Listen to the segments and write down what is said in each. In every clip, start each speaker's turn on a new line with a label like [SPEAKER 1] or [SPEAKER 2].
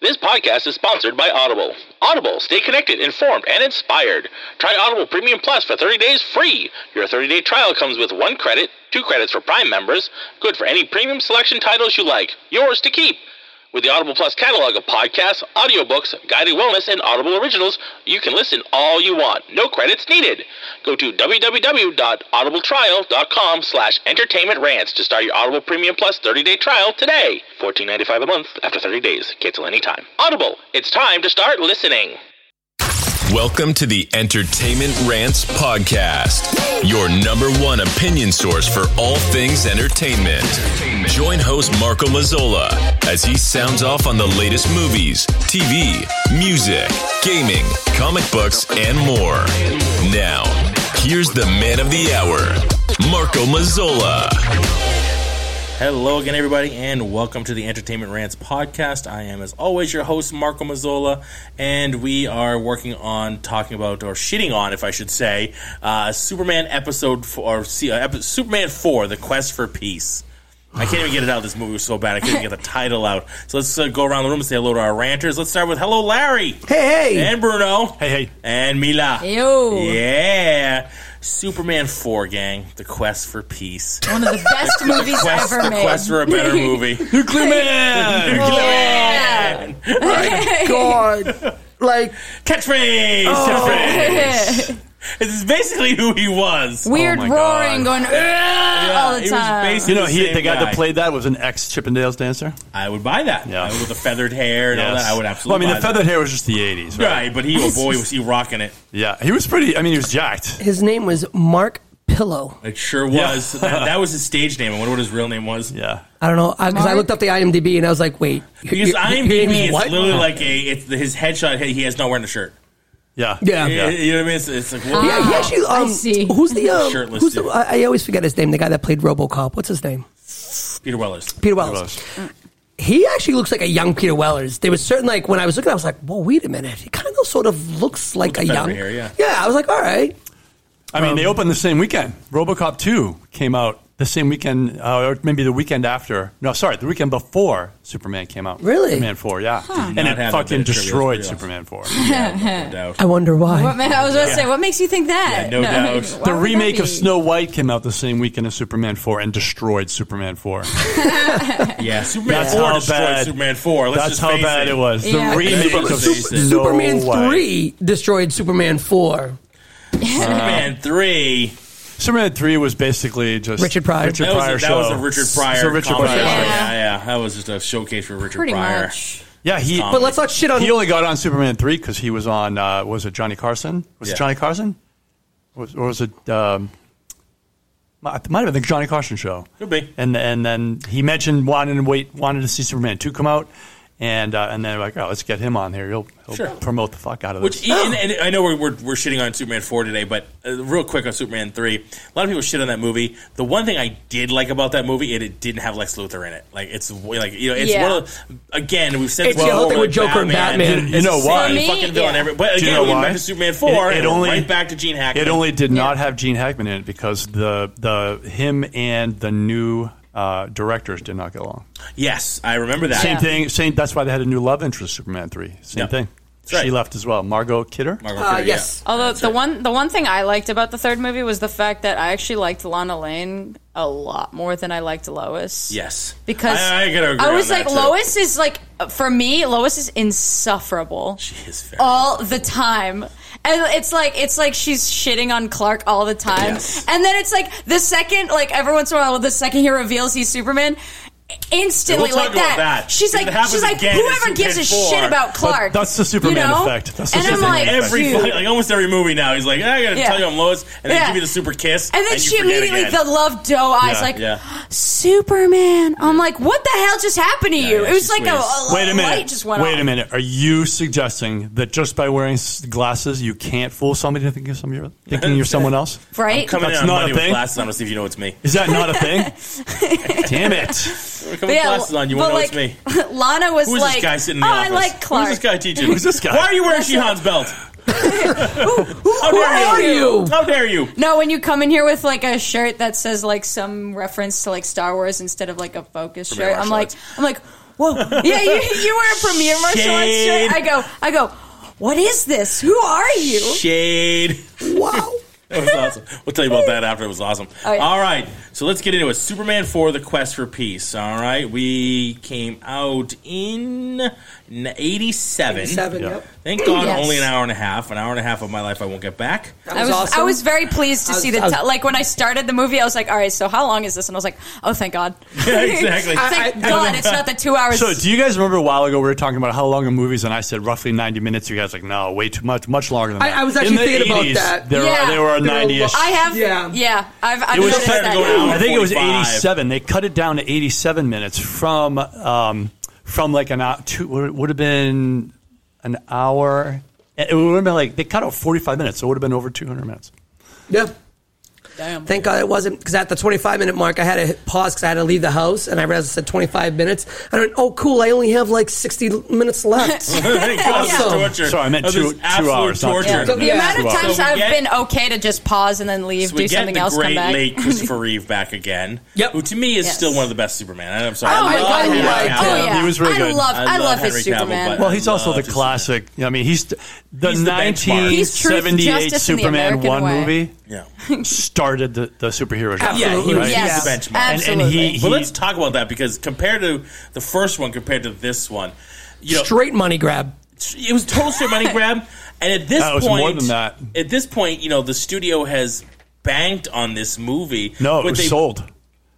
[SPEAKER 1] This podcast is sponsored by Audible. Audible, stay connected, informed, and inspired. Try Audible Premium Plus for 30 days free. Your 30 day trial comes with one credit, two credits for Prime members, good for any premium selection titles you like, yours to keep. With the Audible Plus catalog of podcasts, audiobooks, guided wellness, and Audible originals, you can listen all you want. No credits needed. Go to www.audibletrial.com slash entertainment rants to start your Audible Premium Plus 30-day trial today. $14.95 a month after 30 days. Cancel anytime. Audible, it's time to start listening.
[SPEAKER 2] Welcome to the Entertainment Rants Podcast, your number one opinion source for all things entertainment. Join host Marco Mazzola as he sounds off on the latest movies, TV, music, gaming, comic books, and more. Now, here's the man of the hour, Marco Mazzola.
[SPEAKER 3] Hello again, everybody, and welcome to the Entertainment Rants podcast. I am, as always, your host, Marco Mazzola, and we are working on talking about, or shitting on, if I should say, uh, Superman episode four, or see, uh, epi- Superman 4, The Quest for Peace. I can't even get it out. This movie was so bad. I couldn't even get the title out. So let's uh, go around the room and say hello to our ranters. Let's start with hello, Larry.
[SPEAKER 4] Hey, hey.
[SPEAKER 3] And Bruno. Hey,
[SPEAKER 4] hey.
[SPEAKER 3] And Mila.
[SPEAKER 5] Yo.
[SPEAKER 3] Yeah. Superman 4, gang. The Quest for Peace.
[SPEAKER 5] One of the best movies
[SPEAKER 3] Quest,
[SPEAKER 5] ever
[SPEAKER 3] the
[SPEAKER 5] made.
[SPEAKER 3] quest for a better movie. Nuclear Man! Nuclear
[SPEAKER 5] Yeah.
[SPEAKER 3] Man!
[SPEAKER 4] God. like,
[SPEAKER 3] Catchphrase! Oh. Catchphrase! this is basically who he was.
[SPEAKER 5] Weird
[SPEAKER 6] my
[SPEAKER 5] roaring,
[SPEAKER 6] God.
[SPEAKER 5] going "Ugh," all the
[SPEAKER 3] he was
[SPEAKER 5] time.
[SPEAKER 3] basically-
[SPEAKER 6] You know, he
[SPEAKER 3] Same
[SPEAKER 6] the guy,
[SPEAKER 3] guy.
[SPEAKER 6] that played that was an ex Chippendales dancer.
[SPEAKER 3] I would buy that.
[SPEAKER 6] Yeah.
[SPEAKER 3] I would, with the feathered hair and all that, I would absolutely.
[SPEAKER 6] Well, I mean, the
[SPEAKER 3] buy
[SPEAKER 6] feathered hair was just the '80s,
[SPEAKER 3] that.
[SPEAKER 6] right?
[SPEAKER 3] Right, but he, oh boy, was he rocking it.
[SPEAKER 6] Yeah, he was pretty. I mean, he was jacked.
[SPEAKER 4] his name was Mark Pillow.
[SPEAKER 3] It sure was. that, that was his stage name. I wonder what his real name was.
[SPEAKER 6] Yeah,
[SPEAKER 4] I don't know because I
[SPEAKER 5] Mark-
[SPEAKER 4] looked up the IMDb and I was like, wait,
[SPEAKER 3] Because
[SPEAKER 4] your- your name
[SPEAKER 3] IMDb is
[SPEAKER 4] what?
[SPEAKER 3] literally like a it's his headshot. He has not wearing a shirt.
[SPEAKER 6] yeah,
[SPEAKER 4] Yeah.
[SPEAKER 3] You- You know what I mean? It's, it's like what?
[SPEAKER 4] Yeah, he actually.
[SPEAKER 5] I
[SPEAKER 4] Um,
[SPEAKER 5] see.
[SPEAKER 4] Who's the um,
[SPEAKER 3] Shirtless
[SPEAKER 4] Who's the,
[SPEAKER 3] dude.
[SPEAKER 4] I, I always forget his name. The guy that played RoboCop. What's his name?
[SPEAKER 3] Peter Wellers.
[SPEAKER 4] Peter Wellers. He actually looks like a young Peter Wellers. There was certain like when I was looking, I was like, well, wait a minute. He kind of sort of looks like
[SPEAKER 3] Looks
[SPEAKER 4] a
[SPEAKER 3] better
[SPEAKER 4] young.
[SPEAKER 3] here, yeah.
[SPEAKER 4] I was like, all right.
[SPEAKER 6] I mean, they
[SPEAKER 5] Um,
[SPEAKER 6] opened the same weekend. RoboCop 2 came out the same weekend, uh, or maybe the weekend after. No, sorry, the weekend before Superman came out.
[SPEAKER 4] Really?
[SPEAKER 6] Superman 4, yeah,
[SPEAKER 3] not
[SPEAKER 6] and
[SPEAKER 3] have
[SPEAKER 6] it
[SPEAKER 3] that
[SPEAKER 6] fucking
[SPEAKER 3] bit of trivia,
[SPEAKER 6] destroyed
[SPEAKER 3] it's pretty
[SPEAKER 6] Superman 4.
[SPEAKER 3] No doubt.
[SPEAKER 4] I wonder why.
[SPEAKER 5] What, man, I was going to say, what makes you think that?
[SPEAKER 3] Yeah, no doubt.
[SPEAKER 5] why
[SPEAKER 3] The
[SPEAKER 5] would that
[SPEAKER 6] The remake
[SPEAKER 5] be?
[SPEAKER 6] of Snow White came out the same weekend as Superman 4 and destroyed Superman 4.
[SPEAKER 3] Yeah, Superman
[SPEAKER 6] That's
[SPEAKER 3] 4
[SPEAKER 6] how
[SPEAKER 3] destroyed
[SPEAKER 6] bad-
[SPEAKER 3] Superman 4. Let's
[SPEAKER 6] That's
[SPEAKER 3] just
[SPEAKER 6] how
[SPEAKER 3] face
[SPEAKER 6] bad it, was.
[SPEAKER 5] Yeah.
[SPEAKER 6] The remake
[SPEAKER 3] Super-
[SPEAKER 6] of
[SPEAKER 3] Super-
[SPEAKER 6] Snow
[SPEAKER 4] Superman
[SPEAKER 6] White.
[SPEAKER 4] three destroyed Superman four.
[SPEAKER 3] Superman 3.
[SPEAKER 6] Superman three was basically just
[SPEAKER 4] Richard Pryor.
[SPEAKER 6] Richard
[SPEAKER 3] That was,
[SPEAKER 6] Pryor
[SPEAKER 3] a, that was
[SPEAKER 6] show.
[SPEAKER 3] a Richard
[SPEAKER 6] It's
[SPEAKER 3] Pryor.
[SPEAKER 6] a Richard
[SPEAKER 3] comedy
[SPEAKER 6] Pryor.
[SPEAKER 3] show.
[SPEAKER 6] show.
[SPEAKER 3] Yeah.
[SPEAKER 5] Yeah.
[SPEAKER 3] yeah, That was just a showcase for Richard
[SPEAKER 5] Pretty
[SPEAKER 3] Pryor.
[SPEAKER 5] much.
[SPEAKER 6] Yeah, he.
[SPEAKER 3] Um,
[SPEAKER 4] But let's not shit on.
[SPEAKER 6] He only got on Superman three because he was on. Uh, was it Johnny Carson? Was
[SPEAKER 3] Yeah.
[SPEAKER 6] it Johnny Carson? Was, or was it? Um, mi- it might have been the Johnny Carson show.
[SPEAKER 3] Could be.
[SPEAKER 6] And and then he mentioned wanted to wait, wanted to see Superman two come out, and uh, and then they're like, oh, let's get him on here. He'll, he'll
[SPEAKER 3] Sure.
[SPEAKER 6] promote the fuck out of
[SPEAKER 3] Which, e-
[SPEAKER 6] this.
[SPEAKER 3] and, and I know we're, we're, we're shitting on Superman 4 today, but uh, real quick on Superman 3, a lot of people shit on that movie. The one thing I did like about that movie, it, it didn't have Lex Luthor in it. Like, it's w- like, you know, it's
[SPEAKER 5] Yeah.
[SPEAKER 3] one of, again, we've said
[SPEAKER 4] It's
[SPEAKER 3] this
[SPEAKER 4] the whole
[SPEAKER 3] before
[SPEAKER 4] thing with Joker and Batman.
[SPEAKER 6] You know
[SPEAKER 3] It's the
[SPEAKER 6] why?
[SPEAKER 3] same
[SPEAKER 5] For me,
[SPEAKER 3] Fucking villain
[SPEAKER 5] yeah.
[SPEAKER 3] every, but
[SPEAKER 6] Do
[SPEAKER 3] again,
[SPEAKER 6] you know
[SPEAKER 3] we went
[SPEAKER 6] why?
[SPEAKER 3] back to Superman 4,
[SPEAKER 6] It- it
[SPEAKER 3] and
[SPEAKER 6] only-
[SPEAKER 3] right back to Gene Hackman.
[SPEAKER 6] It only did not
[SPEAKER 5] Yeah.
[SPEAKER 6] have Gene Hackman in it because the the him and the new uh, directors did not get along.
[SPEAKER 3] yes, I remember that.
[SPEAKER 6] Same
[SPEAKER 5] Yeah.
[SPEAKER 6] thing. Same. That's why they had a new love interest. Superman three. Same
[SPEAKER 3] Yeah.
[SPEAKER 6] thing.
[SPEAKER 3] That's right.
[SPEAKER 6] She left as well. Margot Kidder.
[SPEAKER 3] Margot
[SPEAKER 4] Uh,
[SPEAKER 3] Kidder,
[SPEAKER 4] yes.
[SPEAKER 3] yeah.
[SPEAKER 7] Although
[SPEAKER 3] That's
[SPEAKER 7] the
[SPEAKER 3] right.
[SPEAKER 7] one the one thing I liked about the third movie was the fact that I actually liked Lana Lane a lot more than I liked Lois.
[SPEAKER 3] Yes.
[SPEAKER 7] Because
[SPEAKER 3] I, I gotta agree
[SPEAKER 7] I was
[SPEAKER 3] on
[SPEAKER 7] like
[SPEAKER 3] that, too.
[SPEAKER 7] Lois is like for me Lois is insufferable.
[SPEAKER 3] She is very-
[SPEAKER 4] Oh,
[SPEAKER 7] all the time. And it's like it's like she's shitting on Clark all the time.
[SPEAKER 3] Yes.
[SPEAKER 7] And then it's like the second like every once in a while the second he reveals he's Superman instantly
[SPEAKER 3] We'll talk
[SPEAKER 7] like
[SPEAKER 3] about
[SPEAKER 7] that,
[SPEAKER 3] that.
[SPEAKER 7] she's
[SPEAKER 3] If
[SPEAKER 7] like
[SPEAKER 3] it happens
[SPEAKER 7] she's like
[SPEAKER 3] again in
[SPEAKER 7] whoever gives a
[SPEAKER 3] Superman 4,
[SPEAKER 7] shit about Clark.
[SPEAKER 6] that's the Superman effect. That's the
[SPEAKER 7] and
[SPEAKER 6] Superman
[SPEAKER 7] I'm like,
[SPEAKER 6] effect.
[SPEAKER 3] every
[SPEAKER 7] dude.
[SPEAKER 3] fucking- like almost every movie now. He's like, I gotta
[SPEAKER 7] Yeah.
[SPEAKER 3] tell you I'm Lois, and then
[SPEAKER 7] Yeah.
[SPEAKER 3] give you the super kiss,
[SPEAKER 7] And then
[SPEAKER 3] you
[SPEAKER 7] she
[SPEAKER 3] forget
[SPEAKER 7] immediately
[SPEAKER 3] again.
[SPEAKER 7] the love doe eyes
[SPEAKER 6] Yeah,
[SPEAKER 7] like
[SPEAKER 3] yeah.
[SPEAKER 7] Superman. I'm like, what the hell just happened to you?
[SPEAKER 3] yeah,
[SPEAKER 7] it
[SPEAKER 3] she's
[SPEAKER 7] was like a, a
[SPEAKER 3] sweet.
[SPEAKER 6] Wait a minute.
[SPEAKER 7] light just went
[SPEAKER 6] Wait
[SPEAKER 7] on.
[SPEAKER 6] a minute. Are you suggesting that just by wearing s- glasses you can't fool somebody into thinking you're some- you're thinking you're someone else?
[SPEAKER 7] right?
[SPEAKER 3] coming
[SPEAKER 6] That's
[SPEAKER 3] in on
[SPEAKER 6] not a
[SPEAKER 3] Monday with
[SPEAKER 6] thing.
[SPEAKER 3] glasses on to see if you know it's me.
[SPEAKER 6] Is that not a thing? Damn it!
[SPEAKER 3] We're coming
[SPEAKER 7] But
[SPEAKER 3] with
[SPEAKER 7] yeah,
[SPEAKER 3] glasses on. You
[SPEAKER 7] but
[SPEAKER 3] won't know it's me.
[SPEAKER 7] like, Lana was
[SPEAKER 3] Who is
[SPEAKER 7] like,
[SPEAKER 3] this guy sitting in the
[SPEAKER 7] oh,
[SPEAKER 3] office?
[SPEAKER 7] I like Clark.
[SPEAKER 3] Who's this guy teaching?
[SPEAKER 6] Who's this guy?
[SPEAKER 3] Why are you wearing
[SPEAKER 7] That's
[SPEAKER 3] Shihan's belt?
[SPEAKER 4] Who are you?
[SPEAKER 3] How dare you?
[SPEAKER 7] No, when you come in here with like a shirt that says like some reference to like Star Wars instead of like a focus
[SPEAKER 3] Premier
[SPEAKER 7] shirt, I'm
[SPEAKER 3] martial arts.
[SPEAKER 7] like, I'm like,
[SPEAKER 5] whoa. Yeah, you, you wear a premier martial arts
[SPEAKER 3] Shade.
[SPEAKER 5] shirt. I go, I go, what is this? Who are you?
[SPEAKER 3] Shade.
[SPEAKER 4] Wow.
[SPEAKER 3] That was awesome. We'll tell you about that after. It was awesome.
[SPEAKER 5] Oh, yeah.
[SPEAKER 3] All right. So let's get into it. Superman 4 The Quest for Peace. All right. We came out in 87.
[SPEAKER 4] Seven. Yep.
[SPEAKER 3] Thank God,
[SPEAKER 5] Yes.
[SPEAKER 3] only an hour and a half. An hour and a half of my life I won't get back.
[SPEAKER 4] That
[SPEAKER 7] I
[SPEAKER 4] was
[SPEAKER 7] was
[SPEAKER 4] awesome.
[SPEAKER 7] I was very pleased to
[SPEAKER 4] I was-
[SPEAKER 7] see the
[SPEAKER 4] I was-
[SPEAKER 7] t- like when I started the movie I was like all right so how long is this and I was like oh thank God
[SPEAKER 3] Yeah, exactly.
[SPEAKER 7] thank
[SPEAKER 4] I- I-
[SPEAKER 7] God it's not the two hours
[SPEAKER 6] So, do you guys remember a while ago we were talking about how long a movie's? And I said roughly ninety minutes. You guys were like, no, way too much, much longer than
[SPEAKER 4] I-
[SPEAKER 6] that.
[SPEAKER 4] I was
[SPEAKER 6] In
[SPEAKER 4] actually
[SPEAKER 6] the
[SPEAKER 4] thinking about
[SPEAKER 6] 80s,
[SPEAKER 4] that.
[SPEAKER 6] There
[SPEAKER 7] Yeah.
[SPEAKER 6] were, there were
[SPEAKER 4] There were a
[SPEAKER 6] ninety-ish.
[SPEAKER 4] lot-
[SPEAKER 7] I have
[SPEAKER 4] Yeah.
[SPEAKER 7] yeah yeah I've I've
[SPEAKER 6] it was
[SPEAKER 7] noticed
[SPEAKER 3] starting to
[SPEAKER 7] that.
[SPEAKER 3] go down.
[SPEAKER 6] I think it was
[SPEAKER 3] 45.
[SPEAKER 6] eighty-seven. They cut it down to eighty-seven minutes from um, from like an hour. Two, would- would have been an hour. It would have been like they cut out forty-five minutes, so it would have been over two hundred minutes.
[SPEAKER 4] Yeah. Damn. Thank God it wasn't because at the 25 minute mark I had to hit pause because I had to leave the house and I realized it said 25 minutes. I went, oh cool, I only have like 60 minutes left.
[SPEAKER 3] Thank God, this is
[SPEAKER 4] Awesome.
[SPEAKER 3] torture.
[SPEAKER 6] Sorry, I meant
[SPEAKER 3] This is
[SPEAKER 6] two- two
[SPEAKER 3] absolute
[SPEAKER 6] hours, not
[SPEAKER 3] torture.
[SPEAKER 7] Yeah. The
[SPEAKER 4] Yeah.
[SPEAKER 7] amount of
[SPEAKER 6] Wow.
[SPEAKER 7] times
[SPEAKER 3] So we
[SPEAKER 7] I've
[SPEAKER 3] get-
[SPEAKER 7] been okay to just pause and then leave,
[SPEAKER 3] So
[SPEAKER 7] do
[SPEAKER 3] we get
[SPEAKER 7] something
[SPEAKER 3] the
[SPEAKER 7] else,
[SPEAKER 3] great
[SPEAKER 7] come back.
[SPEAKER 3] late Christopher Reeve back again.
[SPEAKER 4] Yep.
[SPEAKER 3] Who to me is
[SPEAKER 7] Yes.
[SPEAKER 3] still one of the best Superman. I'm sorry.
[SPEAKER 4] Oh my
[SPEAKER 3] I love
[SPEAKER 4] God,
[SPEAKER 3] Henry
[SPEAKER 4] he
[SPEAKER 7] yeah.
[SPEAKER 4] liked
[SPEAKER 3] Cavill.
[SPEAKER 7] Oh yeah,
[SPEAKER 6] He was really
[SPEAKER 7] I
[SPEAKER 6] good.
[SPEAKER 7] love,
[SPEAKER 3] uh, I
[SPEAKER 7] I
[SPEAKER 3] love
[SPEAKER 7] love, his
[SPEAKER 3] Henry Cavill,
[SPEAKER 7] Superman.
[SPEAKER 3] but-
[SPEAKER 6] Well, he's
[SPEAKER 3] I
[SPEAKER 6] also
[SPEAKER 3] love
[SPEAKER 6] the
[SPEAKER 3] to see
[SPEAKER 6] classic. I mean, he's the,
[SPEAKER 3] He's the benchmark. He's
[SPEAKER 7] truth,
[SPEAKER 6] 1978
[SPEAKER 7] justice, and the
[SPEAKER 6] Superman
[SPEAKER 7] American
[SPEAKER 6] one
[SPEAKER 7] way.
[SPEAKER 6] movie
[SPEAKER 3] Yeah.
[SPEAKER 6] started the, the superhero genre.
[SPEAKER 3] Yeah, he was,
[SPEAKER 4] Absolutely.
[SPEAKER 3] he's
[SPEAKER 7] Yes.
[SPEAKER 3] the benchmark.
[SPEAKER 6] And, and he,
[SPEAKER 7] Absolutely.
[SPEAKER 6] he
[SPEAKER 3] Well, let's talk about that because compared to the first one, compared to this one, you know,
[SPEAKER 4] Straight money grab.
[SPEAKER 3] it was total straight money grab. And at this
[SPEAKER 6] No, it was
[SPEAKER 3] point,
[SPEAKER 6] more than that.
[SPEAKER 3] At this point, you know, the studio has banked on this movie.
[SPEAKER 6] no, it
[SPEAKER 3] but
[SPEAKER 6] was
[SPEAKER 3] they
[SPEAKER 6] sold.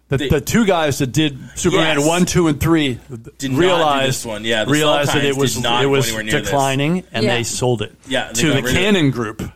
[SPEAKER 6] The,
[SPEAKER 3] they-
[SPEAKER 6] the two guys that did Superman
[SPEAKER 3] Yes.
[SPEAKER 6] one, two, and three
[SPEAKER 3] Did not do this
[SPEAKER 6] realized
[SPEAKER 3] one. Yeah, the Saul
[SPEAKER 6] realized that
[SPEAKER 3] Times
[SPEAKER 6] it was
[SPEAKER 3] did not
[SPEAKER 6] it
[SPEAKER 3] go
[SPEAKER 6] was
[SPEAKER 3] anywhere near this.
[SPEAKER 6] declining, and
[SPEAKER 7] Yeah.
[SPEAKER 6] they sold it
[SPEAKER 3] Yeah, they
[SPEAKER 6] to
[SPEAKER 3] got
[SPEAKER 6] the
[SPEAKER 3] rid of it.
[SPEAKER 6] Canon Group, who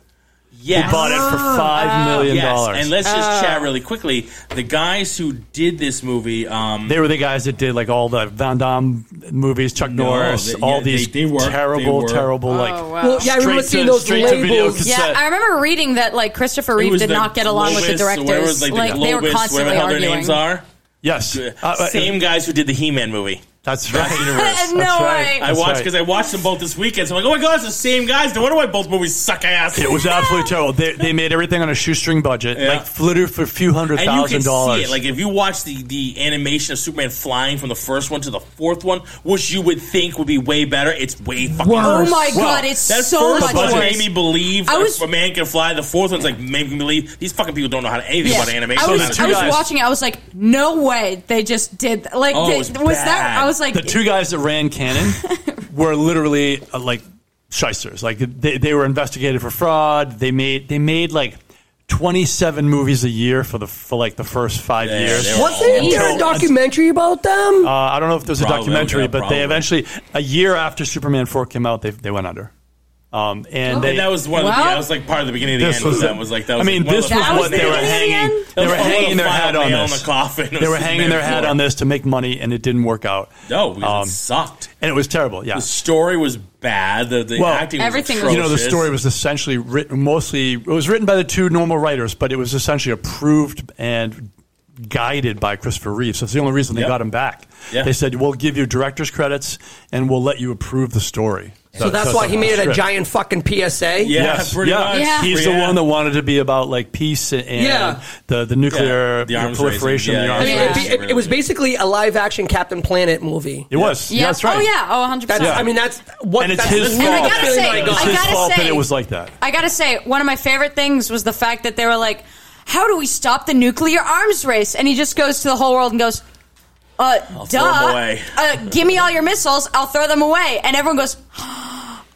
[SPEAKER 3] Yes.
[SPEAKER 6] bought it for
[SPEAKER 7] Ah.
[SPEAKER 6] five million
[SPEAKER 3] Yes,
[SPEAKER 6] dollars.
[SPEAKER 3] and let's
[SPEAKER 7] Oh.
[SPEAKER 3] just chat really quickly. The guys who did this movie, um,
[SPEAKER 6] they were the guys that did like all the Van Damme movies, Chuck Norris,
[SPEAKER 3] they-
[SPEAKER 6] all
[SPEAKER 3] yeah,
[SPEAKER 6] these
[SPEAKER 3] they- they were-
[SPEAKER 6] terrible,
[SPEAKER 3] they were.
[SPEAKER 6] terrible like
[SPEAKER 7] Oh, wow.
[SPEAKER 4] Well, yeah, I remember
[SPEAKER 6] Uh, Straight
[SPEAKER 4] seeing
[SPEAKER 6] to-
[SPEAKER 4] those
[SPEAKER 6] straight to video
[SPEAKER 4] labels.
[SPEAKER 6] cassette.
[SPEAKER 7] Yeah, I remember reading that like Christopher
[SPEAKER 3] it
[SPEAKER 7] Reeve
[SPEAKER 3] was
[SPEAKER 7] did
[SPEAKER 3] the
[SPEAKER 7] not get along with the
[SPEAKER 3] Globus, or
[SPEAKER 7] directors.
[SPEAKER 3] whatever it was, like, the
[SPEAKER 7] they were
[SPEAKER 3] Globus,
[SPEAKER 7] constantly
[SPEAKER 3] whatever the hell their
[SPEAKER 7] arguing.
[SPEAKER 3] names are.
[SPEAKER 6] yes, Uh, uh,
[SPEAKER 3] Same guys who did the He-Man movie.
[SPEAKER 6] That's right.
[SPEAKER 7] That's No right. way.
[SPEAKER 3] I watched because I watched them both this weekend. So I'm like, oh my god, it's the same guys. No wonder why both movies suck ass.
[SPEAKER 6] It was absolutely terrible. They, they made everything on a shoestring budget,
[SPEAKER 3] Yeah.
[SPEAKER 6] like literally for a few hundred
[SPEAKER 3] and you can
[SPEAKER 6] thousand
[SPEAKER 3] see it.
[SPEAKER 6] dollars.
[SPEAKER 3] Like if you watch the the animation of Superman flying from the first one to the fourth one, which you would think would be way better, it's way fucking
[SPEAKER 7] Oh
[SPEAKER 3] worse.
[SPEAKER 7] my god, it's
[SPEAKER 3] That
[SPEAKER 7] so
[SPEAKER 3] first
[SPEAKER 7] much
[SPEAKER 3] one made
[SPEAKER 7] worse.
[SPEAKER 3] me believe
[SPEAKER 7] I was-
[SPEAKER 3] a man can fly. The fourth one's like made me believe these fucking people don't know how to anything
[SPEAKER 7] Yeah.
[SPEAKER 3] about animation.
[SPEAKER 7] I
[SPEAKER 3] Not
[SPEAKER 7] was,
[SPEAKER 3] a
[SPEAKER 7] I
[SPEAKER 3] clue.
[SPEAKER 7] was
[SPEAKER 6] guys-
[SPEAKER 7] watching it. I was like, no way. They just did th- like
[SPEAKER 3] Oh,
[SPEAKER 7] they-
[SPEAKER 3] it was
[SPEAKER 7] was, that?
[SPEAKER 3] bad.
[SPEAKER 7] I was like,
[SPEAKER 6] the two guys that ran Canon were literally uh, like shysters. Like they, they were investigated for fraud. They made they made like twenty seven movies a year for the for like the first five
[SPEAKER 3] Yeah,
[SPEAKER 6] years.
[SPEAKER 3] they were
[SPEAKER 4] Wasn't
[SPEAKER 3] all-
[SPEAKER 4] there a documentary about them?
[SPEAKER 6] Uh, I don't know if there's a
[SPEAKER 3] Probably,
[SPEAKER 6] documentary,
[SPEAKER 3] yeah,
[SPEAKER 6] but
[SPEAKER 3] probably.
[SPEAKER 6] they eventually a year after Superman four came out, they they went under. Um, and they,
[SPEAKER 3] And that was one. Of the,
[SPEAKER 7] Wow.
[SPEAKER 3] yeah, that was like part of the beginning of the
[SPEAKER 6] This
[SPEAKER 3] end. Was
[SPEAKER 6] was
[SPEAKER 3] that
[SPEAKER 6] it.
[SPEAKER 3] was like that?
[SPEAKER 6] I
[SPEAKER 3] Was
[SPEAKER 6] mean,
[SPEAKER 3] like, one of
[SPEAKER 6] this
[SPEAKER 3] the
[SPEAKER 6] was
[SPEAKER 3] final
[SPEAKER 6] what they
[SPEAKER 3] nails.
[SPEAKER 6] were hanging-
[SPEAKER 3] That
[SPEAKER 6] they
[SPEAKER 3] was
[SPEAKER 6] were
[SPEAKER 3] the whole
[SPEAKER 6] hanging their
[SPEAKER 3] final
[SPEAKER 6] head on
[SPEAKER 3] nail
[SPEAKER 6] this.
[SPEAKER 3] the coffin.
[SPEAKER 6] they were hanging their head on
[SPEAKER 3] this.
[SPEAKER 6] this to make money, and it didn't work out.
[SPEAKER 3] No, because
[SPEAKER 6] Um,
[SPEAKER 3] it sucked.
[SPEAKER 6] and it was terrible. Yeah,
[SPEAKER 3] The story was bad. The, the
[SPEAKER 6] Well,
[SPEAKER 3] acting was
[SPEAKER 7] Everything was-
[SPEAKER 3] atrocious.
[SPEAKER 6] you know the story was essentially written mostly it was written by the two normal writers but it was essentially approved and guided by christopher reeve so it's the only reason they
[SPEAKER 3] Yep.
[SPEAKER 6] got him back
[SPEAKER 3] Yeah.
[SPEAKER 6] they said we'll give you director's credits and we'll let you approve the story
[SPEAKER 4] So that's
[SPEAKER 6] it's
[SPEAKER 4] why
[SPEAKER 6] a
[SPEAKER 4] he made it a
[SPEAKER 6] script.
[SPEAKER 4] giant fucking PSA.
[SPEAKER 3] Yeah,
[SPEAKER 6] Yes,
[SPEAKER 3] pretty
[SPEAKER 6] yeah.
[SPEAKER 3] much.
[SPEAKER 7] Yeah.
[SPEAKER 6] He's the
[SPEAKER 3] Yeah.
[SPEAKER 6] one that wanted to be about like peace and
[SPEAKER 4] Yeah.
[SPEAKER 6] the, the nuclear
[SPEAKER 3] Yeah, the arms
[SPEAKER 6] proliferation,
[SPEAKER 3] raising.
[SPEAKER 6] the
[SPEAKER 3] Yeah,
[SPEAKER 4] I
[SPEAKER 6] arms
[SPEAKER 4] mean,
[SPEAKER 7] Yeah.
[SPEAKER 4] it'd be-
[SPEAKER 6] raising.
[SPEAKER 4] it, it was basically a live action Captain Planet movie.
[SPEAKER 6] It was.
[SPEAKER 7] yeah.
[SPEAKER 6] That's right.
[SPEAKER 7] Oh yeah. Oh, 100
[SPEAKER 4] That's,
[SPEAKER 7] percent.
[SPEAKER 4] I mean, that's what.
[SPEAKER 6] And it's
[SPEAKER 4] Oh, that's
[SPEAKER 6] his
[SPEAKER 4] the
[SPEAKER 6] fault.
[SPEAKER 4] feeling
[SPEAKER 7] And I gotta say,
[SPEAKER 4] I got.
[SPEAKER 6] It's his
[SPEAKER 7] gotta
[SPEAKER 6] fault that
[SPEAKER 7] say-
[SPEAKER 6] it was like that.
[SPEAKER 7] I gotta say, one of my favorite things was the fact that they were like, "How do we stop the nuclear arms race?" And he just goes to the whole world and goes, "Uh,
[SPEAKER 3] throw
[SPEAKER 7] duh,
[SPEAKER 3] 'em away."
[SPEAKER 7] Uh, give me all your missiles, I'll throw them away." And everyone goes.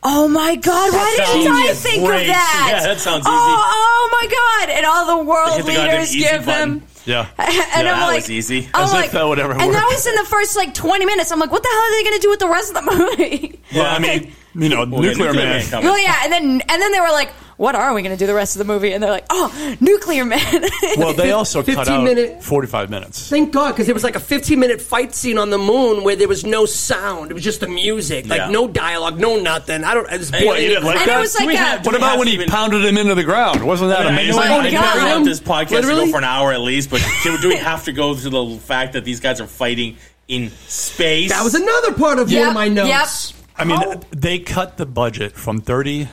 [SPEAKER 7] Oh my God! Why
[SPEAKER 3] That
[SPEAKER 7] didn't I
[SPEAKER 3] sounds
[SPEAKER 7] think
[SPEAKER 3] great.
[SPEAKER 7] of that?
[SPEAKER 3] Yeah, that sounds easy.
[SPEAKER 7] Oh, oh my God! And all the world
[SPEAKER 3] hit the goddamn
[SPEAKER 7] leaders
[SPEAKER 3] easy
[SPEAKER 7] give them.
[SPEAKER 3] button.
[SPEAKER 6] Yeah.
[SPEAKER 7] and
[SPEAKER 3] Yeah,
[SPEAKER 7] I'm
[SPEAKER 3] that
[SPEAKER 7] like,
[SPEAKER 3] was easy.
[SPEAKER 7] I'm
[SPEAKER 6] As if
[SPEAKER 7] like,
[SPEAKER 6] that would ever
[SPEAKER 7] and that
[SPEAKER 6] work.
[SPEAKER 7] was in the first like 20 minutes. I'm like, what the hell are they going to do with the rest of the movie?
[SPEAKER 6] Well, I mean, you know,
[SPEAKER 3] Well, the
[SPEAKER 6] nuclear, man.
[SPEAKER 3] coming.
[SPEAKER 7] Well, yeah, and then and then they were like, "What are we going to do the rest of the movie?" And they're like, "Oh, nuclear man."
[SPEAKER 6] Well, they also cut
[SPEAKER 4] 15
[SPEAKER 6] out
[SPEAKER 4] minute-
[SPEAKER 6] 45 minutes.
[SPEAKER 4] Thank God, because it was like a 15 minute fight scene on the moon where there was no sound. It was just the music, like
[SPEAKER 3] Yeah.
[SPEAKER 4] no dialogue, no nothing. I don't. I just barely-
[SPEAKER 7] And it was like
[SPEAKER 3] Do we
[SPEAKER 7] a-
[SPEAKER 3] have- do
[SPEAKER 6] What
[SPEAKER 3] we
[SPEAKER 6] about
[SPEAKER 3] have
[SPEAKER 6] when he
[SPEAKER 3] even-
[SPEAKER 6] pounded him into the ground? Wasn't that
[SPEAKER 3] I mean, I know,
[SPEAKER 6] amazing?
[SPEAKER 7] Oh my
[SPEAKER 3] I know
[SPEAKER 7] God.
[SPEAKER 3] we want this podcast to
[SPEAKER 4] Literally?
[SPEAKER 3] go for an hour at least, but do, do we have to go to the fact that these guys are fighting in space?
[SPEAKER 4] That was another part of one
[SPEAKER 7] Yep,
[SPEAKER 6] Oh.
[SPEAKER 4] of my notes.
[SPEAKER 6] I mean,
[SPEAKER 4] How-
[SPEAKER 6] they cut the budget from 30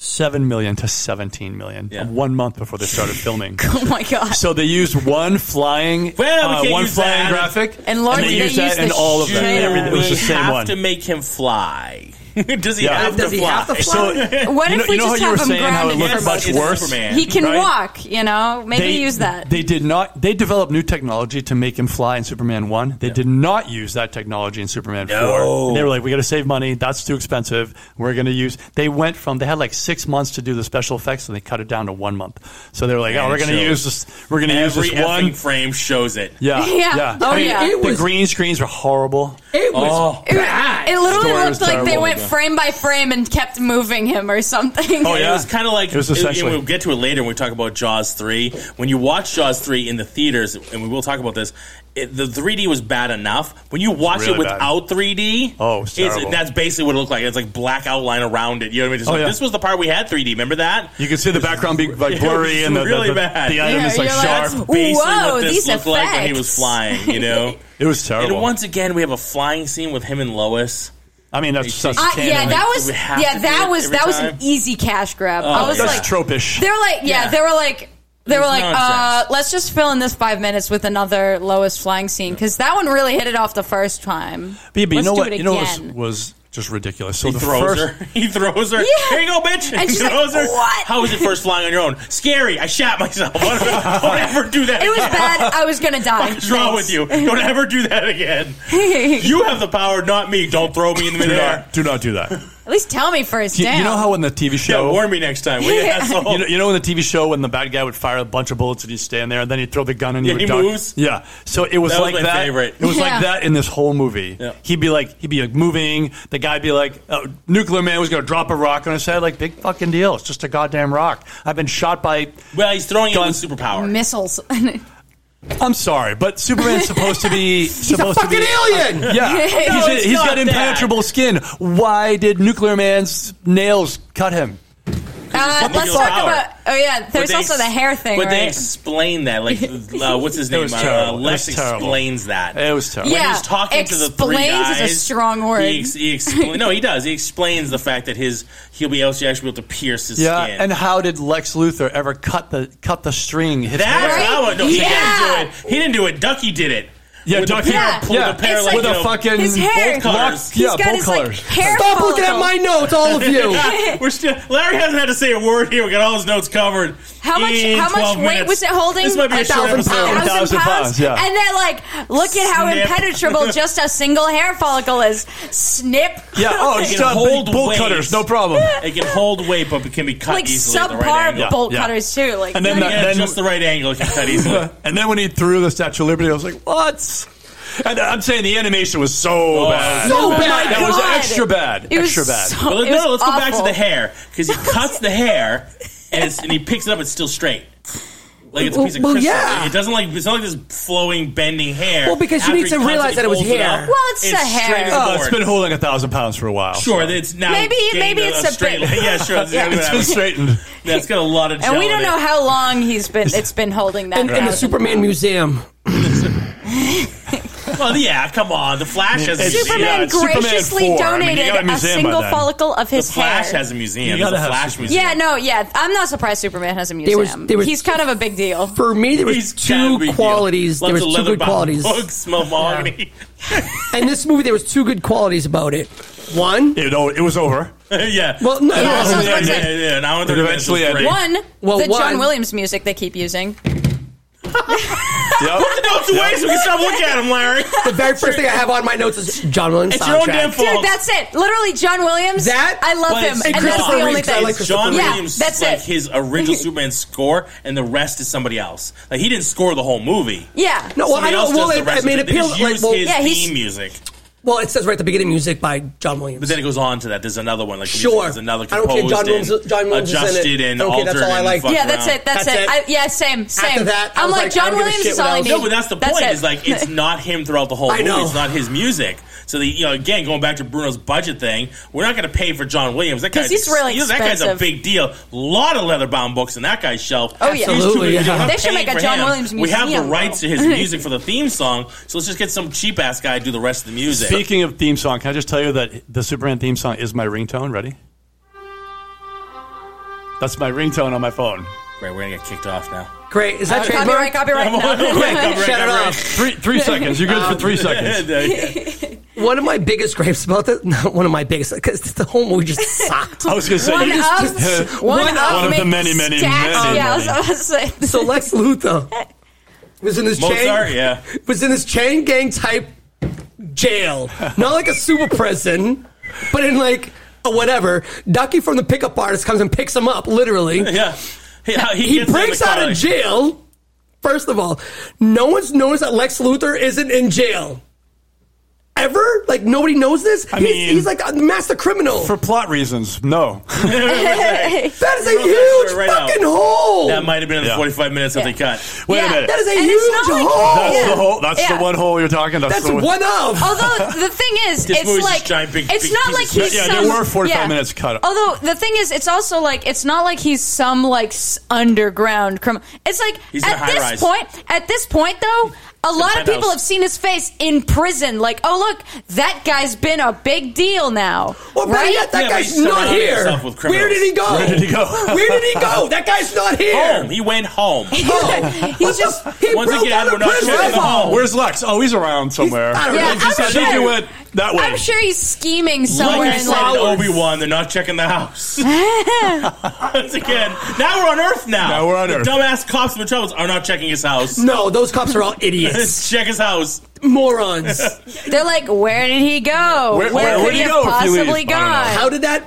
[SPEAKER 6] seven million to seventeen million.
[SPEAKER 3] Yeah.
[SPEAKER 6] One month before they started filming.
[SPEAKER 7] Oh my god!
[SPEAKER 6] So they used one flying,
[SPEAKER 3] Well, we
[SPEAKER 6] uh,
[SPEAKER 3] can't
[SPEAKER 6] one
[SPEAKER 3] use
[SPEAKER 6] flying
[SPEAKER 3] that.
[SPEAKER 6] graphic,
[SPEAKER 7] And Lord,
[SPEAKER 6] they
[SPEAKER 7] they
[SPEAKER 6] used
[SPEAKER 7] used
[SPEAKER 6] that
[SPEAKER 7] the
[SPEAKER 6] in all of them.
[SPEAKER 7] shit.
[SPEAKER 6] Everything- It was
[SPEAKER 3] we
[SPEAKER 6] the same
[SPEAKER 3] have
[SPEAKER 6] one.
[SPEAKER 3] to make him fly. Does he
[SPEAKER 6] Yeah.
[SPEAKER 3] have
[SPEAKER 4] Does
[SPEAKER 3] to
[SPEAKER 4] he
[SPEAKER 3] fly?
[SPEAKER 4] have to fly?
[SPEAKER 6] So,
[SPEAKER 7] What
[SPEAKER 6] you
[SPEAKER 7] if
[SPEAKER 6] know,
[SPEAKER 7] we
[SPEAKER 6] you know
[SPEAKER 7] just have
[SPEAKER 6] how you were
[SPEAKER 7] him
[SPEAKER 6] saying how it
[SPEAKER 7] grounded?
[SPEAKER 6] looked
[SPEAKER 3] Yes,
[SPEAKER 6] much
[SPEAKER 3] it's
[SPEAKER 6] worse?
[SPEAKER 3] Superman.
[SPEAKER 7] he can
[SPEAKER 6] Right?
[SPEAKER 7] walk. You know, maybe use that.
[SPEAKER 6] They did not. They developed new technology to make him fly in Superman One. They did not use that technology in Superman
[SPEAKER 3] No.
[SPEAKER 6] Four. And they were like, "We got to save money. That's too expensive. We're going to use." They went from they had like six months to do the special effects, and they cut it down to one month. So they were like, "Oh,
[SPEAKER 3] And
[SPEAKER 6] we're
[SPEAKER 3] it
[SPEAKER 6] going to
[SPEAKER 3] shows.
[SPEAKER 6] use this. We're going to use
[SPEAKER 3] Every
[SPEAKER 6] this
[SPEAKER 3] effing
[SPEAKER 6] one."
[SPEAKER 3] frame shows it.
[SPEAKER 6] Yeah,
[SPEAKER 7] Yeah. Oh,
[SPEAKER 6] I mean,
[SPEAKER 7] yeah. It
[SPEAKER 6] The
[SPEAKER 4] was-
[SPEAKER 6] green screens were horrible.
[SPEAKER 4] It was
[SPEAKER 3] Oh.
[SPEAKER 7] It-
[SPEAKER 4] bad.
[SPEAKER 7] It, literally
[SPEAKER 6] Story
[SPEAKER 7] looked
[SPEAKER 6] was
[SPEAKER 7] like they
[SPEAKER 6] terrible.
[SPEAKER 7] went frame by frame and kept moving him or something.
[SPEAKER 6] Oh, yeah.
[SPEAKER 3] It was kind of like
[SPEAKER 6] It was essentially-
[SPEAKER 3] we'll get to it later when we talk about Jaws three. When you watch Jaws three in the theaters, and we will talk about this, it, the 3D was bad enough. When you watch
[SPEAKER 6] really
[SPEAKER 3] it
[SPEAKER 6] bad.
[SPEAKER 3] without 3D,
[SPEAKER 6] Oh, it's terrible.
[SPEAKER 3] that's basically what it looked like. It's like black outline around it. You know what I mean? Just
[SPEAKER 6] Oh,
[SPEAKER 3] like,
[SPEAKER 6] yeah.
[SPEAKER 3] This was the part we had 3D. Remember that?
[SPEAKER 6] You can see the background be like
[SPEAKER 3] It
[SPEAKER 6] blurry,
[SPEAKER 3] was
[SPEAKER 6] and the, the-
[SPEAKER 3] really
[SPEAKER 6] the,
[SPEAKER 3] bad.
[SPEAKER 6] the item
[SPEAKER 7] Yeah,
[SPEAKER 6] is like
[SPEAKER 7] you're like,
[SPEAKER 6] sharp.
[SPEAKER 7] that's-
[SPEAKER 3] Basically,
[SPEAKER 7] Whoa,
[SPEAKER 3] what this
[SPEAKER 7] these
[SPEAKER 3] looked like when he was
[SPEAKER 7] effects.
[SPEAKER 3] flying. You know.
[SPEAKER 6] it was terrible.
[SPEAKER 3] And once again, we have a flying scene with him and Lois.
[SPEAKER 6] I mean, that's, that's
[SPEAKER 7] I,
[SPEAKER 6] canon.
[SPEAKER 7] yeah, that was
[SPEAKER 3] we have
[SPEAKER 7] yeah,
[SPEAKER 3] to do
[SPEAKER 7] that
[SPEAKER 3] it
[SPEAKER 7] was
[SPEAKER 3] every
[SPEAKER 7] that was
[SPEAKER 3] time?
[SPEAKER 7] an easy cash grab. I was
[SPEAKER 3] yeah.
[SPEAKER 6] that's
[SPEAKER 7] like,
[SPEAKER 6] tropish.
[SPEAKER 7] they were like, yeah,
[SPEAKER 3] Yeah.
[SPEAKER 7] they were like, they were
[SPEAKER 3] was
[SPEAKER 7] like, uh,
[SPEAKER 3] nonsense.
[SPEAKER 7] let's just fill in this five minutes with another lowest flying scene because that one really hit it off the first time.
[SPEAKER 6] But, yeah, but you
[SPEAKER 7] Let's
[SPEAKER 6] know
[SPEAKER 7] do
[SPEAKER 6] what?
[SPEAKER 7] it
[SPEAKER 6] You know what was,
[SPEAKER 7] again.
[SPEAKER 6] was just ridiculous. So
[SPEAKER 3] He
[SPEAKER 6] the
[SPEAKER 3] throws
[SPEAKER 6] first,
[SPEAKER 3] her. He throws her.
[SPEAKER 7] Yeah.
[SPEAKER 3] Here you go, bitch.
[SPEAKER 7] And
[SPEAKER 3] he
[SPEAKER 7] she's like,
[SPEAKER 3] throws her.
[SPEAKER 7] "What?"
[SPEAKER 3] How was it first flying on your own? Scary. I shot myself. Don't ever, don't ever do that
[SPEAKER 7] It was
[SPEAKER 3] again.
[SPEAKER 7] bad. I was gonna die.
[SPEAKER 3] What's wrong with you? Don't ever do that again. You have the power, not me. Don't throw me in the
[SPEAKER 6] do
[SPEAKER 3] midair.
[SPEAKER 6] not do not do that.
[SPEAKER 7] At least tell me first.
[SPEAKER 6] you,
[SPEAKER 7] damn.
[SPEAKER 6] you know how in the TV show,
[SPEAKER 3] Yeah, warn me next time. will ya,
[SPEAKER 7] Yeah.
[SPEAKER 3] asshole?
[SPEAKER 6] you know, you know in the TV show when the bad guy would fire a bunch of bullets and he'd stand there and then he'd throw the gun and
[SPEAKER 3] Yeah,
[SPEAKER 6] he would
[SPEAKER 3] he
[SPEAKER 6] duck.
[SPEAKER 3] moves.
[SPEAKER 6] Yeah, so it was
[SPEAKER 3] That was my
[SPEAKER 6] like that.
[SPEAKER 3] favorite.
[SPEAKER 6] It was
[SPEAKER 7] Yeah.
[SPEAKER 6] like that in this whole movie.
[SPEAKER 3] Yeah.
[SPEAKER 6] He'd be like he'd be like moving. The guy'd be like, oh, "Nuclear man was going to drop a rock on his head." Like big fucking deal. It's just a goddamn rock. I've been shot by.
[SPEAKER 3] well, he's throwing you
[SPEAKER 6] Gun.
[SPEAKER 3] with superpower.
[SPEAKER 7] missiles. Uh,
[SPEAKER 6] I'm sorry, but Superman's supposed to be
[SPEAKER 4] He's a
[SPEAKER 6] supposed to
[SPEAKER 4] fucking
[SPEAKER 6] be
[SPEAKER 4] alien.
[SPEAKER 6] Yeah, he's,
[SPEAKER 3] it's
[SPEAKER 6] he's
[SPEAKER 3] not
[SPEAKER 6] got
[SPEAKER 3] that.
[SPEAKER 6] impenetrable skin. Why did Nuclear Man's nails cut him?
[SPEAKER 7] Uh, let's
[SPEAKER 3] fuck?
[SPEAKER 7] talk about. Oh yeah,
[SPEAKER 3] But
[SPEAKER 7] there's
[SPEAKER 3] they
[SPEAKER 7] also the
[SPEAKER 3] ex-
[SPEAKER 7] hair thing,
[SPEAKER 3] But they
[SPEAKER 7] right?
[SPEAKER 3] explain that. Like, uh, what's his name?
[SPEAKER 6] was
[SPEAKER 3] Uh,
[SPEAKER 6] terrible. It
[SPEAKER 3] Lex
[SPEAKER 6] was terrible.
[SPEAKER 3] explains that.
[SPEAKER 6] It was terrible.
[SPEAKER 7] Yeah.
[SPEAKER 3] when he's talking to the three
[SPEAKER 7] Explains is
[SPEAKER 3] guys.
[SPEAKER 7] a strong word.
[SPEAKER 3] He, ex- he expla- no, he does. He explains the fact that his he'll be able to actually be able to pierce his
[SPEAKER 6] Yeah,
[SPEAKER 3] skin.
[SPEAKER 6] and how did Lex Luthor ever cut the cut the string? His
[SPEAKER 3] that's
[SPEAKER 6] hair?
[SPEAKER 3] how it. No, he
[SPEAKER 7] Yeah.
[SPEAKER 3] didn't do it. He didn't do it. Ducky did it.
[SPEAKER 6] yeah,
[SPEAKER 3] with a
[SPEAKER 6] Doc-
[SPEAKER 3] pair-
[SPEAKER 7] Yeah.
[SPEAKER 3] pull the
[SPEAKER 6] yeah,
[SPEAKER 3] pair, like,
[SPEAKER 6] with
[SPEAKER 3] you
[SPEAKER 6] a
[SPEAKER 3] know,
[SPEAKER 6] fucking
[SPEAKER 7] his hair.
[SPEAKER 3] both colors.
[SPEAKER 7] He's
[SPEAKER 6] yeah,
[SPEAKER 7] got
[SPEAKER 6] both
[SPEAKER 7] his
[SPEAKER 6] colors.
[SPEAKER 7] like hair.
[SPEAKER 4] Stop looking at
[SPEAKER 7] follicle.
[SPEAKER 4] my notes, all of you.
[SPEAKER 3] We're still. Larry hasn't had to say a word here. We got all his notes covered.
[SPEAKER 7] How much-
[SPEAKER 3] in
[SPEAKER 7] how much
[SPEAKER 3] 12
[SPEAKER 7] weight
[SPEAKER 3] minutes.
[SPEAKER 7] was it holding?
[SPEAKER 3] This might be a,
[SPEAKER 4] A
[SPEAKER 3] short
[SPEAKER 4] thousand
[SPEAKER 3] episode.
[SPEAKER 4] pounds.
[SPEAKER 7] thousand
[SPEAKER 6] 1,000
[SPEAKER 7] pounds,
[SPEAKER 6] pounds, yeah.
[SPEAKER 7] and they're like, look at how
[SPEAKER 3] Snip.
[SPEAKER 7] impenetrable just a single hair follicle is. Snip.
[SPEAKER 6] yeah, oh,
[SPEAKER 3] He
[SPEAKER 6] it's
[SPEAKER 3] can
[SPEAKER 6] uh,
[SPEAKER 3] hold
[SPEAKER 6] big bolt
[SPEAKER 3] waves.
[SPEAKER 6] cutters, no problem.
[SPEAKER 3] It can hold weight, but it can be cut
[SPEAKER 7] like
[SPEAKER 3] easily at the
[SPEAKER 7] subpar
[SPEAKER 3] right angle.
[SPEAKER 7] bolt
[SPEAKER 6] Yeah.
[SPEAKER 7] cutters too. Like
[SPEAKER 6] And then
[SPEAKER 7] not
[SPEAKER 6] the-
[SPEAKER 3] Yeah,
[SPEAKER 7] even-
[SPEAKER 6] then-
[SPEAKER 3] just the right angle it can cut easily.
[SPEAKER 6] and then when he threw the Statue of Liberty, I was like, what? And I'm saying the animation was so bad.
[SPEAKER 4] so
[SPEAKER 7] my
[SPEAKER 4] bad.
[SPEAKER 6] That was
[SPEAKER 7] God.
[SPEAKER 6] extra bad.
[SPEAKER 7] It was
[SPEAKER 6] extra bad.
[SPEAKER 7] so-
[SPEAKER 3] Well,
[SPEAKER 7] it
[SPEAKER 3] no,
[SPEAKER 7] was
[SPEAKER 3] let's go back to
[SPEAKER 7] awful.
[SPEAKER 3] the hair because he cuts the hair and, it's, and he picks it up. It's still straight. Like it's a piece of
[SPEAKER 4] Well, well,
[SPEAKER 3] crystal.
[SPEAKER 4] yeah.
[SPEAKER 3] It doesn't like it's not like this flowing, bending hair.
[SPEAKER 4] Well, because
[SPEAKER 3] After
[SPEAKER 4] you need
[SPEAKER 3] he
[SPEAKER 4] to
[SPEAKER 3] cuts
[SPEAKER 4] realize
[SPEAKER 3] he
[SPEAKER 4] that it was
[SPEAKER 3] folds
[SPEAKER 4] hair.
[SPEAKER 3] up.
[SPEAKER 7] Well, it's the
[SPEAKER 3] straight
[SPEAKER 7] hair.
[SPEAKER 3] as a
[SPEAKER 6] Oh,
[SPEAKER 3] board.
[SPEAKER 6] it's been holding a thousand pounds for a while.
[SPEAKER 3] sure. that It's now
[SPEAKER 7] Maybe-
[SPEAKER 3] gained
[SPEAKER 7] maybe
[SPEAKER 3] a,
[SPEAKER 7] it's
[SPEAKER 3] a
[SPEAKER 7] a
[SPEAKER 3] straight.
[SPEAKER 7] bit-
[SPEAKER 3] yeah, sure. That's exactly
[SPEAKER 6] It's
[SPEAKER 3] what I
[SPEAKER 6] been
[SPEAKER 3] was-
[SPEAKER 6] straightened.
[SPEAKER 3] Yeah, it's got a lot of.
[SPEAKER 7] and we
[SPEAKER 3] gel
[SPEAKER 7] don't
[SPEAKER 3] in
[SPEAKER 7] know
[SPEAKER 3] it.
[SPEAKER 7] how long he's been. It's been holding that.
[SPEAKER 4] And, and the
[SPEAKER 7] thousand.
[SPEAKER 4] Superman Museum.
[SPEAKER 3] Well, yeah, come on. The Flash has a
[SPEAKER 6] It's-
[SPEAKER 3] museum.
[SPEAKER 7] Superman
[SPEAKER 6] Yeah, it's Superman
[SPEAKER 7] graciously
[SPEAKER 6] 4. I mean, you
[SPEAKER 7] donated
[SPEAKER 6] got a
[SPEAKER 7] a
[SPEAKER 6] museum by
[SPEAKER 7] single
[SPEAKER 6] then.
[SPEAKER 7] follicle of
[SPEAKER 3] The
[SPEAKER 7] his
[SPEAKER 3] Flash
[SPEAKER 7] hair.
[SPEAKER 3] has a museum.
[SPEAKER 6] You
[SPEAKER 3] There's
[SPEAKER 6] gotta
[SPEAKER 3] a
[SPEAKER 6] have
[SPEAKER 3] Flash
[SPEAKER 6] Superman.
[SPEAKER 3] museum.
[SPEAKER 7] yeah, no, yeah. I'm not surprised Superman has a museum.
[SPEAKER 4] was- there was-
[SPEAKER 7] He's kind of a big deal.
[SPEAKER 4] For me, there was
[SPEAKER 3] He's gotta
[SPEAKER 4] two
[SPEAKER 3] be deal.
[SPEAKER 4] qualities.
[SPEAKER 3] Lots
[SPEAKER 4] there
[SPEAKER 3] of
[SPEAKER 4] was two good
[SPEAKER 3] leather-bound
[SPEAKER 4] qualities.
[SPEAKER 3] Books, mahogany.
[SPEAKER 4] In this movie, there was two good qualities about it. One,
[SPEAKER 6] It, oh, it was over.
[SPEAKER 3] yeah.
[SPEAKER 4] well, no,
[SPEAKER 3] yeah,
[SPEAKER 7] Yeah, so-
[SPEAKER 4] no, no,
[SPEAKER 7] that's what I'm
[SPEAKER 3] yeah, yeah. An hour and
[SPEAKER 6] But
[SPEAKER 3] thirty minutes
[SPEAKER 6] eventually
[SPEAKER 3] was
[SPEAKER 6] I
[SPEAKER 3] great.
[SPEAKER 7] One,
[SPEAKER 6] did.
[SPEAKER 4] Well,
[SPEAKER 7] the John
[SPEAKER 4] one-
[SPEAKER 7] Williams music they keep using.
[SPEAKER 6] Yep.
[SPEAKER 3] Put the notes away so we can stop looking at them, Larry.
[SPEAKER 4] the very first thing I have on my notes is John Williams
[SPEAKER 3] It's
[SPEAKER 4] soundtrack.
[SPEAKER 3] your own damn fault.
[SPEAKER 7] Dude, that's it. Literally, John Williams.
[SPEAKER 4] That-
[SPEAKER 7] I love
[SPEAKER 3] But
[SPEAKER 7] him,
[SPEAKER 3] it's
[SPEAKER 7] and that's
[SPEAKER 4] Christopher
[SPEAKER 7] the only
[SPEAKER 4] Reeve, 'cause I
[SPEAKER 7] thing.
[SPEAKER 4] like Christopher
[SPEAKER 3] John
[SPEAKER 4] Reeve.
[SPEAKER 7] yeah,
[SPEAKER 3] Williams,
[SPEAKER 7] that's
[SPEAKER 3] like
[SPEAKER 7] it.
[SPEAKER 3] his original Superman score, and the rest is somebody else. Like he didn't score the whole movie.
[SPEAKER 7] yeah,
[SPEAKER 4] No, well,
[SPEAKER 3] Somebody
[SPEAKER 4] I
[SPEAKER 3] else
[SPEAKER 4] don't.
[SPEAKER 3] does
[SPEAKER 4] Well,
[SPEAKER 3] the
[SPEAKER 4] it,
[SPEAKER 3] rest
[SPEAKER 4] I mean,
[SPEAKER 3] of
[SPEAKER 4] it
[SPEAKER 3] it. They
[SPEAKER 4] appeals
[SPEAKER 3] just
[SPEAKER 4] like
[SPEAKER 3] use
[SPEAKER 4] well,
[SPEAKER 3] his
[SPEAKER 7] Yeah, he's-
[SPEAKER 3] theme music.
[SPEAKER 4] well, it says right at the beginning, music by John Williams.
[SPEAKER 3] But then it goes on to that. There's another one. Like
[SPEAKER 4] Sure.
[SPEAKER 3] there's another
[SPEAKER 4] I don't care,
[SPEAKER 3] composed
[SPEAKER 4] John Williams-
[SPEAKER 3] and
[SPEAKER 4] John Williams is in it.
[SPEAKER 3] adjusted and
[SPEAKER 4] Okay, that's
[SPEAKER 3] altered
[SPEAKER 4] all I
[SPEAKER 3] and
[SPEAKER 4] like.
[SPEAKER 3] fucked
[SPEAKER 7] yeah, that's
[SPEAKER 3] around.
[SPEAKER 7] it. That's,
[SPEAKER 4] That's
[SPEAKER 7] it.
[SPEAKER 4] it.
[SPEAKER 7] I, yeah, same, same.
[SPEAKER 4] that, I
[SPEAKER 7] I'm
[SPEAKER 4] was
[SPEAKER 7] like,
[SPEAKER 4] like, I
[SPEAKER 7] John
[SPEAKER 4] don't give a
[SPEAKER 7] Williams
[SPEAKER 4] shit
[SPEAKER 7] is all I
[SPEAKER 4] what
[SPEAKER 7] need.
[SPEAKER 3] No, but that's the point.
[SPEAKER 7] it.
[SPEAKER 3] Is like it's not him throughout the whole
[SPEAKER 4] I
[SPEAKER 3] movie.
[SPEAKER 4] know.
[SPEAKER 3] It's not his music. So the, you know, again, going back to Bruno's budget thing, we're not going to pay for John Williams. That
[SPEAKER 7] 'Cause
[SPEAKER 3] guy's
[SPEAKER 7] he's really
[SPEAKER 3] you know, that guy's a
[SPEAKER 7] expensive.
[SPEAKER 3] big deal. A lot of leather bound books in that guy's shelf.
[SPEAKER 7] Oh, yeah.
[SPEAKER 3] He's too big
[SPEAKER 4] Absolutely,
[SPEAKER 3] to do. We're
[SPEAKER 4] yeah.
[SPEAKER 3] not
[SPEAKER 7] They should
[SPEAKER 3] paying
[SPEAKER 7] make a
[SPEAKER 3] for
[SPEAKER 7] John
[SPEAKER 3] him.
[SPEAKER 7] Williams
[SPEAKER 3] We have the
[SPEAKER 7] museum,
[SPEAKER 3] rights to
[SPEAKER 7] though.
[SPEAKER 3] his music for the theme song, so let's just get some cheap ass guy to do the rest of the music.
[SPEAKER 6] Speaking of theme song, can I just tell you that the Superman theme song is my ringtone? Ready? That's my ringtone on my phone.
[SPEAKER 3] Right, we're gonna get kicked off now.
[SPEAKER 4] Great. Is that
[SPEAKER 7] Uh, copyright,
[SPEAKER 4] trademark?
[SPEAKER 7] copyright. No.
[SPEAKER 4] Shut it off.
[SPEAKER 6] Three three seconds. You're good for
[SPEAKER 3] Um,
[SPEAKER 6] three seconds.
[SPEAKER 4] One of my biggest gripes about that, not one of my biggest, because the whole movie just sucked.
[SPEAKER 6] I was gonna say
[SPEAKER 7] One
[SPEAKER 6] you just-
[SPEAKER 7] of, one,
[SPEAKER 4] One
[SPEAKER 6] of the
[SPEAKER 7] makes
[SPEAKER 6] many, many,
[SPEAKER 7] stacks.
[SPEAKER 6] many,
[SPEAKER 7] Yeah, I was,
[SPEAKER 6] many.
[SPEAKER 7] I was saying.
[SPEAKER 4] so Lex Luthor was in his
[SPEAKER 3] Mozart,
[SPEAKER 4] chain,
[SPEAKER 3] yeah.
[SPEAKER 4] was in his chain gang type jail, not like a super prison, but in like a whatever. Ducky from the pickup artist comes and picks him up, literally.
[SPEAKER 3] Yeah. He,
[SPEAKER 4] he
[SPEAKER 3] gets in the
[SPEAKER 4] breaks
[SPEAKER 3] car,
[SPEAKER 4] out of
[SPEAKER 3] like,
[SPEAKER 4] jail. First of all, no one's noticed that Lex Luthor isn't in jail. Ever? Like nobody knows this.
[SPEAKER 6] I
[SPEAKER 4] he's,
[SPEAKER 6] mean-
[SPEAKER 4] he's like a master criminal.
[SPEAKER 6] for plot reasons. No,
[SPEAKER 4] that is a
[SPEAKER 3] We're gonna figure
[SPEAKER 4] huge
[SPEAKER 3] it right out.
[SPEAKER 4] fucking hole.
[SPEAKER 3] That might have been in the
[SPEAKER 6] Yeah.
[SPEAKER 3] 45 minutes that they cut.
[SPEAKER 6] wait
[SPEAKER 7] Yeah,
[SPEAKER 6] a minute.
[SPEAKER 4] that is a
[SPEAKER 7] And it's
[SPEAKER 4] huge
[SPEAKER 7] not like-
[SPEAKER 4] hole.
[SPEAKER 6] that's
[SPEAKER 7] Yeah.
[SPEAKER 6] the whole. That's
[SPEAKER 7] Yeah.
[SPEAKER 6] the one hole you're talking. That's,
[SPEAKER 4] That's
[SPEAKER 6] the
[SPEAKER 4] one of.
[SPEAKER 7] Although the thing is,
[SPEAKER 3] This movie's
[SPEAKER 7] it's
[SPEAKER 3] just
[SPEAKER 7] like
[SPEAKER 3] giant big-
[SPEAKER 7] it's
[SPEAKER 3] big
[SPEAKER 7] not
[SPEAKER 3] piece
[SPEAKER 7] like
[SPEAKER 3] of
[SPEAKER 7] he's
[SPEAKER 6] Yeah,
[SPEAKER 7] some,
[SPEAKER 6] there were 45 minutes cut.
[SPEAKER 7] Although the thing is, it's also like it's not like he's some like s- underground criminal. It's like
[SPEAKER 3] He's in a
[SPEAKER 7] at this
[SPEAKER 3] high-rise.
[SPEAKER 7] point, at this point though, a lot of
[SPEAKER 3] penthouse.
[SPEAKER 7] people have seen his face in prison. Like, oh look, that guy's been a big deal now,
[SPEAKER 4] Or better
[SPEAKER 7] right?
[SPEAKER 4] yet, that
[SPEAKER 3] Yeah, but
[SPEAKER 4] guy's
[SPEAKER 3] he's
[SPEAKER 4] not
[SPEAKER 3] surrounding
[SPEAKER 4] here.
[SPEAKER 3] himself with criminals.
[SPEAKER 4] Where did he go?
[SPEAKER 6] Where did he go?
[SPEAKER 4] Where did he go? That guy's not here.
[SPEAKER 3] Home. He went home.
[SPEAKER 4] Home.
[SPEAKER 7] He
[SPEAKER 4] What the
[SPEAKER 7] just-
[SPEAKER 4] f- he
[SPEAKER 3] Once
[SPEAKER 4] broke
[SPEAKER 3] again,
[SPEAKER 4] out
[SPEAKER 3] we're
[SPEAKER 4] of
[SPEAKER 3] not
[SPEAKER 4] prison.
[SPEAKER 3] sure if he's home.
[SPEAKER 6] one. Where's Lex? Oh, he's around somewhere.
[SPEAKER 4] I don't know.
[SPEAKER 7] Yeah,
[SPEAKER 4] He just
[SPEAKER 7] I'm
[SPEAKER 6] I
[SPEAKER 4] had
[SPEAKER 7] sure.
[SPEAKER 6] think he went that way.
[SPEAKER 7] I'm sure he's scheming somewhere
[SPEAKER 3] Like I
[SPEAKER 7] in
[SPEAKER 3] said,
[SPEAKER 7] life.
[SPEAKER 3] Obi Wan, they're not checking the house. Once again, now we're on Earth. Now,
[SPEAKER 6] Now we're on
[SPEAKER 3] the
[SPEAKER 6] Earth.
[SPEAKER 3] Dumbass cops in Metropolis are not checking his house.
[SPEAKER 4] No, those cops are all idiots.
[SPEAKER 3] Let's check his house.
[SPEAKER 4] Morons.
[SPEAKER 7] They're like, where did he go?
[SPEAKER 6] Where- where
[SPEAKER 7] could
[SPEAKER 6] would he
[SPEAKER 7] have
[SPEAKER 6] go if he leaves?
[SPEAKER 7] possibly
[SPEAKER 6] I don't know.
[SPEAKER 7] gone?
[SPEAKER 4] How did that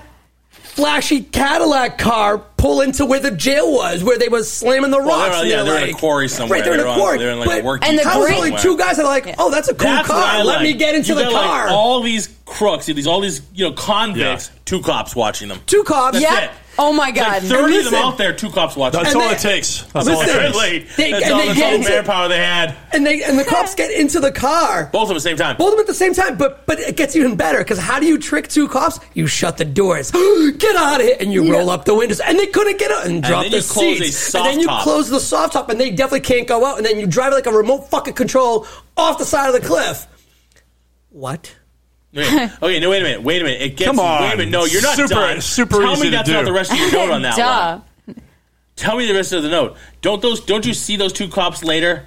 [SPEAKER 4] flashy Cadillac car pull into where the jail was, where they was slamming the rocks?
[SPEAKER 3] Well, they're,
[SPEAKER 4] and
[SPEAKER 3] yeah,
[SPEAKER 4] they're
[SPEAKER 3] they're in
[SPEAKER 4] like-
[SPEAKER 3] a quarry somewhere.
[SPEAKER 4] Right, they're, in a
[SPEAKER 3] on-
[SPEAKER 4] quarry.
[SPEAKER 3] they're in like
[SPEAKER 4] but
[SPEAKER 3] a work.
[SPEAKER 7] And the
[SPEAKER 3] camp
[SPEAKER 4] how was only
[SPEAKER 3] somewhere.
[SPEAKER 4] two guys that are like, oh, that's a cool
[SPEAKER 3] That's what I
[SPEAKER 4] car. Let
[SPEAKER 3] like.
[SPEAKER 4] me get into
[SPEAKER 3] You
[SPEAKER 4] the
[SPEAKER 3] got, like,
[SPEAKER 4] car.
[SPEAKER 3] all these crooks, these all these you know convicts,
[SPEAKER 6] Yeah.
[SPEAKER 3] two cops watching them.
[SPEAKER 4] two cops.
[SPEAKER 3] That's
[SPEAKER 7] Yeah.
[SPEAKER 3] it.
[SPEAKER 7] Oh my
[SPEAKER 3] It's like
[SPEAKER 7] god.
[SPEAKER 3] thirty of them
[SPEAKER 4] Listen.
[SPEAKER 3] out there, two cops watching.
[SPEAKER 6] That's
[SPEAKER 4] And
[SPEAKER 6] all
[SPEAKER 4] they-
[SPEAKER 6] it takes. That's all
[SPEAKER 4] Listen,
[SPEAKER 6] it takes.
[SPEAKER 3] Apparently,
[SPEAKER 4] They-
[SPEAKER 3] that's
[SPEAKER 4] and
[SPEAKER 3] all,
[SPEAKER 4] they
[SPEAKER 3] that's
[SPEAKER 4] get
[SPEAKER 3] all the
[SPEAKER 4] into-
[SPEAKER 3] manpower they had.
[SPEAKER 4] And they and the cops get into the car.
[SPEAKER 3] Both of them at the same time.
[SPEAKER 4] Both of them at the same time, but but it gets even better because how do you trick two cops? You shut the doors, get out of here, and you roll up the windows, and they couldn't get out and drop
[SPEAKER 3] then
[SPEAKER 4] the
[SPEAKER 3] you close a
[SPEAKER 4] seats,
[SPEAKER 3] soft
[SPEAKER 4] and then you
[SPEAKER 3] top.
[SPEAKER 4] close the soft top, and they definitely can't go out, and then you drive like a remote fucking control off the side of the cliff. What?
[SPEAKER 3] Wait, okay, no, wait a minute, wait a minute. It gets.
[SPEAKER 6] Come on.
[SPEAKER 3] wait a minute. No, you're not
[SPEAKER 6] Super-
[SPEAKER 3] done.
[SPEAKER 6] super
[SPEAKER 3] Tell
[SPEAKER 6] easy
[SPEAKER 3] me
[SPEAKER 6] to
[SPEAKER 3] that's
[SPEAKER 6] do.
[SPEAKER 3] not the rest of your note on that
[SPEAKER 7] Duh.
[SPEAKER 3] one. Tell me the rest of the note. Don't those? Don't you see those two cops later?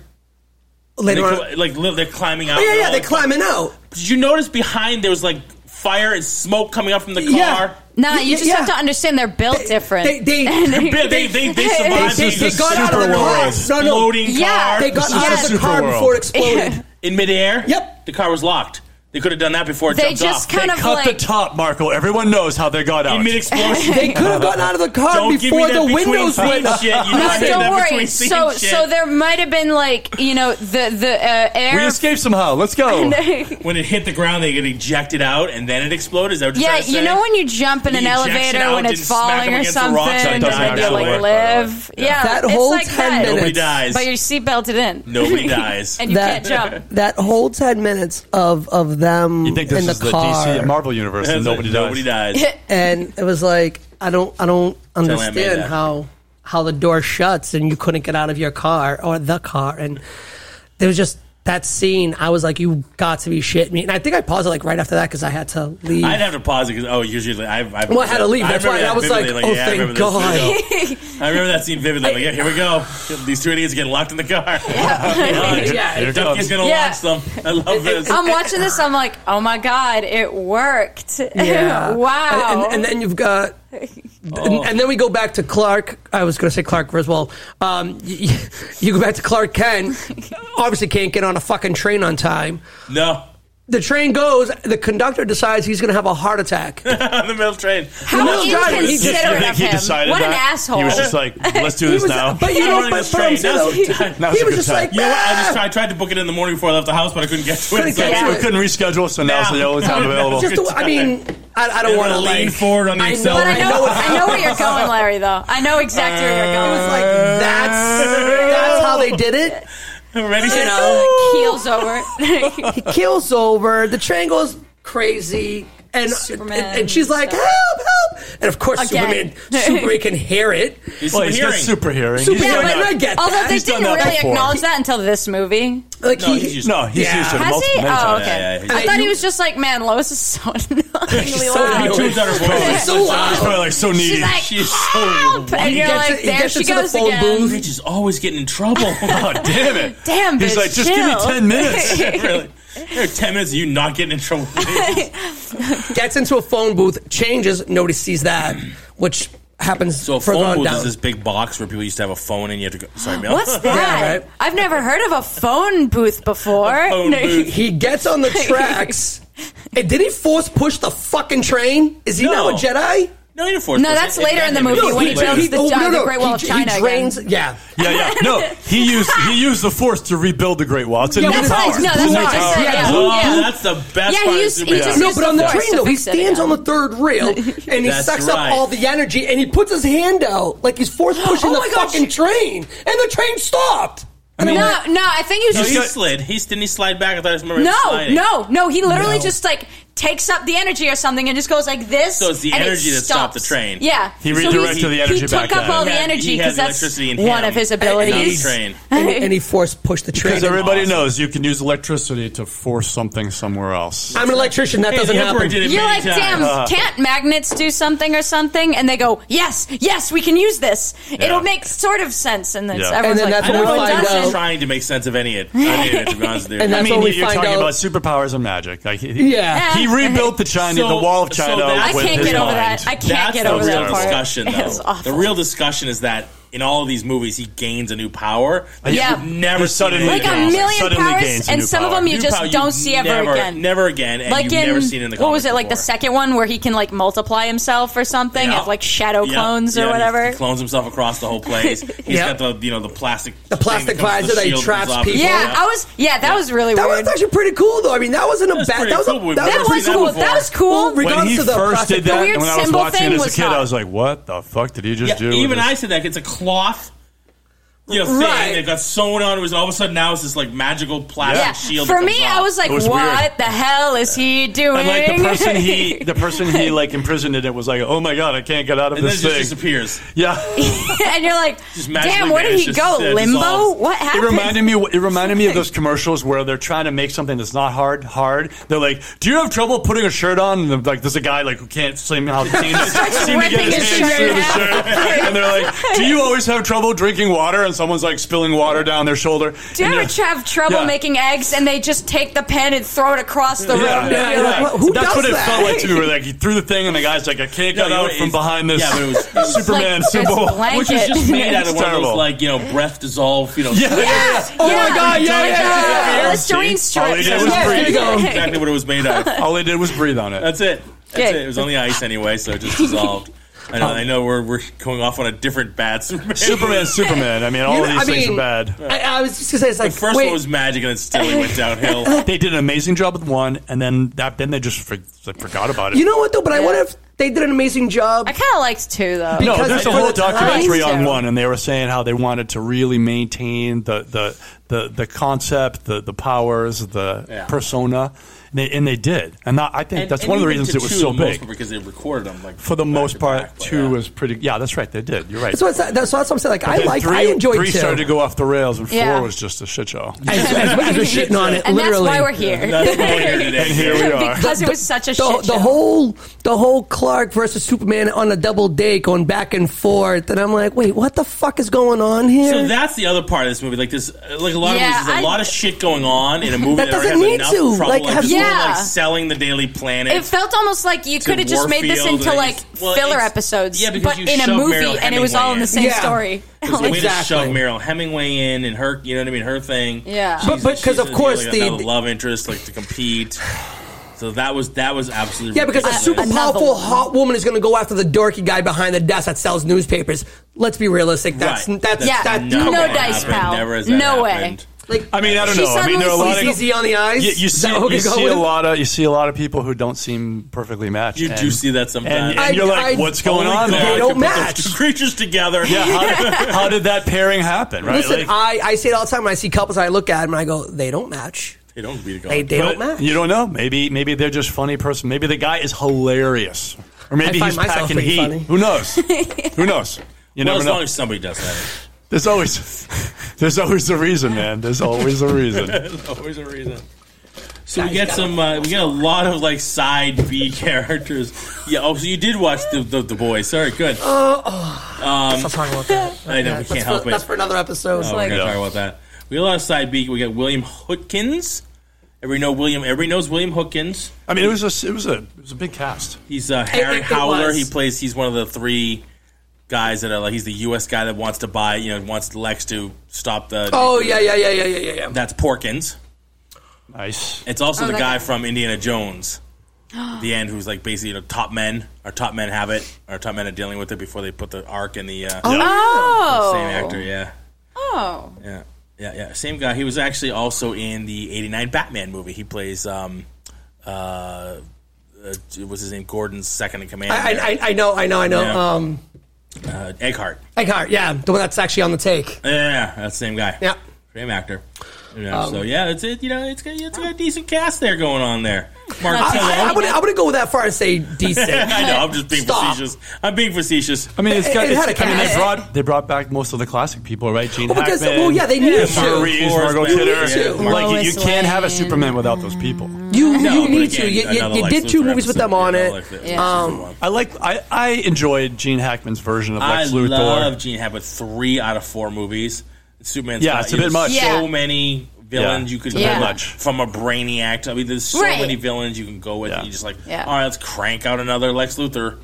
[SPEAKER 3] They
[SPEAKER 4] Later on,
[SPEAKER 3] cl- like li- they're climbing out.
[SPEAKER 4] oh, yeah,
[SPEAKER 3] They're
[SPEAKER 4] yeah,
[SPEAKER 3] all-
[SPEAKER 4] they're climbing out.
[SPEAKER 3] Did you notice behind there was like fire and smoke coming up from the car?
[SPEAKER 4] Yeah.
[SPEAKER 7] Nah,
[SPEAKER 4] Y-
[SPEAKER 7] you just
[SPEAKER 4] yeah.
[SPEAKER 7] have to understand they're built different.
[SPEAKER 4] They they, they,
[SPEAKER 3] They, they, they, they survived
[SPEAKER 4] they-
[SPEAKER 3] these
[SPEAKER 4] they got out of
[SPEAKER 6] super
[SPEAKER 4] the car.
[SPEAKER 6] world.
[SPEAKER 4] No, no,
[SPEAKER 3] floating
[SPEAKER 7] Yeah.
[SPEAKER 3] car
[SPEAKER 4] they got
[SPEAKER 6] This is
[SPEAKER 4] out of
[SPEAKER 6] a
[SPEAKER 4] the car
[SPEAKER 6] super world.
[SPEAKER 4] before it exploded.
[SPEAKER 3] in midair.
[SPEAKER 4] Yep.
[SPEAKER 3] the car was locked. They could have done that before it
[SPEAKER 7] They
[SPEAKER 3] jumped
[SPEAKER 7] just
[SPEAKER 3] off.
[SPEAKER 7] kind of
[SPEAKER 6] Cut the
[SPEAKER 7] like
[SPEAKER 6] top, Marco. Everyone knows how they got out.
[SPEAKER 3] in mid explosion.
[SPEAKER 4] They could have gotten out of the car
[SPEAKER 3] Don't give me
[SPEAKER 4] before
[SPEAKER 3] that
[SPEAKER 4] the
[SPEAKER 3] between
[SPEAKER 4] windows
[SPEAKER 3] scene
[SPEAKER 4] went up.
[SPEAKER 3] shit. You
[SPEAKER 7] No,
[SPEAKER 3] know, that
[SPEAKER 7] don't worry.
[SPEAKER 3] between scene
[SPEAKER 7] So,
[SPEAKER 3] shit.
[SPEAKER 7] so there might have been like you know the the uh, air.
[SPEAKER 6] we escaped somehow. Let's go.
[SPEAKER 3] when it hit the ground, they get ejected out, and then it exploded. Is that what you're
[SPEAKER 7] yeah,
[SPEAKER 3] trying to
[SPEAKER 7] you
[SPEAKER 3] say?
[SPEAKER 7] know when you jump in
[SPEAKER 3] The
[SPEAKER 7] an
[SPEAKER 3] ejection
[SPEAKER 7] elevator
[SPEAKER 3] out
[SPEAKER 7] when
[SPEAKER 3] didn't
[SPEAKER 7] it's
[SPEAKER 3] smack
[SPEAKER 7] falling
[SPEAKER 3] them
[SPEAKER 7] or
[SPEAKER 3] against the rocks,
[SPEAKER 7] something,
[SPEAKER 3] that
[SPEAKER 7] and
[SPEAKER 6] doesn't
[SPEAKER 7] you
[SPEAKER 6] actually
[SPEAKER 7] like
[SPEAKER 6] work, by the way.
[SPEAKER 7] live. Yeah,
[SPEAKER 4] That
[SPEAKER 7] it's
[SPEAKER 4] whole
[SPEAKER 7] like
[SPEAKER 4] 10
[SPEAKER 7] that.
[SPEAKER 4] minutes.
[SPEAKER 3] Nobody dies.
[SPEAKER 7] But your seatbelt it in.
[SPEAKER 3] Nobody dies.
[SPEAKER 7] and you can't jump.
[SPEAKER 4] that whole 10 minutes of of them
[SPEAKER 6] You think this
[SPEAKER 4] in the
[SPEAKER 6] is the
[SPEAKER 4] car
[SPEAKER 6] DC Marvel universe and nobody dies?
[SPEAKER 3] Nobody dies.
[SPEAKER 4] and it was like i don't i don't
[SPEAKER 3] me I made
[SPEAKER 4] understand
[SPEAKER 3] that.
[SPEAKER 4] how how the door shuts and you couldn't get out of your car or the car and there was just that scene i was like you got to be shitting me and i think i paused it like right after that because i had to leave
[SPEAKER 3] I'd have to pause it because oh, usually I've, I've
[SPEAKER 4] well, I had to leave. That's why
[SPEAKER 3] remember
[SPEAKER 4] I
[SPEAKER 3] that
[SPEAKER 4] was like,
[SPEAKER 3] vividly,
[SPEAKER 4] "Oh,
[SPEAKER 3] yeah, I remember this.
[SPEAKER 4] thank
[SPEAKER 3] Here we
[SPEAKER 4] God!"
[SPEAKER 3] go. I remember that scene vividly. Like, yeah, here we go. These two idiots getting locked in the car.
[SPEAKER 4] Yeah, um,
[SPEAKER 6] Here it
[SPEAKER 3] Ducky's
[SPEAKER 6] comes.
[SPEAKER 3] gonna
[SPEAKER 7] Yeah.
[SPEAKER 3] launch them. I love this.
[SPEAKER 7] I'm watching this. I'm like, oh my god, it worked. wow.
[SPEAKER 4] And, and, and then you've got,
[SPEAKER 3] Oh.
[SPEAKER 4] and, and then we go back to Clark. I was going to say Clark Griswold. Um, you, you go back to Clark Kent. Obviously, can't get on a fucking train on time.
[SPEAKER 3] no,
[SPEAKER 4] The train goes. The conductor decides he's going to have a heart attack.
[SPEAKER 3] on the middle train.
[SPEAKER 7] How
[SPEAKER 4] Little John was-
[SPEAKER 6] You
[SPEAKER 7] inconsiderate
[SPEAKER 6] think
[SPEAKER 7] of
[SPEAKER 6] he
[SPEAKER 7] him.
[SPEAKER 6] decided
[SPEAKER 7] what an
[SPEAKER 6] that?
[SPEAKER 7] asshole.
[SPEAKER 6] He was just like, let's do
[SPEAKER 4] He
[SPEAKER 6] this
[SPEAKER 4] was-
[SPEAKER 6] now.
[SPEAKER 4] but you
[SPEAKER 3] You're
[SPEAKER 4] know,
[SPEAKER 3] running
[SPEAKER 4] but,
[SPEAKER 3] this
[SPEAKER 4] but I'm
[SPEAKER 3] train.
[SPEAKER 4] saying,
[SPEAKER 3] Now's the
[SPEAKER 4] though,
[SPEAKER 6] time.
[SPEAKER 4] he
[SPEAKER 6] Now's a
[SPEAKER 4] was
[SPEAKER 6] good
[SPEAKER 4] just
[SPEAKER 6] time.
[SPEAKER 4] like,
[SPEAKER 3] You know what? I
[SPEAKER 4] "Ah!"
[SPEAKER 3] just I tried to book it in the morning before I left the house, but I couldn't get to
[SPEAKER 4] Couldn't
[SPEAKER 3] it.
[SPEAKER 4] get
[SPEAKER 7] to
[SPEAKER 6] we
[SPEAKER 7] it.
[SPEAKER 6] couldn't reschedule, so now's
[SPEAKER 3] Now.
[SPEAKER 6] the only time
[SPEAKER 3] Now.
[SPEAKER 6] "Oh, available.
[SPEAKER 4] "Ah, Just the, I mean, I, I don't
[SPEAKER 3] They
[SPEAKER 4] want to
[SPEAKER 3] wanna lean
[SPEAKER 4] like,
[SPEAKER 3] forward on the
[SPEAKER 4] I know-
[SPEAKER 3] accelerator.
[SPEAKER 7] But I know,
[SPEAKER 4] what
[SPEAKER 7] I know where you're going, Larry. Though I know exactly where you're
[SPEAKER 4] It
[SPEAKER 7] going.
[SPEAKER 4] was like that's that's how they did it.
[SPEAKER 3] Ready?
[SPEAKER 4] You
[SPEAKER 3] set,
[SPEAKER 4] know,
[SPEAKER 7] keels over.
[SPEAKER 4] he kills over. The train goes crazy, and
[SPEAKER 7] Superman
[SPEAKER 4] and, and she's like,
[SPEAKER 7] stuff.
[SPEAKER 4] help, help. and of course
[SPEAKER 7] Again.
[SPEAKER 4] Superman Superman can hear it.
[SPEAKER 3] He's
[SPEAKER 6] Well, he's got
[SPEAKER 3] hearing.
[SPEAKER 6] super hearing.
[SPEAKER 4] Super
[SPEAKER 6] He's
[SPEAKER 4] Yeah,
[SPEAKER 6] doing
[SPEAKER 4] but
[SPEAKER 6] that.
[SPEAKER 4] I get
[SPEAKER 7] Although
[SPEAKER 4] that.
[SPEAKER 7] they
[SPEAKER 4] He's
[SPEAKER 6] done
[SPEAKER 7] didn't
[SPEAKER 6] that
[SPEAKER 7] really
[SPEAKER 6] before.
[SPEAKER 7] acknowledge that until this movie.
[SPEAKER 4] Like
[SPEAKER 3] No,
[SPEAKER 4] he,
[SPEAKER 3] he's used to
[SPEAKER 6] No,
[SPEAKER 3] it.
[SPEAKER 6] he's
[SPEAKER 4] Yeah.
[SPEAKER 6] used to it
[SPEAKER 7] Has
[SPEAKER 6] multiple
[SPEAKER 7] he?
[SPEAKER 6] many
[SPEAKER 7] Oh,
[SPEAKER 6] times.
[SPEAKER 7] okay.
[SPEAKER 3] Yeah, yeah, he's-
[SPEAKER 7] I
[SPEAKER 4] I
[SPEAKER 7] thought he
[SPEAKER 4] knew-
[SPEAKER 7] was just like, man, Lois is so annoyingly
[SPEAKER 4] so
[SPEAKER 7] loud.
[SPEAKER 3] He
[SPEAKER 4] annoying.
[SPEAKER 3] tunes out her voice.
[SPEAKER 4] He's so
[SPEAKER 6] She's probably
[SPEAKER 4] loud.
[SPEAKER 6] like so needy.
[SPEAKER 7] She's like,
[SPEAKER 6] She's
[SPEAKER 7] help!
[SPEAKER 6] so.
[SPEAKER 7] and
[SPEAKER 4] He
[SPEAKER 7] you're
[SPEAKER 4] gets
[SPEAKER 7] like,
[SPEAKER 4] it- he
[SPEAKER 7] there
[SPEAKER 4] gets
[SPEAKER 7] she
[SPEAKER 4] it to the
[SPEAKER 7] goes
[SPEAKER 4] phone
[SPEAKER 7] again.
[SPEAKER 4] booth.
[SPEAKER 3] Rich is always getting in trouble.
[SPEAKER 6] Oh, damn it.
[SPEAKER 7] Damn,
[SPEAKER 6] He's
[SPEAKER 7] bitch,
[SPEAKER 6] like, just give me
[SPEAKER 7] chill."
[SPEAKER 6] 10 minutes.
[SPEAKER 3] really. There are 10 minutes of you not getting in trouble.
[SPEAKER 4] gets into a phone booth, changes, nobody sees that, which happens
[SPEAKER 3] so a
[SPEAKER 4] further
[SPEAKER 3] phone
[SPEAKER 4] on
[SPEAKER 3] booth
[SPEAKER 4] down.
[SPEAKER 3] is this big box where people used to have a phone and you had to go. Sorry, Mel.
[SPEAKER 7] What's that?
[SPEAKER 4] right.
[SPEAKER 7] I've never heard of a phone booth before.
[SPEAKER 3] phone
[SPEAKER 7] No,
[SPEAKER 3] booth.
[SPEAKER 4] he gets on the tracks. and did he force push the fucking train? Is he now a
[SPEAKER 3] No.
[SPEAKER 4] Jedi?
[SPEAKER 3] No, you didn't
[SPEAKER 7] No, that's later in the movie
[SPEAKER 4] No,
[SPEAKER 7] when he
[SPEAKER 4] he-
[SPEAKER 7] jumps
[SPEAKER 4] he-
[SPEAKER 7] the,
[SPEAKER 4] oh,
[SPEAKER 7] giant-
[SPEAKER 4] no, no,
[SPEAKER 7] the Great Wall of
[SPEAKER 4] he- he
[SPEAKER 7] China
[SPEAKER 4] drains-
[SPEAKER 7] again.
[SPEAKER 4] Yeah.
[SPEAKER 6] Yeah, yeah. No, he used he used the force to rebuild the Great Wall. It's a
[SPEAKER 4] Yeah,
[SPEAKER 6] new
[SPEAKER 4] that's
[SPEAKER 6] power.
[SPEAKER 4] what I- no,
[SPEAKER 7] that's
[SPEAKER 6] Blue
[SPEAKER 7] what I
[SPEAKER 6] power.
[SPEAKER 7] said, yeah.
[SPEAKER 6] Blue-
[SPEAKER 7] Yeah.
[SPEAKER 3] that's the best
[SPEAKER 7] Yeah,
[SPEAKER 3] part
[SPEAKER 7] he
[SPEAKER 3] of
[SPEAKER 7] used- he
[SPEAKER 3] Superman.
[SPEAKER 7] just
[SPEAKER 4] No,
[SPEAKER 7] used
[SPEAKER 4] but on the
[SPEAKER 7] the force
[SPEAKER 4] train
[SPEAKER 7] to
[SPEAKER 4] though, he
[SPEAKER 7] fix it
[SPEAKER 4] stands
[SPEAKER 7] again.
[SPEAKER 4] on the third rail and he
[SPEAKER 3] That's
[SPEAKER 4] sucks
[SPEAKER 3] right.
[SPEAKER 4] up all the energy and he puts his hand out like he's force pushing
[SPEAKER 7] Oh
[SPEAKER 4] the
[SPEAKER 7] my gosh.
[SPEAKER 4] fucking train, and the train stopped. And I'm like,
[SPEAKER 7] No, no, I think he was
[SPEAKER 3] No, he
[SPEAKER 7] just
[SPEAKER 3] slid. He didn't he slide back? I thought I just remember him
[SPEAKER 7] No,
[SPEAKER 3] sliding.
[SPEAKER 7] no, no. He literally
[SPEAKER 4] No.
[SPEAKER 7] just like takes up the energy or something and just goes like this.
[SPEAKER 3] So it's the
[SPEAKER 7] and it
[SPEAKER 3] energy that stopped
[SPEAKER 7] stops.
[SPEAKER 3] the train.
[SPEAKER 7] Yeah,
[SPEAKER 6] He
[SPEAKER 7] So
[SPEAKER 6] redirected
[SPEAKER 7] he's-
[SPEAKER 6] the energy
[SPEAKER 7] He
[SPEAKER 6] back
[SPEAKER 7] took up
[SPEAKER 6] in.
[SPEAKER 7] all
[SPEAKER 3] He
[SPEAKER 7] the
[SPEAKER 3] had-
[SPEAKER 7] energy
[SPEAKER 3] he had
[SPEAKER 7] because
[SPEAKER 3] the
[SPEAKER 7] that's
[SPEAKER 3] electricity in
[SPEAKER 7] one
[SPEAKER 3] him,
[SPEAKER 7] of his
[SPEAKER 3] not the
[SPEAKER 7] abilities.
[SPEAKER 3] Not the train.
[SPEAKER 4] and, and he force pushed the train.
[SPEAKER 6] Because everybody
[SPEAKER 3] Awesome.
[SPEAKER 6] knows you can use electricity to force something somewhere else.
[SPEAKER 4] I'm an electrician. That
[SPEAKER 3] Hey,
[SPEAKER 4] doesn't
[SPEAKER 3] the Emperor
[SPEAKER 4] happen.
[SPEAKER 3] did it
[SPEAKER 7] You're
[SPEAKER 3] many times.
[SPEAKER 7] like, damn,
[SPEAKER 6] Uh-huh.
[SPEAKER 7] can't magnets do something or something? And they go, yes, yes, we can use this. It'll make sort of sense. And, it's,
[SPEAKER 6] Yeah.
[SPEAKER 7] everyone's
[SPEAKER 4] And then
[SPEAKER 7] like,
[SPEAKER 4] that's
[SPEAKER 3] I
[SPEAKER 4] when
[SPEAKER 3] don't
[SPEAKER 4] we
[SPEAKER 3] know.
[SPEAKER 7] everyone
[SPEAKER 4] find
[SPEAKER 3] I'm
[SPEAKER 7] does
[SPEAKER 4] out.
[SPEAKER 3] just
[SPEAKER 7] it.
[SPEAKER 3] trying to make sense of any of it. I did it, to be honest with you.
[SPEAKER 4] And
[SPEAKER 6] I
[SPEAKER 4] that's
[SPEAKER 6] mean,
[SPEAKER 4] when we
[SPEAKER 6] you're
[SPEAKER 4] find
[SPEAKER 6] talking
[SPEAKER 4] out.
[SPEAKER 6] about superpowers and magic. Like, he,
[SPEAKER 4] yeah.
[SPEAKER 6] he rebuilt the China,
[SPEAKER 3] So-
[SPEAKER 6] the Wall of
[SPEAKER 3] so
[SPEAKER 6] China.
[SPEAKER 3] that's-
[SPEAKER 7] I
[SPEAKER 6] with
[SPEAKER 7] can't
[SPEAKER 6] his
[SPEAKER 7] get over
[SPEAKER 6] mind.
[SPEAKER 7] that. I can't
[SPEAKER 3] That's
[SPEAKER 7] get
[SPEAKER 3] the
[SPEAKER 7] over
[SPEAKER 3] real
[SPEAKER 7] that part.
[SPEAKER 3] discussion,
[SPEAKER 7] It was
[SPEAKER 3] though.
[SPEAKER 7] awful.
[SPEAKER 3] The real discussion is that in all of these movies, he gains a new power. that
[SPEAKER 7] Yeah.
[SPEAKER 3] you've never
[SPEAKER 6] He suddenly
[SPEAKER 3] seen
[SPEAKER 7] like
[SPEAKER 3] in
[SPEAKER 7] a
[SPEAKER 3] comics.
[SPEAKER 7] million
[SPEAKER 6] Suddenly
[SPEAKER 7] powers,
[SPEAKER 6] gains a
[SPEAKER 7] and
[SPEAKER 6] new
[SPEAKER 7] some
[SPEAKER 6] power.
[SPEAKER 7] of them you
[SPEAKER 3] New
[SPEAKER 7] just
[SPEAKER 3] power
[SPEAKER 7] don't see ever
[SPEAKER 3] never,
[SPEAKER 7] again.
[SPEAKER 3] Never again. And
[SPEAKER 7] like
[SPEAKER 3] you've
[SPEAKER 7] in
[SPEAKER 3] never seen it in the
[SPEAKER 7] what was
[SPEAKER 3] comics
[SPEAKER 7] it like the
[SPEAKER 3] before.
[SPEAKER 7] second one where he can like multiply himself or something
[SPEAKER 3] Yeah.
[SPEAKER 7] have like shadow
[SPEAKER 3] Yeah.
[SPEAKER 7] clones
[SPEAKER 3] Yeah,
[SPEAKER 7] or
[SPEAKER 3] he-
[SPEAKER 7] whatever.
[SPEAKER 3] He, clones himself across the whole place. He's
[SPEAKER 4] Yeah.
[SPEAKER 3] got the you know the plastic
[SPEAKER 4] The
[SPEAKER 3] thing
[SPEAKER 4] plastic
[SPEAKER 3] that comes
[SPEAKER 4] visor
[SPEAKER 3] with the
[SPEAKER 4] that he
[SPEAKER 3] shield that
[SPEAKER 4] traps
[SPEAKER 3] comes off his
[SPEAKER 4] people.
[SPEAKER 7] yeah,
[SPEAKER 3] forehead.
[SPEAKER 7] I was. Yeah, that was really
[SPEAKER 4] That
[SPEAKER 7] weird.
[SPEAKER 4] was actually pretty cool, though. I mean, that wasn't a
[SPEAKER 3] That's
[SPEAKER 4] bad.
[SPEAKER 3] pretty
[SPEAKER 4] That was a
[SPEAKER 3] cool. We've
[SPEAKER 4] that
[SPEAKER 3] never
[SPEAKER 4] was,
[SPEAKER 7] That
[SPEAKER 3] seen
[SPEAKER 7] was cool.
[SPEAKER 3] before.
[SPEAKER 7] That was cool.
[SPEAKER 4] Well,
[SPEAKER 6] When he
[SPEAKER 4] Regardless of the
[SPEAKER 6] first
[SPEAKER 4] plastic-
[SPEAKER 6] did
[SPEAKER 7] The
[SPEAKER 6] that,
[SPEAKER 7] weird
[SPEAKER 6] and when I was
[SPEAKER 7] symbol
[SPEAKER 6] watching
[SPEAKER 7] thing
[SPEAKER 6] it as a
[SPEAKER 7] was
[SPEAKER 6] kid,
[SPEAKER 7] hot.
[SPEAKER 6] I was like, "What the fuck did he just
[SPEAKER 3] Yeah,
[SPEAKER 6] do?" with
[SPEAKER 3] even
[SPEAKER 6] this?
[SPEAKER 3] I said that. It's a cloth. You know, thing
[SPEAKER 4] Right.
[SPEAKER 3] that got sewn on. It was all of a sudden now it's this like magical plastic
[SPEAKER 7] yeah.
[SPEAKER 3] shield. that
[SPEAKER 7] For
[SPEAKER 3] comes
[SPEAKER 7] me,
[SPEAKER 3] off.
[SPEAKER 7] I was like,
[SPEAKER 6] It was
[SPEAKER 7] "What
[SPEAKER 6] weird.
[SPEAKER 7] the hell is he doing?"
[SPEAKER 6] And like the person he, the person he like imprisoned in it was like, "Oh my god, I can't get out of
[SPEAKER 3] and then it
[SPEAKER 6] this
[SPEAKER 3] just
[SPEAKER 6] thing."
[SPEAKER 3] disappears.
[SPEAKER 6] Yeah.
[SPEAKER 7] and you're like,
[SPEAKER 3] magically
[SPEAKER 7] "Damn, where did he
[SPEAKER 3] vanishes,
[SPEAKER 7] go?
[SPEAKER 3] uh, dissolves.
[SPEAKER 7] Limbo? What
[SPEAKER 6] It
[SPEAKER 7] happened?"
[SPEAKER 6] reminded me. It reminded me of those commercials where they're trying to make something that's not hard hard. They're like, "Do you have trouble putting a shirt on?" And they're like, there's a guy like who can't seem how seem to, seem to get
[SPEAKER 7] ripping
[SPEAKER 6] his
[SPEAKER 7] his
[SPEAKER 6] hands
[SPEAKER 7] shirt
[SPEAKER 6] through the
[SPEAKER 7] out.
[SPEAKER 6] shirt. And they're like, "Do you always have trouble drinking water?" And someone's like spilling water down their shoulder.
[SPEAKER 7] Do you
[SPEAKER 6] And
[SPEAKER 7] ever
[SPEAKER 6] they're-
[SPEAKER 7] have trouble
[SPEAKER 6] Yeah.
[SPEAKER 7] making eggs and they just take the pen and throw it across the room?
[SPEAKER 6] Yeah,
[SPEAKER 7] and
[SPEAKER 6] yeah,
[SPEAKER 7] you're
[SPEAKER 4] yeah.
[SPEAKER 7] like,
[SPEAKER 4] Well, who
[SPEAKER 6] That's
[SPEAKER 4] does
[SPEAKER 6] what it
[SPEAKER 4] that?
[SPEAKER 6] felt like to me. Where like he threw the thing, and the guy's like, "I can't
[SPEAKER 3] No,
[SPEAKER 6] get
[SPEAKER 3] you know,
[SPEAKER 6] out from
[SPEAKER 3] it's-
[SPEAKER 6] behind this
[SPEAKER 3] yeah, but it was- it was
[SPEAKER 6] Superman
[SPEAKER 7] like this
[SPEAKER 6] symbol."
[SPEAKER 7] blanket.
[SPEAKER 3] Which is just made out of
[SPEAKER 6] It's
[SPEAKER 3] one of those
[SPEAKER 6] terrible.
[SPEAKER 3] like you know breath dissolve. You know,
[SPEAKER 6] Yeah.
[SPEAKER 7] Yeah.
[SPEAKER 4] Oh my God, yeah,
[SPEAKER 7] Like,
[SPEAKER 4] yeah, yeah,
[SPEAKER 7] uh,
[SPEAKER 4] yeah.
[SPEAKER 7] Listerine
[SPEAKER 6] See? All he
[SPEAKER 7] strips.
[SPEAKER 6] did
[SPEAKER 7] or
[SPEAKER 6] was
[SPEAKER 7] something.
[SPEAKER 4] breathe.
[SPEAKER 3] There you go.
[SPEAKER 4] Okay.
[SPEAKER 3] exactly what it was made out of.
[SPEAKER 6] All they did was breathe on it.
[SPEAKER 3] That's it. That's
[SPEAKER 7] Okay.
[SPEAKER 3] it. It was on the ice anyway, so it just dissolved. I know, I know we're, we're going off on a different bad Superman.
[SPEAKER 6] Superman, Superman. I mean, all
[SPEAKER 4] You
[SPEAKER 6] of
[SPEAKER 4] know,
[SPEAKER 6] these
[SPEAKER 4] I
[SPEAKER 6] things
[SPEAKER 4] mean,
[SPEAKER 6] are bad.
[SPEAKER 4] I, I was just gonna say it's like
[SPEAKER 3] The first
[SPEAKER 4] wait,
[SPEAKER 3] one was magic, and it still went downhill.
[SPEAKER 6] They did an amazing job with one, and then that then they just for, like, forgot about it.
[SPEAKER 4] You know what though? But I wonder if they did an amazing job.
[SPEAKER 7] I kind of liked two though.
[SPEAKER 4] No,
[SPEAKER 6] no,
[SPEAKER 4] because
[SPEAKER 6] there's a
[SPEAKER 4] for
[SPEAKER 6] whole
[SPEAKER 4] the time-
[SPEAKER 6] documentary on
[SPEAKER 7] Yeah.
[SPEAKER 6] one, and they were saying how they wanted to really maintain the the the, the concept, the the powers, the
[SPEAKER 3] Yeah.
[SPEAKER 6] persona, and they, and they did. And that, I think that's one of the reasons it was so big.
[SPEAKER 3] because they recorded them. Like
[SPEAKER 6] for the
[SPEAKER 3] back
[SPEAKER 6] most
[SPEAKER 3] to
[SPEAKER 6] part,
[SPEAKER 3] back, but
[SPEAKER 6] two
[SPEAKER 3] yeah.
[SPEAKER 6] was pretty. Yeah, that's right. They did. You're right.
[SPEAKER 4] That's what, that's what I'm saying. Like I
[SPEAKER 6] Then
[SPEAKER 4] like,
[SPEAKER 6] three,
[SPEAKER 4] I enjoyed
[SPEAKER 6] three
[SPEAKER 4] too.
[SPEAKER 6] started to go off the rails, and four
[SPEAKER 7] Yeah.
[SPEAKER 6] was just a shit show.
[SPEAKER 4] as, as, as we're shitting on it,
[SPEAKER 7] and
[SPEAKER 4] literally.
[SPEAKER 7] that's why we're here.
[SPEAKER 3] That's why we're here today.
[SPEAKER 6] And here we are.
[SPEAKER 7] because it was such a
[SPEAKER 4] the,
[SPEAKER 7] shit
[SPEAKER 4] the
[SPEAKER 7] show.
[SPEAKER 4] whole the whole Clark versus Superman on a double date going back and forth, and I'm like, wait, what the fuck is going on here?
[SPEAKER 3] So that's the other part of this movie. Like this, like a lot
[SPEAKER 7] Yeah,
[SPEAKER 3] of movies, there's a
[SPEAKER 7] I-
[SPEAKER 3] lot of shit going on in a movie
[SPEAKER 4] That
[SPEAKER 3] that, already
[SPEAKER 4] doesn't need
[SPEAKER 3] has
[SPEAKER 4] to.
[SPEAKER 3] enough trouble.
[SPEAKER 4] Like,
[SPEAKER 3] Like,
[SPEAKER 4] have-
[SPEAKER 3] this one,
[SPEAKER 7] Yeah.
[SPEAKER 3] like selling the Daily Planet.
[SPEAKER 7] it felt almost like you
[SPEAKER 3] to
[SPEAKER 7] could have just made this
[SPEAKER 3] Warfield
[SPEAKER 7] into
[SPEAKER 3] and
[SPEAKER 7] like
[SPEAKER 3] well,
[SPEAKER 7] filler
[SPEAKER 3] it's-
[SPEAKER 7] episodes,
[SPEAKER 3] yeah, because
[SPEAKER 7] but
[SPEAKER 3] you
[SPEAKER 7] in a
[SPEAKER 3] shove
[SPEAKER 7] movie,
[SPEAKER 3] Meryl
[SPEAKER 7] and it was all in the same
[SPEAKER 4] Hemingway
[SPEAKER 7] story.
[SPEAKER 4] in.
[SPEAKER 3] It was a way to
[SPEAKER 4] Exactly.
[SPEAKER 3] shove Meryl Hemingway in and her, you know what I mean, her thing.
[SPEAKER 7] Yeah.
[SPEAKER 3] She's-
[SPEAKER 4] But- but 'cause
[SPEAKER 3] she's
[SPEAKER 4] of
[SPEAKER 3] a-
[SPEAKER 4] course
[SPEAKER 3] like
[SPEAKER 4] the-
[SPEAKER 3] another love interest, like to compete. So that was that was absolutely
[SPEAKER 4] yeah, because a
[SPEAKER 3] ridiculous.
[SPEAKER 4] super
[SPEAKER 7] another
[SPEAKER 4] powerful
[SPEAKER 7] one.
[SPEAKER 4] hot woman is going to go after the dorky guy behind the desk that sells newspapers. Let's be realistic. That's
[SPEAKER 3] Right.
[SPEAKER 4] that's
[SPEAKER 7] Yeah.
[SPEAKER 4] that's
[SPEAKER 7] No
[SPEAKER 4] come on.
[SPEAKER 7] dice,
[SPEAKER 3] happened.
[SPEAKER 7] pal.
[SPEAKER 3] Never has that
[SPEAKER 7] No way.
[SPEAKER 3] happened.
[SPEAKER 4] Like,
[SPEAKER 6] I mean, I don't
[SPEAKER 7] She
[SPEAKER 6] know. I mean, there are a
[SPEAKER 7] suddenly
[SPEAKER 6] lot of
[SPEAKER 7] sees
[SPEAKER 4] easy on the eyes.
[SPEAKER 6] You, you
[SPEAKER 4] Is
[SPEAKER 6] see,
[SPEAKER 4] that what
[SPEAKER 6] you
[SPEAKER 4] we're going
[SPEAKER 6] see a
[SPEAKER 4] with?
[SPEAKER 6] lot of you see a lot of people who don't seem perfectly matched.
[SPEAKER 3] You do see that sometimes.
[SPEAKER 6] and, and
[SPEAKER 3] I-
[SPEAKER 6] you're like,
[SPEAKER 4] I-
[SPEAKER 6] "What's going
[SPEAKER 4] Holy
[SPEAKER 6] on
[SPEAKER 4] God,
[SPEAKER 6] there?"
[SPEAKER 4] they don't
[SPEAKER 3] Put those
[SPEAKER 4] match.
[SPEAKER 3] two creatures together.
[SPEAKER 6] Yeah, how, how did that pairing happen? Right?
[SPEAKER 4] Listen,
[SPEAKER 6] Like,
[SPEAKER 4] I, I say it all the time when I see couples, I look at them and I go, they don't match.
[SPEAKER 3] They don't beat a
[SPEAKER 4] They,
[SPEAKER 3] god.
[SPEAKER 4] they don't
[SPEAKER 6] but
[SPEAKER 4] match.
[SPEAKER 6] You don't know. Maybe maybe they're just funny person. Maybe the guy is hilarious. Or maybe
[SPEAKER 4] I find
[SPEAKER 6] he's
[SPEAKER 4] myself
[SPEAKER 6] packing
[SPEAKER 4] pretty
[SPEAKER 6] heat.
[SPEAKER 4] funny.
[SPEAKER 6] Who knows? Who knows?
[SPEAKER 3] well,
[SPEAKER 6] You never
[SPEAKER 3] as
[SPEAKER 6] know.
[SPEAKER 3] long as somebody does that.
[SPEAKER 6] There's always there's always a reason, man. There's always a reason.
[SPEAKER 3] There's always a reason. So we get some. Uh, we get a lot of like side B characters. Yeah. Oh, so you did watch the the, the boys. Sorry. Good.
[SPEAKER 4] I'll talk about that.
[SPEAKER 3] I know we
[SPEAKER 4] Oh, That's
[SPEAKER 3] can't
[SPEAKER 4] for,
[SPEAKER 3] help it.
[SPEAKER 4] that's for another episode.
[SPEAKER 3] Oh, we're gonna
[SPEAKER 6] Yeah.
[SPEAKER 3] talk about that. We got a lot of side B. We got William Hootkins. Everybody know William. Everybody knows William Hootkins.
[SPEAKER 6] I mean, it was a it was a it was a big cast.
[SPEAKER 3] He's uh, Harry
[SPEAKER 4] it
[SPEAKER 3] Howler.
[SPEAKER 4] was.
[SPEAKER 3] He plays. He's one of the three guys that are like. He's the U.S. guy that wants to buy. You know, wants Lex to stop the.
[SPEAKER 4] Oh yeah, yeah, yeah, yeah, yeah, yeah, yeah.
[SPEAKER 3] that's Porkins.
[SPEAKER 6] Nice.
[SPEAKER 3] It's also
[SPEAKER 7] Oh,
[SPEAKER 3] the
[SPEAKER 7] that
[SPEAKER 3] guy
[SPEAKER 7] guy.
[SPEAKER 3] from Indiana Jones. at the end, who's like basically the top men. Our top men have it. Our top men are dealing with it before they put the arc in the uh,
[SPEAKER 7] Oh.
[SPEAKER 3] same actor. Yeah,
[SPEAKER 7] Oh.
[SPEAKER 3] yeah, yeah, yeah. Same guy. He was actually also in the '89 Batman movie. He plays. um uh, uh, what's his name? Gordon's second in command,
[SPEAKER 4] I, I, I- I know, I know, I know.
[SPEAKER 3] Yeah.
[SPEAKER 4] Um,
[SPEAKER 3] uh, Eckhart.
[SPEAKER 4] Eckhart, yeah, the one that's actually on the take.
[SPEAKER 3] Yeah, that's the same guy.
[SPEAKER 4] Yeah. Um,
[SPEAKER 3] Same actor. You know, so yeah, it's it. You know, it's got it's got a decent cast there going on there.
[SPEAKER 4] I,
[SPEAKER 3] Martello.
[SPEAKER 4] I, I wouldn't, I wouldn't go that far and say decent.
[SPEAKER 3] I know. I'm just being
[SPEAKER 4] Stop.
[SPEAKER 3] facetious. I'm being facetious.
[SPEAKER 6] I mean, it's got.
[SPEAKER 4] It- it
[SPEAKER 6] it's,
[SPEAKER 4] had a
[SPEAKER 6] I mean, they
[SPEAKER 4] cast.
[SPEAKER 6] brought they brought back most of the classic people, right? Gene
[SPEAKER 7] Oh,
[SPEAKER 4] Well, because-
[SPEAKER 6] Hackman.
[SPEAKER 4] well, yeah, they needed
[SPEAKER 6] Emma
[SPEAKER 4] to.
[SPEAKER 6] Reeves,
[SPEAKER 3] Forrest
[SPEAKER 6] Margot
[SPEAKER 3] Whitaker.
[SPEAKER 4] Yeah.
[SPEAKER 6] Kidder. Like you, you
[SPEAKER 7] Lois
[SPEAKER 6] can't have a
[SPEAKER 7] Lane.
[SPEAKER 6] Superman without those people.
[SPEAKER 4] you,
[SPEAKER 3] No,
[SPEAKER 4] you
[SPEAKER 3] but
[SPEAKER 4] need
[SPEAKER 3] again,
[SPEAKER 4] to. You, you,
[SPEAKER 3] another
[SPEAKER 4] you
[SPEAKER 3] Lex
[SPEAKER 4] did two
[SPEAKER 3] Luthor
[SPEAKER 4] movies with them
[SPEAKER 3] episode.
[SPEAKER 4] on
[SPEAKER 3] Yeah,
[SPEAKER 4] it.
[SPEAKER 3] Lex Luthor.
[SPEAKER 7] Yeah.
[SPEAKER 4] Um,
[SPEAKER 6] I like. I, I enjoyed Gene Hackman's version of
[SPEAKER 3] I
[SPEAKER 6] Lex Luthor.
[SPEAKER 3] love Gene Hackman. Three out of four movies. Superman's
[SPEAKER 6] Yeah,
[SPEAKER 3] got-
[SPEAKER 6] it's a bit
[SPEAKER 3] there's
[SPEAKER 6] much.
[SPEAKER 3] So
[SPEAKER 7] Yeah.
[SPEAKER 3] many villains you could
[SPEAKER 6] it's a bit
[SPEAKER 3] go with
[SPEAKER 6] much.
[SPEAKER 3] from a Brainiac. to- I mean, there's so
[SPEAKER 7] Right.
[SPEAKER 3] many villains you can go with.
[SPEAKER 6] Yeah.
[SPEAKER 3] And you just like,
[SPEAKER 7] Yeah.
[SPEAKER 3] all right, let's crank out another Lex Luthor.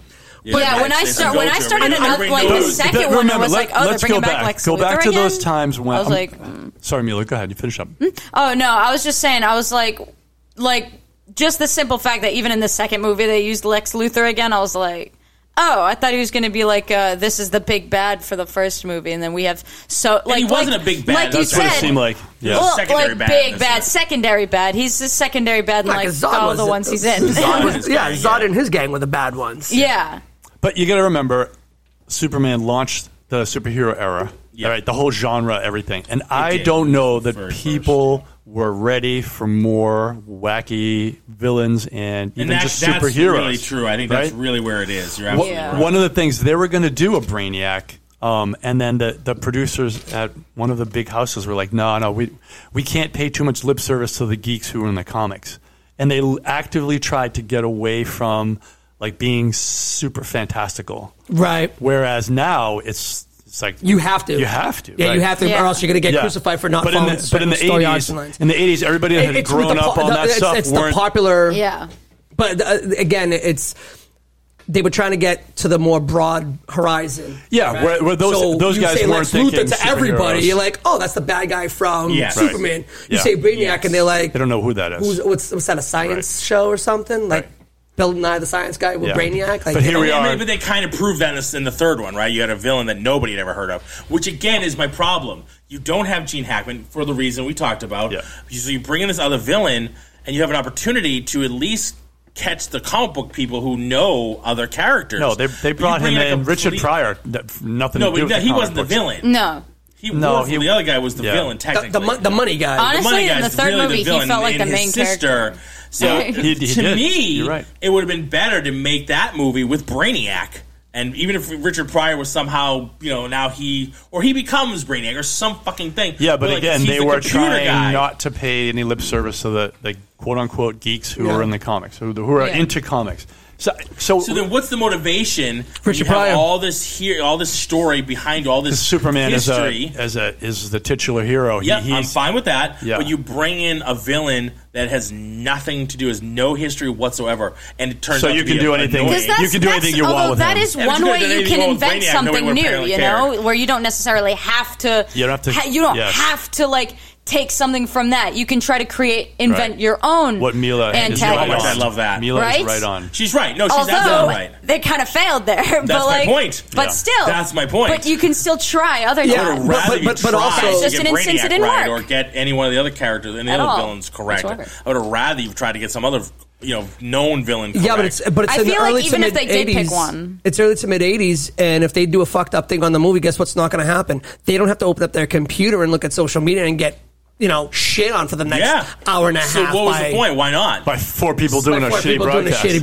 [SPEAKER 7] Yeah, when I start when I started another like the
[SPEAKER 6] those-
[SPEAKER 7] second
[SPEAKER 6] but
[SPEAKER 7] one, I
[SPEAKER 6] remember,
[SPEAKER 7] was
[SPEAKER 6] let-
[SPEAKER 7] like, oh, they're
[SPEAKER 6] let's
[SPEAKER 7] bringing
[SPEAKER 6] go
[SPEAKER 7] back,
[SPEAKER 6] back.
[SPEAKER 7] Lex
[SPEAKER 6] Go back
[SPEAKER 7] Luthor
[SPEAKER 6] to
[SPEAKER 7] again?
[SPEAKER 6] those times when-
[SPEAKER 7] I was
[SPEAKER 6] I'm-
[SPEAKER 7] like, mm.
[SPEAKER 6] Sorry, Mueller. Go ahead. You finish up.
[SPEAKER 7] oh no, I was just saying, I was like, like just the simple fact that even in the second movie they used Lex Luthor again, I was like. Oh, I thought he was going to be like uh, this is the big bad for the first movie, and then we have so like
[SPEAKER 3] he wasn't
[SPEAKER 7] like-
[SPEAKER 3] a big bad,
[SPEAKER 7] Like you
[SPEAKER 3] that's
[SPEAKER 6] That's what
[SPEAKER 7] said,
[SPEAKER 6] it seemed like. Yeah.
[SPEAKER 7] Well,
[SPEAKER 3] Secondary
[SPEAKER 7] like
[SPEAKER 3] bad in
[SPEAKER 7] big
[SPEAKER 3] this
[SPEAKER 7] bad,
[SPEAKER 3] one.
[SPEAKER 7] secondary bad. He's the secondary bad, in,
[SPEAKER 4] like,
[SPEAKER 7] like
[SPEAKER 4] Zod
[SPEAKER 7] all
[SPEAKER 4] was
[SPEAKER 7] the
[SPEAKER 4] it.
[SPEAKER 7] ones he's in.
[SPEAKER 4] Zod
[SPEAKER 3] Yeah.
[SPEAKER 4] was- yeah, Zod and his gang were the bad ones.
[SPEAKER 7] yeah,
[SPEAKER 6] But you got to remember, Superman launched the superhero era,
[SPEAKER 3] Yeah.
[SPEAKER 6] right? The whole genre, everything. And I
[SPEAKER 3] did.
[SPEAKER 6] don't know that
[SPEAKER 3] Very first.
[SPEAKER 6] people were ready for more wacky villains and even
[SPEAKER 3] and that,
[SPEAKER 6] just
[SPEAKER 3] that's
[SPEAKER 6] superheroes.
[SPEAKER 3] really true. I think that's
[SPEAKER 6] right?
[SPEAKER 3] really where it is. You're
[SPEAKER 6] Wha-
[SPEAKER 3] absolutely
[SPEAKER 7] Yeah.
[SPEAKER 3] right.
[SPEAKER 6] One of the things they were going to do a Brainiac, um, and then the, the producers at one of the big houses were like, "No, no, we we can't pay too much lip service to the geeks who are in the comics," and they l- actively tried to get away from like being super fantastical.
[SPEAKER 4] Right.
[SPEAKER 6] Whereas now it's it's like
[SPEAKER 4] You have to.
[SPEAKER 6] you have to,
[SPEAKER 4] Yeah,
[SPEAKER 6] right?
[SPEAKER 4] you have to,
[SPEAKER 7] Yeah.
[SPEAKER 4] or else you're going to get
[SPEAKER 6] Yeah.
[SPEAKER 4] crucified for not
[SPEAKER 6] but in
[SPEAKER 4] following
[SPEAKER 6] the, but in the
[SPEAKER 4] story arcs and
[SPEAKER 6] eighties,
[SPEAKER 4] lines.
[SPEAKER 6] in the eighties, everybody that had
[SPEAKER 4] It's with
[SPEAKER 6] grown
[SPEAKER 4] the
[SPEAKER 6] up
[SPEAKER 4] po-
[SPEAKER 6] on
[SPEAKER 4] the-
[SPEAKER 6] that
[SPEAKER 4] it's,
[SPEAKER 6] stuff.
[SPEAKER 4] It's the
[SPEAKER 6] weren't-
[SPEAKER 4] popular.
[SPEAKER 7] yeah.
[SPEAKER 4] But uh, again, it's they were trying to get to the more broad horizon.
[SPEAKER 6] yeah, where, where those
[SPEAKER 4] so
[SPEAKER 6] those
[SPEAKER 4] you
[SPEAKER 6] guys
[SPEAKER 4] say
[SPEAKER 6] weren't
[SPEAKER 4] Lex
[SPEAKER 6] thinking
[SPEAKER 4] Luthor to everybody.
[SPEAKER 6] superheroes.
[SPEAKER 4] You're like, oh, that's the bad guy from
[SPEAKER 3] Yes. Right.
[SPEAKER 4] Superman. You
[SPEAKER 6] Yeah.
[SPEAKER 4] say Brainiac,
[SPEAKER 3] Yes.
[SPEAKER 4] and they're like,
[SPEAKER 6] they don't know who that is.
[SPEAKER 4] who's what's, what's that a science
[SPEAKER 6] Right.
[SPEAKER 4] show or something like
[SPEAKER 6] Right.
[SPEAKER 4] Bill Nye the Science Guy with
[SPEAKER 6] Yeah.
[SPEAKER 4] Brainiac? Like,
[SPEAKER 6] But here
[SPEAKER 4] they
[SPEAKER 6] we
[SPEAKER 4] don't-
[SPEAKER 3] Yeah,
[SPEAKER 6] are.
[SPEAKER 3] but- but they kind of proved that in the, in the third one, right? You had a villain that nobody had ever heard of, which again is my problem. You don't have Gene Hackman for the reason we talked about.
[SPEAKER 6] Yeah.
[SPEAKER 3] So you bring in this other villain, and you have an opportunity to at least catch the comic book people who know other characters.
[SPEAKER 6] No, they,
[SPEAKER 3] But
[SPEAKER 6] they
[SPEAKER 3] you
[SPEAKER 6] brought him
[SPEAKER 3] bring
[SPEAKER 6] in.
[SPEAKER 3] a
[SPEAKER 6] Richard
[SPEAKER 3] complete-
[SPEAKER 6] Pryor, n- nothing
[SPEAKER 3] No,
[SPEAKER 6] to
[SPEAKER 3] but
[SPEAKER 6] do with the
[SPEAKER 3] he
[SPEAKER 6] comic
[SPEAKER 3] wasn't the
[SPEAKER 6] books.
[SPEAKER 3] villain.
[SPEAKER 7] No,
[SPEAKER 3] He
[SPEAKER 6] No,
[SPEAKER 3] was
[SPEAKER 6] he-
[SPEAKER 3] the other guy was the
[SPEAKER 6] yeah.
[SPEAKER 3] villain
[SPEAKER 4] the,
[SPEAKER 3] technically.
[SPEAKER 4] the, mon- the money guy.
[SPEAKER 7] Honest- Honestly,
[SPEAKER 3] money guy
[SPEAKER 7] in the
[SPEAKER 3] is
[SPEAKER 7] third
[SPEAKER 3] really
[SPEAKER 7] movie, he
[SPEAKER 3] villain
[SPEAKER 7] felt like
[SPEAKER 3] and
[SPEAKER 7] the
[SPEAKER 3] his
[SPEAKER 7] main
[SPEAKER 3] sister. So
[SPEAKER 6] Yeah, he- he
[SPEAKER 3] to
[SPEAKER 6] did.
[SPEAKER 3] me,
[SPEAKER 6] You're right.
[SPEAKER 3] it would have been better to make that movie with Brainiac. And even if Richard Pryor was somehow, you know, now he or he becomes Brainiac or some fucking thing.
[SPEAKER 6] Yeah, but
[SPEAKER 3] like,
[SPEAKER 6] again,
[SPEAKER 3] he's
[SPEAKER 6] they
[SPEAKER 3] the
[SPEAKER 6] were
[SPEAKER 3] computer
[SPEAKER 6] trying
[SPEAKER 3] guy.
[SPEAKER 6] not to pay any lip service to the, the quote unquote geeks who are in the comics, who, who are
[SPEAKER 7] Yeah.
[SPEAKER 6] into comics. So, so,
[SPEAKER 3] So then, what's the motivation? when
[SPEAKER 4] Richard
[SPEAKER 3] you have
[SPEAKER 4] Pryor.
[SPEAKER 3] all this here, all this story behind all this
[SPEAKER 6] Superman is
[SPEAKER 3] history.
[SPEAKER 6] a, as a is the titular hero. He-
[SPEAKER 3] Yeah, I'm
[SPEAKER 6] he's-
[SPEAKER 3] fine with that.
[SPEAKER 6] Yeah.
[SPEAKER 3] But you bring in a villain that has nothing to do, has no history whatsoever, and it turns
[SPEAKER 6] So
[SPEAKER 3] out
[SPEAKER 6] you
[SPEAKER 3] to
[SPEAKER 6] can
[SPEAKER 3] be
[SPEAKER 6] do
[SPEAKER 3] a-
[SPEAKER 6] anything.
[SPEAKER 3] annoying.
[SPEAKER 7] because that's
[SPEAKER 6] You can do
[SPEAKER 7] that's,
[SPEAKER 6] anything you want
[SPEAKER 7] although
[SPEAKER 6] with
[SPEAKER 7] that
[SPEAKER 6] him.
[SPEAKER 7] is
[SPEAKER 3] Yeah, but
[SPEAKER 7] one
[SPEAKER 3] you could've
[SPEAKER 7] way
[SPEAKER 3] done
[SPEAKER 7] you
[SPEAKER 3] anything
[SPEAKER 7] can
[SPEAKER 3] with
[SPEAKER 7] invent
[SPEAKER 3] Brainiac, nobody
[SPEAKER 7] something
[SPEAKER 3] would've
[SPEAKER 7] new,
[SPEAKER 3] apparently
[SPEAKER 7] you know,
[SPEAKER 3] cared.
[SPEAKER 7] where you don't necessarily have to.
[SPEAKER 6] You don't have to-
[SPEAKER 7] you don't
[SPEAKER 6] yes.
[SPEAKER 7] have to like take something from that. You can try to create, invent
[SPEAKER 6] Right.
[SPEAKER 7] your own.
[SPEAKER 6] what Mila is
[SPEAKER 3] Oh
[SPEAKER 6] right
[SPEAKER 3] my
[SPEAKER 6] on.
[SPEAKER 3] God, I
[SPEAKER 7] antagonist.
[SPEAKER 3] love that.
[SPEAKER 6] Mila is
[SPEAKER 7] Right?
[SPEAKER 6] right on.
[SPEAKER 3] She's right. No, she's
[SPEAKER 7] Although
[SPEAKER 3] absolutely right.
[SPEAKER 7] they kind of failed there, that's
[SPEAKER 3] my
[SPEAKER 7] but like,
[SPEAKER 3] point.
[SPEAKER 7] but
[SPEAKER 6] Yeah.
[SPEAKER 7] still,
[SPEAKER 3] That's my point.
[SPEAKER 7] But you can still try other
[SPEAKER 4] Yeah.
[SPEAKER 3] I
[SPEAKER 7] times.
[SPEAKER 3] would rather
[SPEAKER 4] But-
[SPEAKER 3] you
[SPEAKER 4] but- but
[SPEAKER 3] try
[SPEAKER 4] also-
[SPEAKER 3] to
[SPEAKER 4] It's
[SPEAKER 7] just
[SPEAKER 3] get
[SPEAKER 7] an instance it
[SPEAKER 3] Brainiac
[SPEAKER 7] didn't
[SPEAKER 3] right
[SPEAKER 7] work.
[SPEAKER 3] or get any one of the other characters, any
[SPEAKER 7] At
[SPEAKER 3] other
[SPEAKER 7] all.
[SPEAKER 3] villains correct.
[SPEAKER 7] Whatsoever.
[SPEAKER 3] I would rather you try to get some other, you know, known villain. Correct.
[SPEAKER 4] Yeah, but it's but it's
[SPEAKER 7] I
[SPEAKER 4] in the
[SPEAKER 7] feel like
[SPEAKER 4] early to
[SPEAKER 7] even
[SPEAKER 4] mid
[SPEAKER 7] if they did pick
[SPEAKER 4] 80s,
[SPEAKER 7] one.
[SPEAKER 4] it's early to mid '80s, and if they do a fucked up thing on the movie, guess what's not going to happen? They don't have to open up their computer and look at social media and get you know, shit on for the next
[SPEAKER 3] Yeah.
[SPEAKER 4] hour and a
[SPEAKER 3] So
[SPEAKER 4] half.
[SPEAKER 3] what was
[SPEAKER 4] by-
[SPEAKER 3] the point? Why not?
[SPEAKER 6] by four people
[SPEAKER 4] by
[SPEAKER 6] doing a
[SPEAKER 4] four
[SPEAKER 6] shitty
[SPEAKER 4] people doing a
[SPEAKER 6] broadcast.
[SPEAKER 4] shitty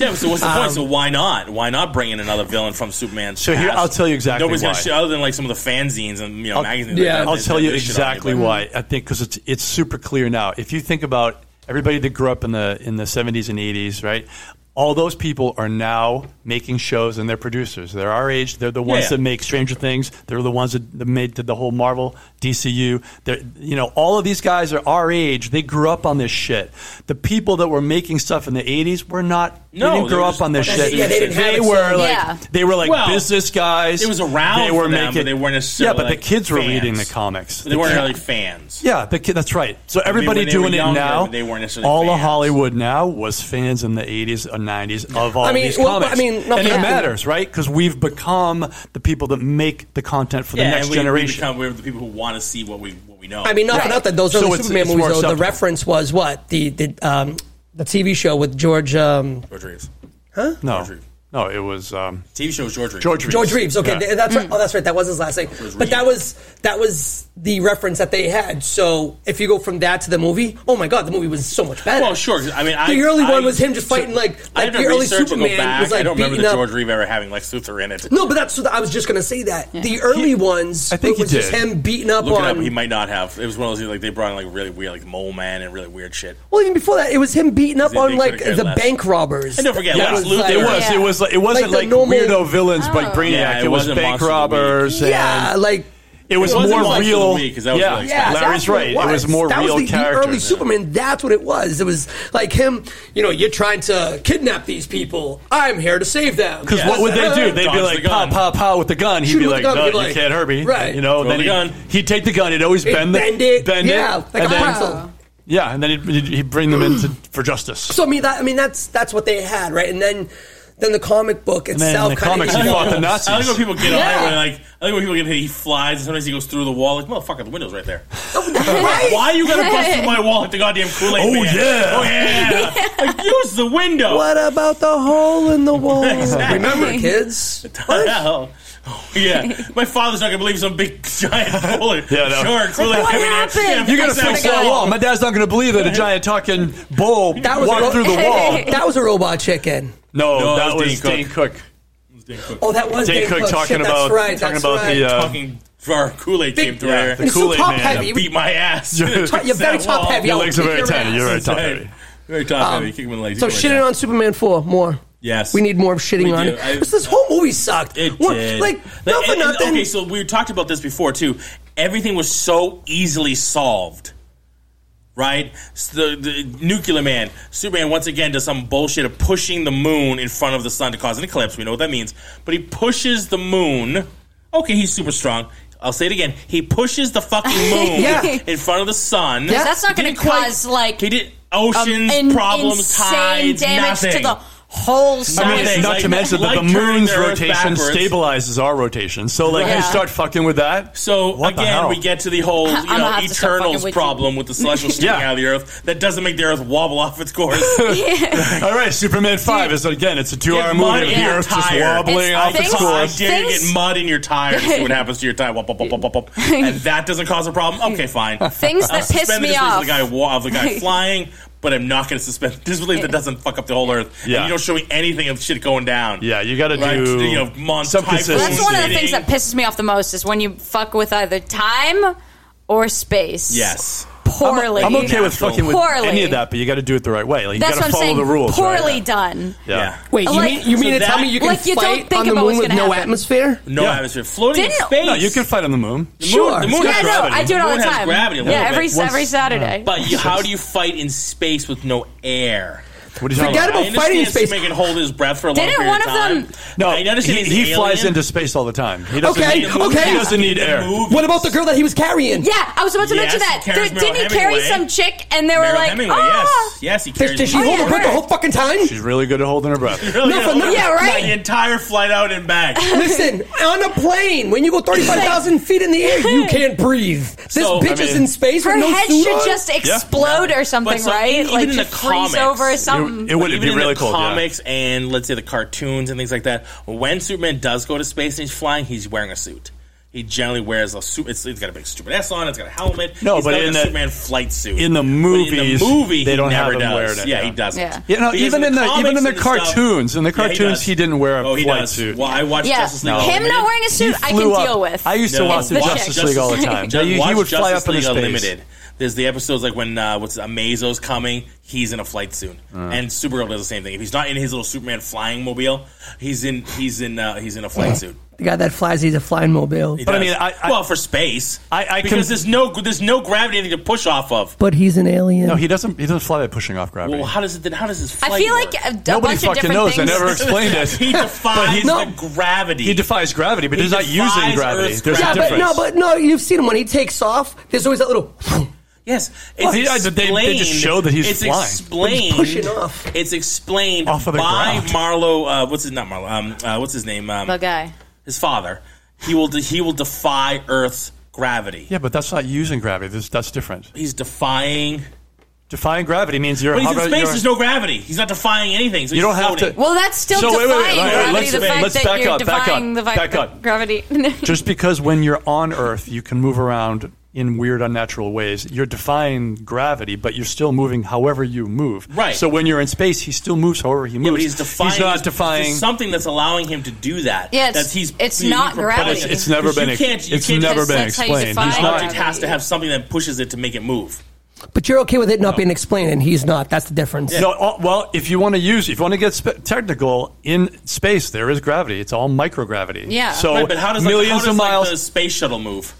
[SPEAKER 3] Yeah, so what's the point? So
[SPEAKER 4] Um,
[SPEAKER 3] why not? Why not bring in another villain from Superman?
[SPEAKER 6] So here- I'll tell you exactly
[SPEAKER 3] Nobody's
[SPEAKER 6] why.
[SPEAKER 3] gonna shit other than like some of the fanzines and you know
[SPEAKER 6] I'll-
[SPEAKER 3] magazines.
[SPEAKER 4] Yeah.
[SPEAKER 3] like that,
[SPEAKER 6] I'll
[SPEAKER 3] they-
[SPEAKER 6] tell
[SPEAKER 3] they
[SPEAKER 6] you
[SPEAKER 3] shit on
[SPEAKER 6] exactly
[SPEAKER 3] but-
[SPEAKER 6] why. I think because it's it's super clear now. If you think about everybody that grew up in the in the seventies and eighties, right? All those people are now making shows, and they're producers. They're our age. They're the ones
[SPEAKER 3] yeah.
[SPEAKER 6] that make Stranger Things. They're the ones that that made did the whole Marvel DCU. They're, you know, all of these guys are our age. They grew up on this shit. The people that were making stuff in the '80s were not.
[SPEAKER 3] No,
[SPEAKER 6] they didn't
[SPEAKER 3] they
[SPEAKER 6] grow
[SPEAKER 3] were
[SPEAKER 6] up
[SPEAKER 3] just
[SPEAKER 6] on this
[SPEAKER 3] fucking
[SPEAKER 6] shit.
[SPEAKER 3] Yeah,
[SPEAKER 4] they didn't have it, so-
[SPEAKER 6] were like
[SPEAKER 7] Yeah.
[SPEAKER 6] they were like
[SPEAKER 3] Well,
[SPEAKER 6] business guys.
[SPEAKER 3] it was around
[SPEAKER 6] They were
[SPEAKER 3] for them,
[SPEAKER 6] making.
[SPEAKER 3] but they weren't necessarily,
[SPEAKER 6] Yeah, but
[SPEAKER 3] like,
[SPEAKER 6] the kids were
[SPEAKER 3] fans.
[SPEAKER 6] reading the comics.
[SPEAKER 3] They weren't
[SPEAKER 6] The
[SPEAKER 3] really fans.
[SPEAKER 6] yeah, the kid, that's right. So
[SPEAKER 3] mean, when
[SPEAKER 6] everybody
[SPEAKER 3] they were
[SPEAKER 6] doing it
[SPEAKER 3] younger,
[SPEAKER 6] now.
[SPEAKER 3] they weren't necessarily
[SPEAKER 6] all of
[SPEAKER 3] fans.
[SPEAKER 6] Hollywood now was fans in the '80s and '90s of all
[SPEAKER 4] I mean,
[SPEAKER 6] these
[SPEAKER 4] well,
[SPEAKER 6] comics.
[SPEAKER 4] I mean,
[SPEAKER 6] and
[SPEAKER 4] nothing-
[SPEAKER 6] it
[SPEAKER 4] Yeah.
[SPEAKER 6] matters, right? Because we've become the people that make the content for the
[SPEAKER 3] Yeah,
[SPEAKER 6] next
[SPEAKER 3] and we,
[SPEAKER 6] generation.
[SPEAKER 3] We become, we're the people who want to see what we what we know.
[SPEAKER 4] I mean, not for
[SPEAKER 6] Right.
[SPEAKER 4] nothing. Those
[SPEAKER 6] So
[SPEAKER 4] early
[SPEAKER 6] it's-
[SPEAKER 4] Superman
[SPEAKER 6] it's more
[SPEAKER 4] movies, though, the
[SPEAKER 6] acceptable.
[SPEAKER 4] reference was what the the um, the TV show with George um,
[SPEAKER 3] George Reeves.
[SPEAKER 6] no,
[SPEAKER 3] George Reeves.
[SPEAKER 6] no, it was um,
[SPEAKER 3] TV show was George Reeves.
[SPEAKER 6] George. Reeves.
[SPEAKER 4] George Reeves. Okay,
[SPEAKER 6] Yeah.
[SPEAKER 4] th- that's
[SPEAKER 6] Mm.
[SPEAKER 4] right. Oh, that's right. That was his last name.
[SPEAKER 3] was
[SPEAKER 4] But that
[SPEAKER 3] Reeves.
[SPEAKER 4] was that was the reference that they had. So if you go from that to the movie, oh my god, the movie was so much better.
[SPEAKER 3] Well, sure. 'cause, I mean, I,
[SPEAKER 4] the early
[SPEAKER 3] I,
[SPEAKER 4] one was him just fighting like
[SPEAKER 3] I
[SPEAKER 4] like
[SPEAKER 3] had
[SPEAKER 4] the
[SPEAKER 3] to
[SPEAKER 4] early
[SPEAKER 3] research and
[SPEAKER 4] Superman
[SPEAKER 3] go back.
[SPEAKER 4] was like
[SPEAKER 3] I don't remember
[SPEAKER 4] beating
[SPEAKER 3] the
[SPEAKER 4] up.
[SPEAKER 3] George Reeves ever having Lex Luthor in it.
[SPEAKER 4] No, but that's what I was just gonna say that the early ones.
[SPEAKER 6] I think
[SPEAKER 4] it
[SPEAKER 6] he
[SPEAKER 4] was just
[SPEAKER 6] did.
[SPEAKER 4] him beating up
[SPEAKER 3] Look it
[SPEAKER 4] on.
[SPEAKER 3] up. He might not have. It was one of those like they brought in like really weird like mole man and really weird shit.
[SPEAKER 4] well, even before that, it was him beating up
[SPEAKER 3] They- they
[SPEAKER 4] on like
[SPEAKER 3] couldn't care
[SPEAKER 4] the
[SPEAKER 3] less.
[SPEAKER 4] bank robbers.
[SPEAKER 3] And don't forget,
[SPEAKER 4] That
[SPEAKER 6] Yeah,
[SPEAKER 3] Lex
[SPEAKER 4] was,
[SPEAKER 3] Luthor.
[SPEAKER 4] like-
[SPEAKER 6] it was.
[SPEAKER 7] Yeah.
[SPEAKER 6] It was. Like, it wasn't
[SPEAKER 4] the
[SPEAKER 6] like,
[SPEAKER 4] normal- Oh.
[SPEAKER 6] weirdo villains, like Brainiac.
[SPEAKER 3] Yeah, it
[SPEAKER 6] it, was
[SPEAKER 3] wasn't
[SPEAKER 6] bank
[SPEAKER 3] Monster of the Week.
[SPEAKER 6] robbers.
[SPEAKER 4] Yeah,
[SPEAKER 6] and
[SPEAKER 4] like
[SPEAKER 6] it was
[SPEAKER 3] It wasn't
[SPEAKER 6] more
[SPEAKER 3] Monster of the
[SPEAKER 6] real.
[SPEAKER 3] Week, 'cause that was
[SPEAKER 6] yeah,
[SPEAKER 3] really
[SPEAKER 4] Yeah,
[SPEAKER 3] expensive.
[SPEAKER 6] Larry's
[SPEAKER 4] that's what
[SPEAKER 6] right. It was more
[SPEAKER 4] that
[SPEAKER 6] real
[SPEAKER 4] was the,
[SPEAKER 6] characters.
[SPEAKER 4] The early Superman. That's what it was. It was like him. You know, you're trying to kidnap these people. I'm here to save them.
[SPEAKER 6] Because
[SPEAKER 3] Yeah,
[SPEAKER 6] what would they
[SPEAKER 3] that's
[SPEAKER 6] do?
[SPEAKER 3] right.
[SPEAKER 6] They'd
[SPEAKER 3] Dodge
[SPEAKER 6] be
[SPEAKER 3] the
[SPEAKER 6] like, pow,
[SPEAKER 3] gun.
[SPEAKER 6] pow, pow with the gun. He'd
[SPEAKER 4] Shoot
[SPEAKER 6] be
[SPEAKER 4] him
[SPEAKER 6] like,
[SPEAKER 4] with the gun,
[SPEAKER 6] no,
[SPEAKER 4] he'd
[SPEAKER 6] you
[SPEAKER 4] be like-
[SPEAKER 6] can't hurt me.
[SPEAKER 4] Right.
[SPEAKER 6] You know,
[SPEAKER 3] Throw
[SPEAKER 6] then
[SPEAKER 3] the
[SPEAKER 6] he'd,
[SPEAKER 3] gun.
[SPEAKER 6] he'd take the gun. He'd always
[SPEAKER 4] He'd
[SPEAKER 6] bend,
[SPEAKER 4] bend
[SPEAKER 6] the,
[SPEAKER 4] it.
[SPEAKER 6] Bend
[SPEAKER 4] Yeah,
[SPEAKER 6] it.
[SPEAKER 4] like
[SPEAKER 6] and
[SPEAKER 4] a
[SPEAKER 6] then,
[SPEAKER 4] pretzel.
[SPEAKER 6] Yeah, and then he'd, he'd- he'd bring them into for justice.
[SPEAKER 4] So I mean, that, I mean, that's that's what they had, right? And then, then the comic book itself.
[SPEAKER 6] the
[SPEAKER 4] kinda
[SPEAKER 6] comics, he
[SPEAKER 4] evolved.
[SPEAKER 6] fought the Nazis.
[SPEAKER 3] I think when people get
[SPEAKER 7] Yeah.
[SPEAKER 3] on it, when like I think when people get hit, he flies, and sometimes he goes through the wall. Like motherfucker, the window's right there.
[SPEAKER 4] Right?
[SPEAKER 3] Why you gotta bust through my wall like the goddamn Kool Aid?
[SPEAKER 6] Oh,
[SPEAKER 3] man?
[SPEAKER 6] yeah.
[SPEAKER 3] oh yeah, like use the window.
[SPEAKER 4] What about the hole in the wall?
[SPEAKER 3] Exactly.
[SPEAKER 4] Remember, kids.
[SPEAKER 3] Oh, yeah, my father's not gonna believe some big giant bullet.
[SPEAKER 6] Yeah, I know.
[SPEAKER 3] sure, Kool Aid.
[SPEAKER 7] What happened?
[SPEAKER 6] You're gonna
[SPEAKER 7] That's
[SPEAKER 6] fix
[SPEAKER 7] the
[SPEAKER 6] that
[SPEAKER 7] guy.
[SPEAKER 6] wall. My dad's not gonna believe that a giant talking bull
[SPEAKER 4] That was
[SPEAKER 6] walked
[SPEAKER 4] a-
[SPEAKER 6] through the wall.
[SPEAKER 4] That was a robot chicken.
[SPEAKER 6] No,
[SPEAKER 3] No,
[SPEAKER 6] that was Dane
[SPEAKER 3] Dane
[SPEAKER 6] Cook.
[SPEAKER 4] Oh, that was
[SPEAKER 6] Dane Cook talking
[SPEAKER 4] Shit, that's
[SPEAKER 6] about
[SPEAKER 4] right,
[SPEAKER 6] talking
[SPEAKER 4] that's
[SPEAKER 6] about
[SPEAKER 4] right.
[SPEAKER 6] the. uh,
[SPEAKER 3] fucking our Kool Aid came through
[SPEAKER 6] yeah,
[SPEAKER 3] here.
[SPEAKER 6] the
[SPEAKER 4] It's so
[SPEAKER 6] Kool Aid
[SPEAKER 4] top
[SPEAKER 6] man.
[SPEAKER 4] heavy.
[SPEAKER 3] beat my ass.
[SPEAKER 6] You're- You're
[SPEAKER 3] Fix
[SPEAKER 4] very
[SPEAKER 3] that
[SPEAKER 4] top
[SPEAKER 3] wall.
[SPEAKER 4] heavy.
[SPEAKER 6] Your
[SPEAKER 4] I'll
[SPEAKER 6] legs are
[SPEAKER 4] kick
[SPEAKER 6] very
[SPEAKER 4] your
[SPEAKER 6] tiny.
[SPEAKER 4] ass.
[SPEAKER 6] You're very
[SPEAKER 3] That's right.
[SPEAKER 6] top heavy.
[SPEAKER 3] Very top heavy. Kick him in the legs.
[SPEAKER 4] So
[SPEAKER 3] Kick him in
[SPEAKER 4] shitting
[SPEAKER 3] the
[SPEAKER 4] on Superman four more.
[SPEAKER 3] Yes.
[SPEAKER 4] we need more shitting
[SPEAKER 3] We
[SPEAKER 4] on
[SPEAKER 3] do.
[SPEAKER 4] it.
[SPEAKER 3] I-
[SPEAKER 4] This- this whole movie sucked.
[SPEAKER 3] It
[SPEAKER 4] What-
[SPEAKER 3] did.
[SPEAKER 4] Like not for
[SPEAKER 3] and- and-
[SPEAKER 4] nothing.
[SPEAKER 3] Okay, so we talked about this before too. Everything was so easily solved, right? So the, the nuclear man, Superman, once again does some bullshit of pushing the moon in front of the sun to cause an eclipse. We know what that means, but he pushes the moon. Okay, he's super strong. I'll say it again. He pushes the fucking moon
[SPEAKER 4] Yeah.
[SPEAKER 3] in front of the sun.
[SPEAKER 4] Yeah.
[SPEAKER 7] That's not
[SPEAKER 3] He
[SPEAKER 7] going to
[SPEAKER 3] didn't quite-
[SPEAKER 7] cause like
[SPEAKER 3] he did oceans,
[SPEAKER 7] um, in-
[SPEAKER 3] problems,
[SPEAKER 7] insane
[SPEAKER 3] tides,
[SPEAKER 7] damage
[SPEAKER 3] nothing.
[SPEAKER 7] to the whole
[SPEAKER 6] I mean,
[SPEAKER 3] Right,
[SPEAKER 7] science.
[SPEAKER 3] they-
[SPEAKER 6] not
[SPEAKER 3] like-
[SPEAKER 6] to mention that
[SPEAKER 3] like
[SPEAKER 6] the
[SPEAKER 3] turning
[SPEAKER 6] moon's
[SPEAKER 3] the Earth
[SPEAKER 6] rotation
[SPEAKER 3] backwards.
[SPEAKER 6] stabilizes our rotation. So, like,
[SPEAKER 7] Right.
[SPEAKER 6] you start fucking with that.
[SPEAKER 3] So
[SPEAKER 6] what the
[SPEAKER 3] again,
[SPEAKER 6] hell?
[SPEAKER 3] we get to the whole you
[SPEAKER 7] I'm gonna
[SPEAKER 3] know
[SPEAKER 7] have to stop
[SPEAKER 3] Eternals
[SPEAKER 7] fucking with
[SPEAKER 3] problem with the celestial sticking
[SPEAKER 6] Yeah.
[SPEAKER 3] out of the Earth that doesn't make the Earth wobble off its course.
[SPEAKER 6] All right, Superman Five is again. It's a two-hour
[SPEAKER 3] Get
[SPEAKER 6] movie
[SPEAKER 3] mud
[SPEAKER 6] of
[SPEAKER 3] in
[SPEAKER 6] the
[SPEAKER 3] your
[SPEAKER 6] Earth just
[SPEAKER 3] tire.
[SPEAKER 6] wobbling
[SPEAKER 7] It's-
[SPEAKER 6] off
[SPEAKER 7] I
[SPEAKER 6] its
[SPEAKER 7] think-
[SPEAKER 3] I
[SPEAKER 6] course.
[SPEAKER 3] dare you
[SPEAKER 7] Things-
[SPEAKER 3] get mud in your tire and see what happens to your tire. Wop, wop, wop, wop, wop, wop. And that doesn't cause a problem. Okay, fine.
[SPEAKER 7] Things
[SPEAKER 3] I'll
[SPEAKER 7] that piss
[SPEAKER 3] suspend the
[SPEAKER 7] me
[SPEAKER 3] disbelief of
[SPEAKER 7] off.
[SPEAKER 3] the guy wa- of the guy flying, but I'm not going to suspend the disbelief that doesn't fuck up the whole Earth.
[SPEAKER 6] Yeah.
[SPEAKER 3] And you don't show me anything of shit going down.
[SPEAKER 6] Yeah, you got to
[SPEAKER 3] Right,
[SPEAKER 6] do
[SPEAKER 3] you know, month
[SPEAKER 6] some
[SPEAKER 3] typhoons.
[SPEAKER 7] Well, that's
[SPEAKER 6] consistency.
[SPEAKER 7] one of the
[SPEAKER 3] Eating.
[SPEAKER 7] things that pisses me off the most is when you fuck with either time or space.
[SPEAKER 3] Yes.
[SPEAKER 7] poorly.
[SPEAKER 6] I'm okay with
[SPEAKER 3] Natural.
[SPEAKER 6] fucking with
[SPEAKER 7] Poorly.
[SPEAKER 6] any of that, but you got to do it the right way. Like, you
[SPEAKER 7] That's what
[SPEAKER 6] got to
[SPEAKER 7] I'm
[SPEAKER 6] follow
[SPEAKER 7] saying.
[SPEAKER 6] the rules. right?
[SPEAKER 7] poorly done.
[SPEAKER 6] Yeah.
[SPEAKER 4] Wait, you
[SPEAKER 7] Like-
[SPEAKER 4] mean you
[SPEAKER 3] So
[SPEAKER 4] mean to
[SPEAKER 3] that-
[SPEAKER 4] tell me you can
[SPEAKER 7] Like, you don't
[SPEAKER 4] fight
[SPEAKER 7] think
[SPEAKER 4] on the
[SPEAKER 7] about
[SPEAKER 4] moon
[SPEAKER 7] what's
[SPEAKER 4] with
[SPEAKER 7] gonna
[SPEAKER 4] no
[SPEAKER 7] happen.
[SPEAKER 4] atmosphere?
[SPEAKER 3] No
[SPEAKER 6] Yeah.
[SPEAKER 3] atmosphere. Floating
[SPEAKER 7] Didn't-
[SPEAKER 3] in space.
[SPEAKER 6] No, you can fight on the moon.
[SPEAKER 4] Sure.
[SPEAKER 3] The moon
[SPEAKER 7] Yeah,
[SPEAKER 3] has
[SPEAKER 7] no,
[SPEAKER 3] gravity.
[SPEAKER 7] I do it all
[SPEAKER 3] moon
[SPEAKER 7] the
[SPEAKER 3] has
[SPEAKER 7] time.
[SPEAKER 3] gravity a little
[SPEAKER 7] yeah,
[SPEAKER 3] bit.
[SPEAKER 7] every every Saturday.
[SPEAKER 3] But you, how do you fight in space with no air?
[SPEAKER 6] What are you talking
[SPEAKER 4] Forget
[SPEAKER 6] about?
[SPEAKER 4] about-
[SPEAKER 3] I
[SPEAKER 4] fighting in
[SPEAKER 3] understand
[SPEAKER 4] space.
[SPEAKER 3] Superman can hold his breath for a long
[SPEAKER 7] Didn't
[SPEAKER 3] period
[SPEAKER 7] one of
[SPEAKER 3] time.
[SPEAKER 7] them-
[SPEAKER 6] No,
[SPEAKER 3] I understand
[SPEAKER 6] he,
[SPEAKER 3] he's
[SPEAKER 6] he
[SPEAKER 3] an
[SPEAKER 6] flies
[SPEAKER 3] alien.
[SPEAKER 6] into space all the time. He doesn't
[SPEAKER 4] Okay,
[SPEAKER 6] need,
[SPEAKER 4] okay.
[SPEAKER 6] He doesn't need air.
[SPEAKER 3] Move.
[SPEAKER 4] What about the girl that he was carrying?
[SPEAKER 7] yeah, I was about to
[SPEAKER 3] Yes,
[SPEAKER 7] mention that.
[SPEAKER 3] he carries
[SPEAKER 7] Did- didn't
[SPEAKER 3] Meryl
[SPEAKER 7] he carry
[SPEAKER 3] Hemingway.
[SPEAKER 7] some chick and they were
[SPEAKER 3] Meryl
[SPEAKER 7] like,
[SPEAKER 3] Hemingway,
[SPEAKER 7] oh,
[SPEAKER 3] yes, yes, he
[SPEAKER 4] Did,
[SPEAKER 3] carries.
[SPEAKER 4] did she hold her
[SPEAKER 7] yeah.
[SPEAKER 4] breath the whole fucking time?
[SPEAKER 6] She's really good at holding her breath.
[SPEAKER 3] Really?
[SPEAKER 4] No, for no-
[SPEAKER 7] Yeah, right.
[SPEAKER 3] The entire flight out and back.
[SPEAKER 4] Listen, on a plane, when you go 35,000 feet in the air, you can't breathe. This
[SPEAKER 3] So,
[SPEAKER 4] bitch
[SPEAKER 3] I
[SPEAKER 4] is
[SPEAKER 6] mean-
[SPEAKER 4] in space
[SPEAKER 7] her
[SPEAKER 4] with no
[SPEAKER 7] head
[SPEAKER 4] suit
[SPEAKER 7] should
[SPEAKER 4] on?
[SPEAKER 7] just explode or something,
[SPEAKER 3] But so
[SPEAKER 7] right?
[SPEAKER 3] even-
[SPEAKER 7] like
[SPEAKER 3] even in
[SPEAKER 7] just
[SPEAKER 3] the
[SPEAKER 7] freeze
[SPEAKER 3] comics,
[SPEAKER 7] over or something.
[SPEAKER 6] It, it would
[SPEAKER 3] Even
[SPEAKER 6] be
[SPEAKER 3] in
[SPEAKER 6] really
[SPEAKER 3] the
[SPEAKER 6] cold. yeah.
[SPEAKER 3] comics and let's say the cartoons and things like that. When Superman does go to space and he's flying, he's wearing a suit. He generally wears a suit. It's, he's got a big stupid S on. It's got a helmet.
[SPEAKER 6] No,
[SPEAKER 3] He's
[SPEAKER 6] but
[SPEAKER 3] got
[SPEAKER 6] in
[SPEAKER 3] a
[SPEAKER 6] the-
[SPEAKER 3] Superman flight suit
[SPEAKER 6] in the
[SPEAKER 3] But
[SPEAKER 6] movies,
[SPEAKER 3] in the movie,
[SPEAKER 6] they
[SPEAKER 3] he
[SPEAKER 6] don't have
[SPEAKER 3] never
[SPEAKER 6] him
[SPEAKER 3] does.
[SPEAKER 6] wearing it,
[SPEAKER 3] Yeah,
[SPEAKER 6] yeah.
[SPEAKER 3] he doesn't.
[SPEAKER 7] Yeah.
[SPEAKER 6] Yeah, no,
[SPEAKER 3] Because
[SPEAKER 6] even in the-
[SPEAKER 3] comics
[SPEAKER 6] even in the
[SPEAKER 3] and stuff-
[SPEAKER 6] cartoons, in the
[SPEAKER 3] Yeah, he
[SPEAKER 6] cartoons,
[SPEAKER 3] does.
[SPEAKER 6] he didn't wear a
[SPEAKER 3] oh, he
[SPEAKER 6] flight
[SPEAKER 3] does.
[SPEAKER 6] suit.
[SPEAKER 3] Well, I watched
[SPEAKER 7] Yeah.
[SPEAKER 3] Justice League.
[SPEAKER 6] No.
[SPEAKER 7] Him not
[SPEAKER 3] Unlimited.
[SPEAKER 7] wearing a
[SPEAKER 6] He
[SPEAKER 7] suit, I
[SPEAKER 6] flew
[SPEAKER 7] can
[SPEAKER 6] up.
[SPEAKER 7] deal with.
[SPEAKER 6] I used to
[SPEAKER 3] No.
[SPEAKER 6] watch the
[SPEAKER 7] It's the
[SPEAKER 6] Justice
[SPEAKER 7] chick.
[SPEAKER 6] League all the time.
[SPEAKER 3] Just
[SPEAKER 6] he, he
[SPEAKER 3] watch
[SPEAKER 6] would fly
[SPEAKER 3] Justice
[SPEAKER 6] up into
[SPEAKER 3] League
[SPEAKER 6] space.
[SPEAKER 3] Unlimited. There's the episodes like when uh, what's Amazo's coming, he's in a flight suit,
[SPEAKER 6] Uh.
[SPEAKER 3] and Supergirl does the same thing. If he's not in his little Superman flying mobile, he's in he's in uh, he's in a flight suit.
[SPEAKER 4] The guy that flies, he's a flying mobile,
[SPEAKER 3] He
[SPEAKER 6] But I
[SPEAKER 3] does.
[SPEAKER 6] mean, I- I-
[SPEAKER 3] well, for space,
[SPEAKER 6] I- I
[SPEAKER 3] because
[SPEAKER 6] can-
[SPEAKER 3] there's no there's no gravity to push off of.
[SPEAKER 4] but he's an alien.
[SPEAKER 6] No, he doesn't. He doesn't fly by pushing off gravity.
[SPEAKER 3] Well, how does it? then How does his flight
[SPEAKER 7] I feel
[SPEAKER 3] work?
[SPEAKER 7] like a, a
[SPEAKER 6] Nobody
[SPEAKER 7] bunch of
[SPEAKER 6] fucking
[SPEAKER 7] different
[SPEAKER 6] knows. They
[SPEAKER 7] things.
[SPEAKER 6] never explained it.
[SPEAKER 3] he defies
[SPEAKER 4] No.
[SPEAKER 3] the gravity.
[SPEAKER 6] He defies gravity, but
[SPEAKER 3] He
[SPEAKER 6] he's not
[SPEAKER 3] defies
[SPEAKER 6] using gravity.
[SPEAKER 3] Earth's
[SPEAKER 6] There's
[SPEAKER 4] yeah,
[SPEAKER 6] a
[SPEAKER 3] gravity.
[SPEAKER 4] but
[SPEAKER 6] difference.
[SPEAKER 4] no, but no, you've seen him when he takes off. There's always that little.
[SPEAKER 3] Yes,
[SPEAKER 6] Well,
[SPEAKER 3] it's
[SPEAKER 6] he- I- they-
[SPEAKER 3] explained.
[SPEAKER 6] they just showed that he's
[SPEAKER 3] it's
[SPEAKER 6] flying.
[SPEAKER 3] Explained,
[SPEAKER 4] He's pushing off.
[SPEAKER 3] It's explained
[SPEAKER 6] Off of the
[SPEAKER 3] by
[SPEAKER 6] ground.
[SPEAKER 3] Marlo. Uh, what's his not Marlo? Um, uh, what's his name? Um,
[SPEAKER 7] The guy.
[SPEAKER 3] his father. He will. De- he will defy Earth's gravity.
[SPEAKER 6] yeah, but that's not using gravity. There's, that's different.
[SPEAKER 3] He's defying.
[SPEAKER 6] Defying gravity means you're.
[SPEAKER 3] But he's in
[SPEAKER 6] hover-
[SPEAKER 3] space.
[SPEAKER 6] you're-
[SPEAKER 3] There's no gravity. He's not defying anything. So
[SPEAKER 6] You
[SPEAKER 3] he's
[SPEAKER 6] don't have
[SPEAKER 3] floating.
[SPEAKER 6] to-
[SPEAKER 7] Well, that's still
[SPEAKER 6] So, wait, wait,
[SPEAKER 7] defying
[SPEAKER 6] wait, wait,
[SPEAKER 7] gravity.
[SPEAKER 6] let's-
[SPEAKER 7] the
[SPEAKER 6] wait,
[SPEAKER 7] fact
[SPEAKER 6] let's
[SPEAKER 7] that
[SPEAKER 6] back
[SPEAKER 7] you're
[SPEAKER 6] up, back
[SPEAKER 7] defying
[SPEAKER 6] up,
[SPEAKER 7] the fact
[SPEAKER 6] back
[SPEAKER 7] that
[SPEAKER 6] up.
[SPEAKER 7] gravity.
[SPEAKER 6] just because when you're on Earth, you can move around in weird, unnatural ways. You're defying gravity, but you're still moving however you move.
[SPEAKER 3] Right.
[SPEAKER 6] So when you're in space, he still moves however he moves.
[SPEAKER 3] Yeah, but he's defying.
[SPEAKER 6] He's not
[SPEAKER 3] there's
[SPEAKER 6] defying.
[SPEAKER 3] something that's allowing him to do that.
[SPEAKER 7] Yeah, it's-
[SPEAKER 3] that's he's.
[SPEAKER 7] it's
[SPEAKER 3] he's
[SPEAKER 7] not
[SPEAKER 3] propelling
[SPEAKER 7] gravity.
[SPEAKER 3] it.
[SPEAKER 6] It's never
[SPEAKER 3] 'Cause
[SPEAKER 6] been.
[SPEAKER 3] You
[SPEAKER 6] ex-
[SPEAKER 3] can't. You
[SPEAKER 6] it's
[SPEAKER 3] can't
[SPEAKER 6] never been
[SPEAKER 7] That's how you
[SPEAKER 6] explained.
[SPEAKER 7] defy
[SPEAKER 6] He's
[SPEAKER 3] An object
[SPEAKER 6] not.
[SPEAKER 7] gravity.
[SPEAKER 3] has to have something that pushes it to make it move.
[SPEAKER 4] But you're okay with it not being explained, and he's not. That's the difference.
[SPEAKER 6] No, all- well, if you want to use, if you want to get spe- technical in space, there is gravity. It's all microgravity.
[SPEAKER 7] Yeah.
[SPEAKER 6] So
[SPEAKER 3] Right, but how does like,
[SPEAKER 6] millions
[SPEAKER 3] how does,
[SPEAKER 6] of
[SPEAKER 3] like,
[SPEAKER 6] miles.
[SPEAKER 3] the space shuttle move?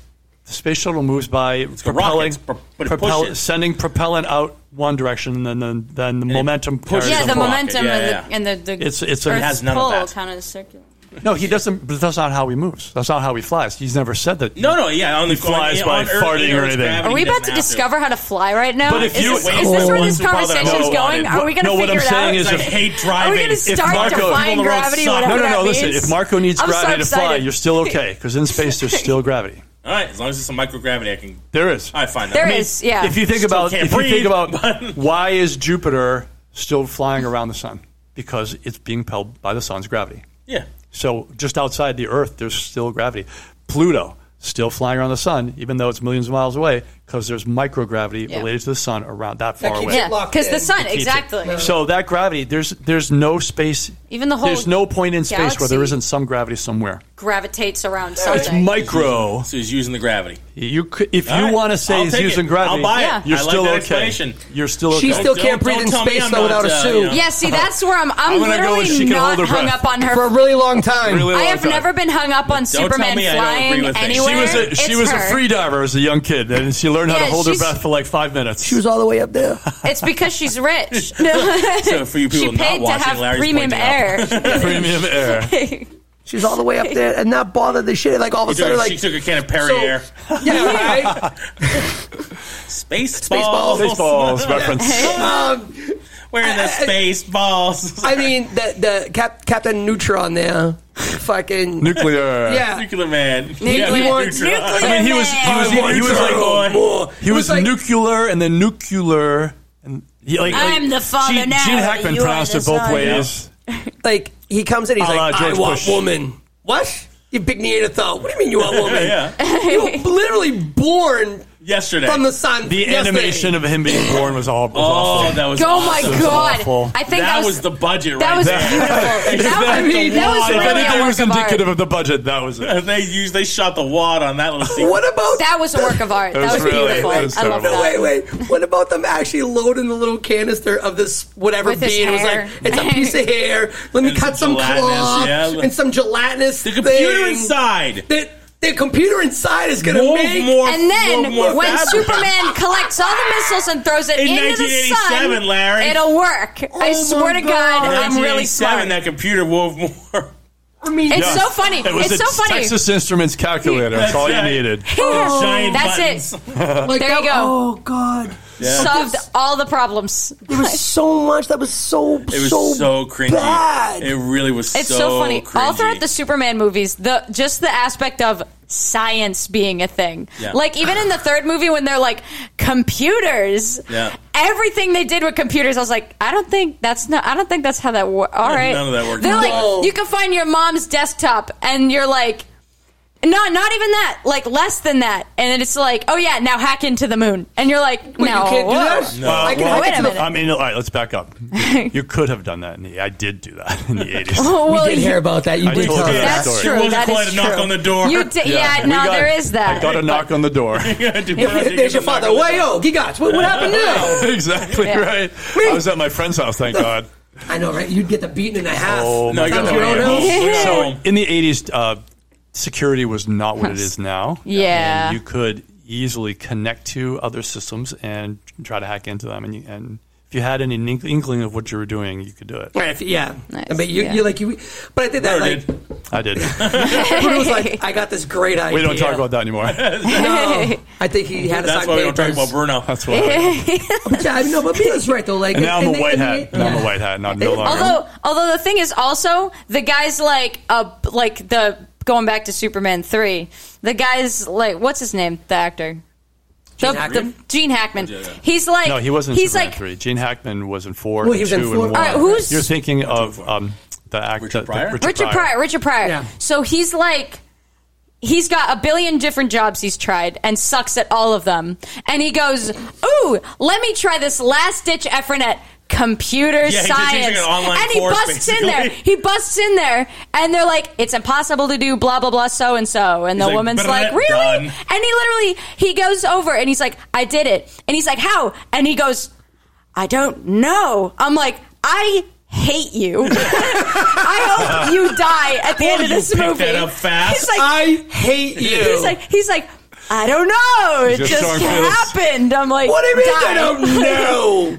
[SPEAKER 6] the space shuttle moves by
[SPEAKER 3] got
[SPEAKER 6] propelling,
[SPEAKER 3] rockets, pro- but it
[SPEAKER 6] propel-
[SPEAKER 3] pushes.
[SPEAKER 6] sending propellant out one direction, and then then the momentum
[SPEAKER 3] pushes
[SPEAKER 6] pushes.
[SPEAKER 7] yeah,
[SPEAKER 3] There's
[SPEAKER 7] the
[SPEAKER 3] a
[SPEAKER 6] them.
[SPEAKER 3] moment.
[SPEAKER 7] momentum
[SPEAKER 3] Yeah,
[SPEAKER 7] and,
[SPEAKER 3] yeah, yeah.
[SPEAKER 7] The, and the, the
[SPEAKER 6] It's- it's a- It
[SPEAKER 7] Earth's
[SPEAKER 3] has none of
[SPEAKER 7] pull
[SPEAKER 3] that.
[SPEAKER 7] kind of circular.
[SPEAKER 6] No, he doesn't. But that's not how he moves. That's not how he flies. He's never said that.
[SPEAKER 3] No, no, yeah. On the
[SPEAKER 6] He flies
[SPEAKER 3] on,
[SPEAKER 6] by
[SPEAKER 3] on Earth,
[SPEAKER 6] farting
[SPEAKER 3] you know,
[SPEAKER 6] or
[SPEAKER 3] it's
[SPEAKER 6] anything.
[SPEAKER 3] gravity,
[SPEAKER 7] Are we
[SPEAKER 3] he
[SPEAKER 7] about
[SPEAKER 3] doesn't
[SPEAKER 7] to
[SPEAKER 3] have
[SPEAKER 7] discover how to fly right now?
[SPEAKER 6] But if
[SPEAKER 7] is,
[SPEAKER 6] you-
[SPEAKER 7] this, is this where this
[SPEAKER 3] Oh,
[SPEAKER 7] conversation's
[SPEAKER 3] no,
[SPEAKER 7] going?
[SPEAKER 3] no,
[SPEAKER 7] Are we going to
[SPEAKER 6] no, what
[SPEAKER 7] figure
[SPEAKER 6] I'm
[SPEAKER 7] it
[SPEAKER 6] saying
[SPEAKER 7] out?
[SPEAKER 6] is
[SPEAKER 3] It's
[SPEAKER 6] if-
[SPEAKER 3] like hate
[SPEAKER 7] Are we
[SPEAKER 3] driving.
[SPEAKER 7] going to
[SPEAKER 6] If
[SPEAKER 7] start
[SPEAKER 6] Marco-
[SPEAKER 7] defying
[SPEAKER 3] People around
[SPEAKER 7] gravity?
[SPEAKER 3] suck.
[SPEAKER 7] whatever
[SPEAKER 6] no, no,
[SPEAKER 7] that
[SPEAKER 6] no. Listen,
[SPEAKER 7] means?
[SPEAKER 6] if Marco needs
[SPEAKER 7] I'm so
[SPEAKER 6] gravity to fly,
[SPEAKER 7] excited.
[SPEAKER 6] you're still okay because in space there's still gravity.
[SPEAKER 3] All right, as long as there's some microgravity, I can.
[SPEAKER 6] There is.
[SPEAKER 3] I find that.
[SPEAKER 7] There
[SPEAKER 3] I mean,
[SPEAKER 7] is, yeah.
[SPEAKER 6] If you think
[SPEAKER 3] Still
[SPEAKER 6] about,
[SPEAKER 3] can't
[SPEAKER 6] if you think
[SPEAKER 3] breathe,
[SPEAKER 6] about,
[SPEAKER 3] but-
[SPEAKER 6] why is Jupiter still flying around the sun? Because it's being propelled by the sun's gravity.
[SPEAKER 3] Yeah.
[SPEAKER 6] So just outside the Earth, there's still gravity. Pluto still flying around the sun, even though it's millions of miles away, because there's microgravity
[SPEAKER 7] Yeah.
[SPEAKER 6] related to the sun around that far
[SPEAKER 4] keeps
[SPEAKER 6] away.
[SPEAKER 4] it
[SPEAKER 7] yeah,
[SPEAKER 4] locked
[SPEAKER 7] because the
[SPEAKER 4] in.
[SPEAKER 7] sun,
[SPEAKER 6] Keeps it.
[SPEAKER 7] exactly.
[SPEAKER 6] So that gravity, there's there's no space.
[SPEAKER 7] Even the whole
[SPEAKER 6] there's no point in space where
[SPEAKER 7] galaxy-
[SPEAKER 6] there isn't some gravity somewhere.
[SPEAKER 7] Gravitates around
[SPEAKER 6] It's
[SPEAKER 7] something.
[SPEAKER 6] micro.
[SPEAKER 3] So he's using the gravity.
[SPEAKER 6] You could, if
[SPEAKER 3] All
[SPEAKER 6] you
[SPEAKER 3] right,
[SPEAKER 6] want to say
[SPEAKER 3] I'll
[SPEAKER 6] he's
[SPEAKER 3] take
[SPEAKER 6] using
[SPEAKER 3] it.
[SPEAKER 6] gravity,
[SPEAKER 3] I'll buy it.
[SPEAKER 7] Yeah.
[SPEAKER 6] you're
[SPEAKER 3] I like
[SPEAKER 6] still
[SPEAKER 3] that
[SPEAKER 6] okay.
[SPEAKER 3] explanation.
[SPEAKER 6] You're still okay.
[SPEAKER 4] She still
[SPEAKER 3] Don't-
[SPEAKER 4] can't breathe
[SPEAKER 3] don't
[SPEAKER 4] in
[SPEAKER 3] tell me
[SPEAKER 4] space
[SPEAKER 3] I'm
[SPEAKER 4] though
[SPEAKER 3] not,
[SPEAKER 4] without a
[SPEAKER 3] uh,
[SPEAKER 4] suit
[SPEAKER 3] you know.
[SPEAKER 7] Yeah, see, that's where I'm. I'm,
[SPEAKER 6] I'm gonna go with she
[SPEAKER 7] literally
[SPEAKER 6] can
[SPEAKER 7] not
[SPEAKER 6] hold her
[SPEAKER 7] hung
[SPEAKER 6] breath.
[SPEAKER 7] up on her.
[SPEAKER 4] for a really long time.
[SPEAKER 6] Really
[SPEAKER 7] I
[SPEAKER 6] long
[SPEAKER 7] have
[SPEAKER 6] time.
[SPEAKER 7] never been hung up on
[SPEAKER 3] tell
[SPEAKER 7] Superman
[SPEAKER 3] me I don't agree
[SPEAKER 7] flying
[SPEAKER 3] with things. She
[SPEAKER 7] anywhere.
[SPEAKER 6] She was a, she
[SPEAKER 7] It's
[SPEAKER 6] was a
[SPEAKER 7] her.
[SPEAKER 6] free diver as a young kid, and she learned how
[SPEAKER 7] Yeah,
[SPEAKER 6] to hold her
[SPEAKER 7] she's-
[SPEAKER 6] breath for like five minutes.
[SPEAKER 4] She was all the way up there.
[SPEAKER 7] It's because she's rich.
[SPEAKER 3] So for you people
[SPEAKER 7] she
[SPEAKER 3] not
[SPEAKER 7] paid to
[SPEAKER 3] watching,
[SPEAKER 7] have
[SPEAKER 3] Larry's
[SPEAKER 7] premium
[SPEAKER 3] pointing out.
[SPEAKER 7] air.
[SPEAKER 6] premium air.
[SPEAKER 4] She's all the way up there and not bothered the shit. Like all of a
[SPEAKER 3] She took-
[SPEAKER 4] sudden,
[SPEAKER 3] she
[SPEAKER 4] like
[SPEAKER 3] took a can of Perrier.
[SPEAKER 4] yeah, right.
[SPEAKER 3] Space
[SPEAKER 4] Spaceballs.
[SPEAKER 3] balls.
[SPEAKER 6] Baseballs reference.
[SPEAKER 4] Um,
[SPEAKER 3] Wearing the space balls.
[SPEAKER 4] I mean, the the Cap, Captain Neutron there, fucking
[SPEAKER 6] Nuclear.
[SPEAKER 4] yeah.
[SPEAKER 3] Nuclear man.
[SPEAKER 7] Nuclear-
[SPEAKER 3] Yeah,
[SPEAKER 4] wants-
[SPEAKER 3] neutron.
[SPEAKER 7] Nuclear
[SPEAKER 6] I mean, he was he was,
[SPEAKER 3] I want
[SPEAKER 6] he was
[SPEAKER 3] your
[SPEAKER 6] like
[SPEAKER 3] boy.
[SPEAKER 6] he was,
[SPEAKER 4] was like-
[SPEAKER 6] nuclear and then nuclear and he, like,
[SPEAKER 7] I'm
[SPEAKER 6] like,
[SPEAKER 7] the father
[SPEAKER 6] Gene,
[SPEAKER 7] now,
[SPEAKER 6] Gene Hackman
[SPEAKER 7] you are
[SPEAKER 6] pronounced
[SPEAKER 7] the
[SPEAKER 6] it both
[SPEAKER 7] son.
[SPEAKER 6] ways.
[SPEAKER 4] Like he comes in, he's
[SPEAKER 6] A la
[SPEAKER 4] like,
[SPEAKER 6] George
[SPEAKER 4] "I want
[SPEAKER 6] Bush."
[SPEAKER 4] woman." What? You big Neanderthal. What do you mean you want woman?
[SPEAKER 3] Yeah.
[SPEAKER 4] You were literally born
[SPEAKER 3] Yesterday.
[SPEAKER 4] from the sun.
[SPEAKER 6] The
[SPEAKER 4] yesterday.
[SPEAKER 6] animation of him being born was all. Was
[SPEAKER 3] Oh,
[SPEAKER 6] awful.
[SPEAKER 3] that was.
[SPEAKER 7] Oh my
[SPEAKER 3] awesome.
[SPEAKER 7] god!
[SPEAKER 6] awful.
[SPEAKER 7] I think
[SPEAKER 3] that
[SPEAKER 7] that,
[SPEAKER 3] was the budget
[SPEAKER 7] that
[SPEAKER 3] right
[SPEAKER 7] was
[SPEAKER 3] there.
[SPEAKER 7] beautiful. that, was-
[SPEAKER 4] mean,
[SPEAKER 7] that was
[SPEAKER 6] if
[SPEAKER 7] really
[SPEAKER 6] anything
[SPEAKER 7] a work
[SPEAKER 6] was
[SPEAKER 7] of art.
[SPEAKER 6] indicative of the budget, that was it.
[SPEAKER 3] And they used they shot the wad on that little scene.
[SPEAKER 4] What about
[SPEAKER 7] That was a work of art.
[SPEAKER 6] It
[SPEAKER 7] That
[SPEAKER 6] was
[SPEAKER 7] was,
[SPEAKER 6] really-
[SPEAKER 7] beautiful.
[SPEAKER 6] it was
[SPEAKER 7] I love
[SPEAKER 6] terrible.
[SPEAKER 7] that.
[SPEAKER 4] Wait, wait. What about them actually loading the little canister of this whatever
[SPEAKER 7] With his
[SPEAKER 4] bean? It was
[SPEAKER 7] hair.
[SPEAKER 4] like it's a piece of hair. Let me
[SPEAKER 3] And
[SPEAKER 4] cut
[SPEAKER 3] some
[SPEAKER 4] some
[SPEAKER 3] gelatinous,
[SPEAKER 4] cloth
[SPEAKER 3] yeah.
[SPEAKER 4] and some gelatinous.
[SPEAKER 3] the computer
[SPEAKER 4] thing.
[SPEAKER 3] inside?
[SPEAKER 4] The, the computer inside is going to
[SPEAKER 3] Wove
[SPEAKER 4] make
[SPEAKER 3] more-
[SPEAKER 7] And
[SPEAKER 3] One
[SPEAKER 7] then
[SPEAKER 3] more
[SPEAKER 7] when
[SPEAKER 3] fabric.
[SPEAKER 7] Superman collects all the missiles and throws it
[SPEAKER 3] In
[SPEAKER 7] into the
[SPEAKER 3] 1987,
[SPEAKER 7] sun,
[SPEAKER 3] Larry.
[SPEAKER 7] it'll work. I
[SPEAKER 4] Oh
[SPEAKER 7] swear
[SPEAKER 4] my
[SPEAKER 7] to God,
[SPEAKER 4] God.
[SPEAKER 7] I'm
[SPEAKER 3] 1987,
[SPEAKER 7] really smart.
[SPEAKER 3] That computer wove more.
[SPEAKER 4] I mean,
[SPEAKER 7] It's so funny.
[SPEAKER 6] It was
[SPEAKER 7] It's
[SPEAKER 6] the
[SPEAKER 7] so funny.
[SPEAKER 6] Texas Instruments calculator. That's all you
[SPEAKER 3] That's right.
[SPEAKER 6] needed.
[SPEAKER 3] giant
[SPEAKER 7] That's
[SPEAKER 3] buttons.
[SPEAKER 7] it.
[SPEAKER 4] like
[SPEAKER 7] there you
[SPEAKER 4] that-
[SPEAKER 7] go.
[SPEAKER 4] Oh God,
[SPEAKER 7] Solved all the problems.
[SPEAKER 4] there was so much that was so
[SPEAKER 3] It was
[SPEAKER 4] so,
[SPEAKER 3] so, cringy.
[SPEAKER 4] bad.
[SPEAKER 3] It really was.
[SPEAKER 7] It's so,
[SPEAKER 3] so,
[SPEAKER 7] funny.
[SPEAKER 3] Cringy.
[SPEAKER 7] All throughout the Superman movies, the just the aspect of science being a thing.
[SPEAKER 3] Yeah.
[SPEAKER 7] Like even in the third movie when they're like computers,
[SPEAKER 3] Yeah.
[SPEAKER 7] everything they did with computers, I was like, I don't think that's not. I don't think that's how that works. All
[SPEAKER 3] Yeah,
[SPEAKER 7] right,
[SPEAKER 3] none of that worked
[SPEAKER 7] They're
[SPEAKER 3] out.
[SPEAKER 7] like,
[SPEAKER 4] No.
[SPEAKER 7] you can find your mom's desktop, and you're like. No, not even that. Like less than that, and then it's like, oh yeah, now hack into the moon, and you're like, no,
[SPEAKER 4] Wait, you can't do that?
[SPEAKER 6] No,
[SPEAKER 4] I can
[SPEAKER 6] well,
[SPEAKER 4] hack
[SPEAKER 7] wait a
[SPEAKER 4] into the
[SPEAKER 7] minute.
[SPEAKER 6] I mean, all right, let's back up. You could have done that. In the, I did do that in the 80s.
[SPEAKER 7] Oh,
[SPEAKER 4] We
[SPEAKER 7] well,
[SPEAKER 4] did
[SPEAKER 7] you-
[SPEAKER 4] hear about that. You
[SPEAKER 6] I
[SPEAKER 4] did
[SPEAKER 6] told
[SPEAKER 4] tell
[SPEAKER 6] you
[SPEAKER 4] us.
[SPEAKER 6] that
[SPEAKER 4] that.
[SPEAKER 7] That's
[SPEAKER 6] story.
[SPEAKER 7] true.
[SPEAKER 3] It wasn't
[SPEAKER 7] that
[SPEAKER 3] quite
[SPEAKER 7] is
[SPEAKER 3] a knock
[SPEAKER 7] true.
[SPEAKER 3] on the door.
[SPEAKER 7] You did, yeah,
[SPEAKER 6] we
[SPEAKER 7] no,
[SPEAKER 6] got-
[SPEAKER 7] there is
[SPEAKER 6] I
[SPEAKER 7] that.
[SPEAKER 6] got a knock on the door.
[SPEAKER 4] If- There's your father. Way oh, Gigots. What, what happened now?
[SPEAKER 6] exactly
[SPEAKER 7] Yeah.
[SPEAKER 6] right. I was at my friend's house, thank God.
[SPEAKER 4] I know, right? You'd get the beaten and a half.
[SPEAKER 3] No, you got
[SPEAKER 4] Come
[SPEAKER 3] to
[SPEAKER 4] to your
[SPEAKER 3] go
[SPEAKER 4] own
[SPEAKER 3] home.
[SPEAKER 4] house.
[SPEAKER 3] We got
[SPEAKER 6] So
[SPEAKER 3] home.
[SPEAKER 6] in the 80s, uh, security was not what it is now.
[SPEAKER 7] Yeah.
[SPEAKER 6] And you could easily connect to other systems and try to hack into them. And, you, and if you had any ink- inkling of what you were doing, you could do it.
[SPEAKER 4] Right, if- yeah,
[SPEAKER 7] Nice,
[SPEAKER 4] but you,
[SPEAKER 7] yeah.
[SPEAKER 4] you like you, but I did that like,
[SPEAKER 3] Murdered.
[SPEAKER 6] I did.
[SPEAKER 4] Bruno was like, I got this great idea.
[SPEAKER 6] we don't talk about that anymore. That's
[SPEAKER 4] No, I think he had us
[SPEAKER 3] That's
[SPEAKER 4] on
[SPEAKER 3] why we don't talk
[SPEAKER 4] papers.
[SPEAKER 3] about Bruno.
[SPEAKER 6] what I
[SPEAKER 4] But yeah, I know, but Mila's right though. Like,
[SPEAKER 6] and now I'm
[SPEAKER 4] in
[SPEAKER 6] a
[SPEAKER 4] the-
[SPEAKER 6] white
[SPEAKER 4] in the-
[SPEAKER 6] hat. Now I'm a
[SPEAKER 4] yeah.
[SPEAKER 6] white hat. Not no longer.
[SPEAKER 7] Although, although the thing is also the guys like uh like the going back to Superman three, the guys like what's his name, the actor, Gene the,
[SPEAKER 4] Hackman?
[SPEAKER 7] the- Gene Hackman.
[SPEAKER 3] Yeah, yeah.
[SPEAKER 7] He's like
[SPEAKER 6] no, he wasn't in
[SPEAKER 7] He's
[SPEAKER 6] Superman
[SPEAKER 7] like
[SPEAKER 6] 3. Gene Hackman was in 4,
[SPEAKER 4] Well, he was in
[SPEAKER 6] and 2,
[SPEAKER 4] four.
[SPEAKER 6] and 1.
[SPEAKER 4] All
[SPEAKER 7] right, who's-
[SPEAKER 6] You're thinking of um, the actor.
[SPEAKER 3] Richard Pryor?
[SPEAKER 7] Richard Pryor. Richard Pryor.
[SPEAKER 4] Yeah.
[SPEAKER 7] So he's like. He's got a billion different jobs he's tried and sucks at all of them. And he goes, "Ooh, let me try this last ditch effort at computer
[SPEAKER 3] he takes, like,
[SPEAKER 7] science."
[SPEAKER 3] an online
[SPEAKER 7] and he
[SPEAKER 3] course,
[SPEAKER 7] busts in there.
[SPEAKER 3] basically.
[SPEAKER 7] He busts in there, and they're like, "It's impossible to do blah blah blah so and so." And the
[SPEAKER 3] like,
[SPEAKER 7] woman's
[SPEAKER 3] "Brr,
[SPEAKER 7] like, "Really?"
[SPEAKER 3] done."
[SPEAKER 7] And he literally he goes over and he's like, "I did it." And he's like, "How?" And he goes, I don't know. I'm like, I hate you. I hope you die at the end of
[SPEAKER 3] you
[SPEAKER 7] this
[SPEAKER 3] picked
[SPEAKER 7] movie.
[SPEAKER 3] that up fast.
[SPEAKER 7] He's like,
[SPEAKER 4] I hate you.
[SPEAKER 7] he's like, he's like, I don't know. It
[SPEAKER 6] Just
[SPEAKER 7] just,
[SPEAKER 6] strong feelings.
[SPEAKER 7] happened. I'm like,
[SPEAKER 4] what do you mean?
[SPEAKER 7] die.
[SPEAKER 4] I don't know.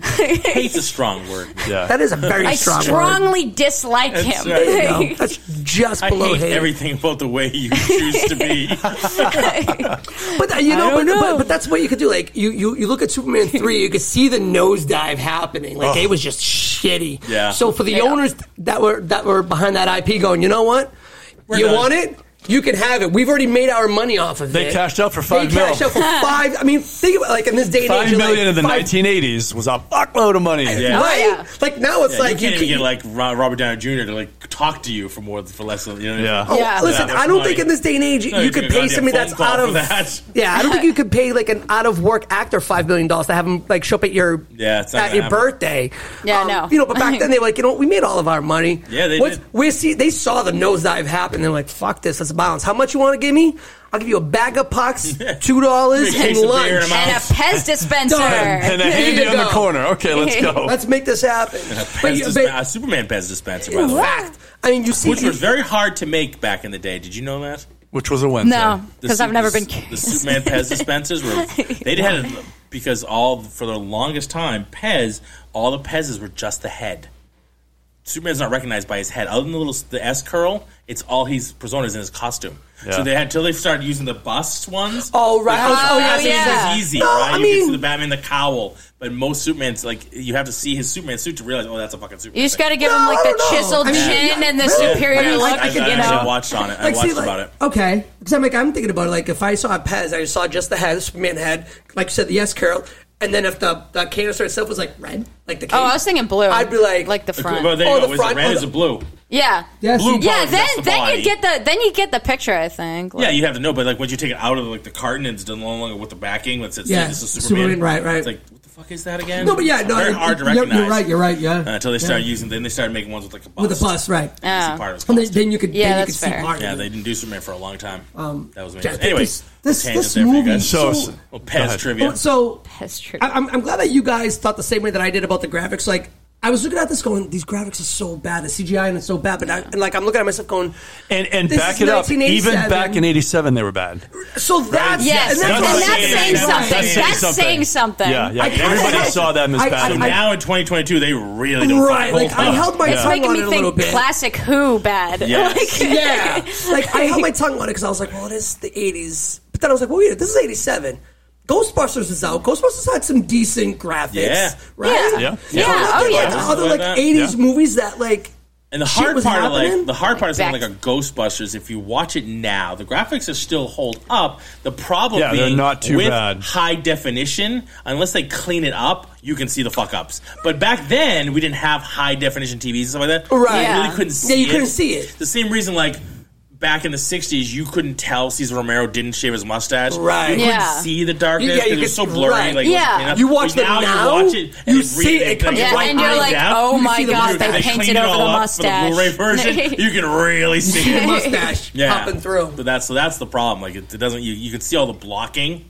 [SPEAKER 3] Hate's a strong word.
[SPEAKER 6] Yeah.
[SPEAKER 4] That is a very
[SPEAKER 7] I
[SPEAKER 4] strong word.
[SPEAKER 7] strongly dislike
[SPEAKER 3] That's
[SPEAKER 7] him.
[SPEAKER 3] right.
[SPEAKER 4] You know, that's just
[SPEAKER 3] I
[SPEAKER 4] below
[SPEAKER 3] hate
[SPEAKER 4] hate.
[SPEAKER 3] everything about the way you choose to be.
[SPEAKER 4] But uh, you know,
[SPEAKER 7] don't
[SPEAKER 4] but, But,
[SPEAKER 7] know.
[SPEAKER 4] but that's what you could do. Like you, you, you look at Superman three, you could see the nosedive happening. Like it was just shitty.
[SPEAKER 3] Yeah.
[SPEAKER 4] So for the
[SPEAKER 7] Yeah.
[SPEAKER 4] owners that were that were behind that IP, going, you know what, you
[SPEAKER 3] done.
[SPEAKER 4] want it. You can have it. We've already made our money off of
[SPEAKER 6] They
[SPEAKER 4] it.
[SPEAKER 6] cashed out for five
[SPEAKER 4] They cashed
[SPEAKER 6] mil.
[SPEAKER 4] out for five. I mean, think about like in this day and age,
[SPEAKER 6] Five
[SPEAKER 4] you're
[SPEAKER 6] million in
[SPEAKER 4] like,
[SPEAKER 6] the
[SPEAKER 4] five-
[SPEAKER 6] 1980s was a fuckload of money.
[SPEAKER 3] Yeah.
[SPEAKER 4] Right?
[SPEAKER 7] Oh, yeah.
[SPEAKER 4] Like now it's
[SPEAKER 3] Yeah,
[SPEAKER 4] like
[SPEAKER 3] you can't
[SPEAKER 4] can-
[SPEAKER 3] even get like Ro- Robert Downey Jr. to like talk to you for more for less. than- You know,
[SPEAKER 6] Yeah.
[SPEAKER 4] Oh,
[SPEAKER 7] Yeah.
[SPEAKER 4] Listen,
[SPEAKER 3] Yeah,
[SPEAKER 4] I don't
[SPEAKER 3] that's
[SPEAKER 4] think in this day and age
[SPEAKER 3] No,
[SPEAKER 4] you
[SPEAKER 3] you
[SPEAKER 4] could
[SPEAKER 3] could've
[SPEAKER 4] pay
[SPEAKER 3] gotten a
[SPEAKER 4] somebody
[SPEAKER 3] phone
[SPEAKER 4] that's
[SPEAKER 3] call
[SPEAKER 4] out
[SPEAKER 3] for
[SPEAKER 4] of
[SPEAKER 3] that.
[SPEAKER 4] Yeah, I don't think you could pay like an out of work actor five million dollars to have him like show up at your
[SPEAKER 3] Yeah, it's not
[SPEAKER 4] at
[SPEAKER 3] gonna
[SPEAKER 4] your
[SPEAKER 3] happen.
[SPEAKER 4] birthday. Um,
[SPEAKER 7] Yeah, no.
[SPEAKER 4] You know, but back then they were like, you know, we made all of our money.
[SPEAKER 3] Yeah, they
[SPEAKER 4] What's-
[SPEAKER 3] did.
[SPEAKER 4] We see they saw the nosedive happen. They're like, fuck this, let's balance. How much you want to give me? I'll give you a bag of pucks, two dollars,
[SPEAKER 3] Big
[SPEAKER 4] and
[SPEAKER 3] case of beer and
[SPEAKER 4] lunch.
[SPEAKER 3] a
[SPEAKER 7] And a Pez dispenser.
[SPEAKER 4] Done.
[SPEAKER 6] And a
[SPEAKER 4] There
[SPEAKER 6] handy
[SPEAKER 4] you
[SPEAKER 6] on the
[SPEAKER 4] go.
[SPEAKER 6] corner. Okay, let's go.
[SPEAKER 4] Let's make this happen.
[SPEAKER 3] Pez
[SPEAKER 4] you-
[SPEAKER 3] dispen- a Superman Pez dispenser, by the way.
[SPEAKER 4] fact, I mean, you see,
[SPEAKER 3] Which was very hard to make back in the day. Did you know that?
[SPEAKER 6] Which was a Wednesday.
[SPEAKER 7] no,
[SPEAKER 3] The
[SPEAKER 7] because I've
[SPEAKER 3] Sup-
[SPEAKER 7] never
[SPEAKER 3] the,
[SPEAKER 7] been
[SPEAKER 3] Su- The
[SPEAKER 7] curious.
[SPEAKER 3] Superman Pez dispensers were they had a, because all for the longest time Pez all the Pez's were just the head. Superman's not recognized by his head. Other than the little s- the S curl, it's all his persona is in his costume.
[SPEAKER 6] Yeah.
[SPEAKER 3] So they had until they started using the bust ones.
[SPEAKER 4] Oh, right.
[SPEAKER 3] because
[SPEAKER 4] Oh,
[SPEAKER 3] Pez's
[SPEAKER 7] yeah.
[SPEAKER 3] is easy,
[SPEAKER 4] No,
[SPEAKER 3] right?
[SPEAKER 4] I
[SPEAKER 3] you
[SPEAKER 4] mean-
[SPEAKER 3] can see the Batman the cowl, but most Superman's like you have to see his Superman suit to realize, oh, that's a fucking Superman.
[SPEAKER 7] You just
[SPEAKER 3] thing.
[SPEAKER 7] got to give
[SPEAKER 4] No,
[SPEAKER 7] him like
[SPEAKER 4] I
[SPEAKER 7] the
[SPEAKER 4] don't know.
[SPEAKER 7] chiseled
[SPEAKER 4] I mean,
[SPEAKER 7] chin
[SPEAKER 4] yeah,
[SPEAKER 7] and the
[SPEAKER 4] really?
[SPEAKER 7] superior
[SPEAKER 3] Yeah,
[SPEAKER 7] look.
[SPEAKER 3] I, I,
[SPEAKER 7] you
[SPEAKER 3] I
[SPEAKER 7] know,
[SPEAKER 3] actually watched on it. I
[SPEAKER 4] Like,
[SPEAKER 3] watched
[SPEAKER 4] see, like, oh,
[SPEAKER 3] about it.
[SPEAKER 4] Okay, because I'm like I'm thinking about it. Like if I saw a Pez, I saw just the head, Superman head, like you said, the S curl, and then if the, the canister itself was like red, like the
[SPEAKER 7] Oh, I was thinking blue.
[SPEAKER 4] I'd be like,
[SPEAKER 7] like the front.
[SPEAKER 3] Well, there you
[SPEAKER 4] Oh,
[SPEAKER 3] go.
[SPEAKER 4] the
[SPEAKER 3] It was the
[SPEAKER 4] front-
[SPEAKER 3] red
[SPEAKER 4] oh,
[SPEAKER 3] is
[SPEAKER 4] the-
[SPEAKER 3] a blue.
[SPEAKER 7] yeah,
[SPEAKER 4] Yes,
[SPEAKER 3] Blue
[SPEAKER 4] you-
[SPEAKER 3] bar.
[SPEAKER 7] yeah.
[SPEAKER 3] That's
[SPEAKER 7] Then
[SPEAKER 3] the
[SPEAKER 7] then
[SPEAKER 3] body.
[SPEAKER 7] you get the then you get the picture. I think. Like-
[SPEAKER 3] Yeah, you have to know, but like once you take it out of like the carton, it's done no longer with the backing. Let's say
[SPEAKER 4] Yeah,
[SPEAKER 3] this is Superman.
[SPEAKER 4] Superman, right, right.
[SPEAKER 3] It's like what the fuck is that again?
[SPEAKER 4] No, but yeah, no,
[SPEAKER 3] very
[SPEAKER 4] it-
[SPEAKER 3] hard to
[SPEAKER 4] it- you're-
[SPEAKER 3] recognize.
[SPEAKER 4] you're right, you're right, yeah.
[SPEAKER 3] Uh, until they
[SPEAKER 4] Yeah.
[SPEAKER 3] started using, then they started making ones with like a bust.
[SPEAKER 4] with a bus, right?
[SPEAKER 3] You
[SPEAKER 7] Yeah.
[SPEAKER 3] see part of his
[SPEAKER 4] And then,
[SPEAKER 3] bust.
[SPEAKER 4] then you could
[SPEAKER 7] Yeah,
[SPEAKER 4] then you
[SPEAKER 7] that's
[SPEAKER 4] could see
[SPEAKER 7] fair.
[SPEAKER 4] part. of
[SPEAKER 3] yeah,
[SPEAKER 4] it.
[SPEAKER 3] they didn't do Superman for a long time. that was
[SPEAKER 4] Um, yeah,
[SPEAKER 3] amazing. Anyway,
[SPEAKER 4] this- this-
[SPEAKER 3] tangent
[SPEAKER 4] this
[SPEAKER 3] there for you
[SPEAKER 4] movie-
[SPEAKER 3] guys.
[SPEAKER 6] So,
[SPEAKER 4] So-
[SPEAKER 3] Well,
[SPEAKER 6] Go
[SPEAKER 3] Pez
[SPEAKER 6] ahead.
[SPEAKER 3] trivia.
[SPEAKER 4] But Oh, so
[SPEAKER 7] That's true.
[SPEAKER 4] I, I'm, I'm glad that you guys thought the same way that I did about the graphics. Like I was looking at this going, these graphics are so bad, the CGI and it's so bad, but I, and like I'm looking at myself going,
[SPEAKER 6] and and
[SPEAKER 4] This
[SPEAKER 6] back
[SPEAKER 4] is
[SPEAKER 6] it up. Even
[SPEAKER 4] 1987.
[SPEAKER 6] back in '87, they were bad.
[SPEAKER 4] so that's
[SPEAKER 7] Yes, and
[SPEAKER 4] and that's,
[SPEAKER 7] that's,
[SPEAKER 4] what I'm
[SPEAKER 7] saying something.
[SPEAKER 6] That's saying something.
[SPEAKER 7] something.
[SPEAKER 6] Yeah, yeah.
[SPEAKER 4] I-
[SPEAKER 6] Everybody
[SPEAKER 4] I-
[SPEAKER 6] saw them as
[SPEAKER 4] I-
[SPEAKER 6] bad.
[SPEAKER 4] I-
[SPEAKER 3] so
[SPEAKER 4] I-
[SPEAKER 3] now in 2022, they really don't.
[SPEAKER 4] Right,
[SPEAKER 3] fucking
[SPEAKER 4] like
[SPEAKER 3] hold
[SPEAKER 4] I
[SPEAKER 3] up.
[SPEAKER 4] held my
[SPEAKER 7] It's
[SPEAKER 4] tongue
[SPEAKER 7] making
[SPEAKER 4] on it
[SPEAKER 7] me
[SPEAKER 4] a little
[SPEAKER 7] think
[SPEAKER 4] bit.
[SPEAKER 7] classic Who bad.
[SPEAKER 3] Yes.
[SPEAKER 7] Like-
[SPEAKER 4] yeah. Like I held my tongue on it because I was like, well, it is the '80s. But then I was like, well, wait, this is '87. Ghostbusters is out. Ghostbusters had some decent graphics,
[SPEAKER 3] Yeah.
[SPEAKER 4] right?
[SPEAKER 7] Yeah.
[SPEAKER 6] Yeah. Yeah.
[SPEAKER 4] I'm looking
[SPEAKER 7] Oh,
[SPEAKER 4] at
[SPEAKER 7] yeah.
[SPEAKER 4] Other like
[SPEAKER 3] Yeah.
[SPEAKER 4] '80s movies that like.
[SPEAKER 3] And the
[SPEAKER 4] shit
[SPEAKER 3] hard
[SPEAKER 4] was
[SPEAKER 3] part of like
[SPEAKER 4] happening.
[SPEAKER 3] the hard part is something like
[SPEAKER 7] Back-
[SPEAKER 3] a Ghostbusters. If you watch it now, the graphics are still hold up. The problem
[SPEAKER 6] Yeah, they're
[SPEAKER 3] being
[SPEAKER 6] not too
[SPEAKER 3] with
[SPEAKER 6] bad.
[SPEAKER 3] high definition, unless they clean it up, you can see the fuck ups. But back then, we didn't have high definition TVs and stuff like that.
[SPEAKER 4] Right.
[SPEAKER 3] you
[SPEAKER 7] Yeah.
[SPEAKER 3] really couldn't
[SPEAKER 4] Yeah,
[SPEAKER 3] see.
[SPEAKER 4] you
[SPEAKER 3] it.
[SPEAKER 4] couldn't see it.
[SPEAKER 3] The same reason like. back in the '60s, you couldn't tell Cesar Romero didn't shave his mustache.
[SPEAKER 4] Right.
[SPEAKER 3] You couldn't
[SPEAKER 7] Yeah.
[SPEAKER 3] see the darkness.
[SPEAKER 4] Yeah, you
[SPEAKER 3] 'cause it
[SPEAKER 4] could-
[SPEAKER 3] was so blurry.
[SPEAKER 4] right.
[SPEAKER 3] Like, it wasn't
[SPEAKER 7] Yeah.
[SPEAKER 3] enough.
[SPEAKER 4] You watch
[SPEAKER 3] But
[SPEAKER 4] them
[SPEAKER 3] now,
[SPEAKER 4] now,
[SPEAKER 3] You watch it. and
[SPEAKER 4] you
[SPEAKER 3] it
[SPEAKER 4] see
[SPEAKER 3] really-
[SPEAKER 4] it comes
[SPEAKER 7] Yeah,
[SPEAKER 4] right
[SPEAKER 7] and you're
[SPEAKER 4] out
[SPEAKER 7] like,
[SPEAKER 3] down.
[SPEAKER 7] oh
[SPEAKER 4] You
[SPEAKER 7] my
[SPEAKER 4] see the
[SPEAKER 7] god,
[SPEAKER 4] weird
[SPEAKER 7] they
[SPEAKER 4] guy
[SPEAKER 7] painted
[SPEAKER 3] Clean it
[SPEAKER 7] over the
[SPEAKER 3] all up for
[SPEAKER 7] mustache.
[SPEAKER 3] Blu-ray version, you can really see it.
[SPEAKER 4] mustache
[SPEAKER 3] Yeah.
[SPEAKER 4] popping through.
[SPEAKER 3] But that's so that's the problem. Like it, it doesn't. You, you can see all the blocking.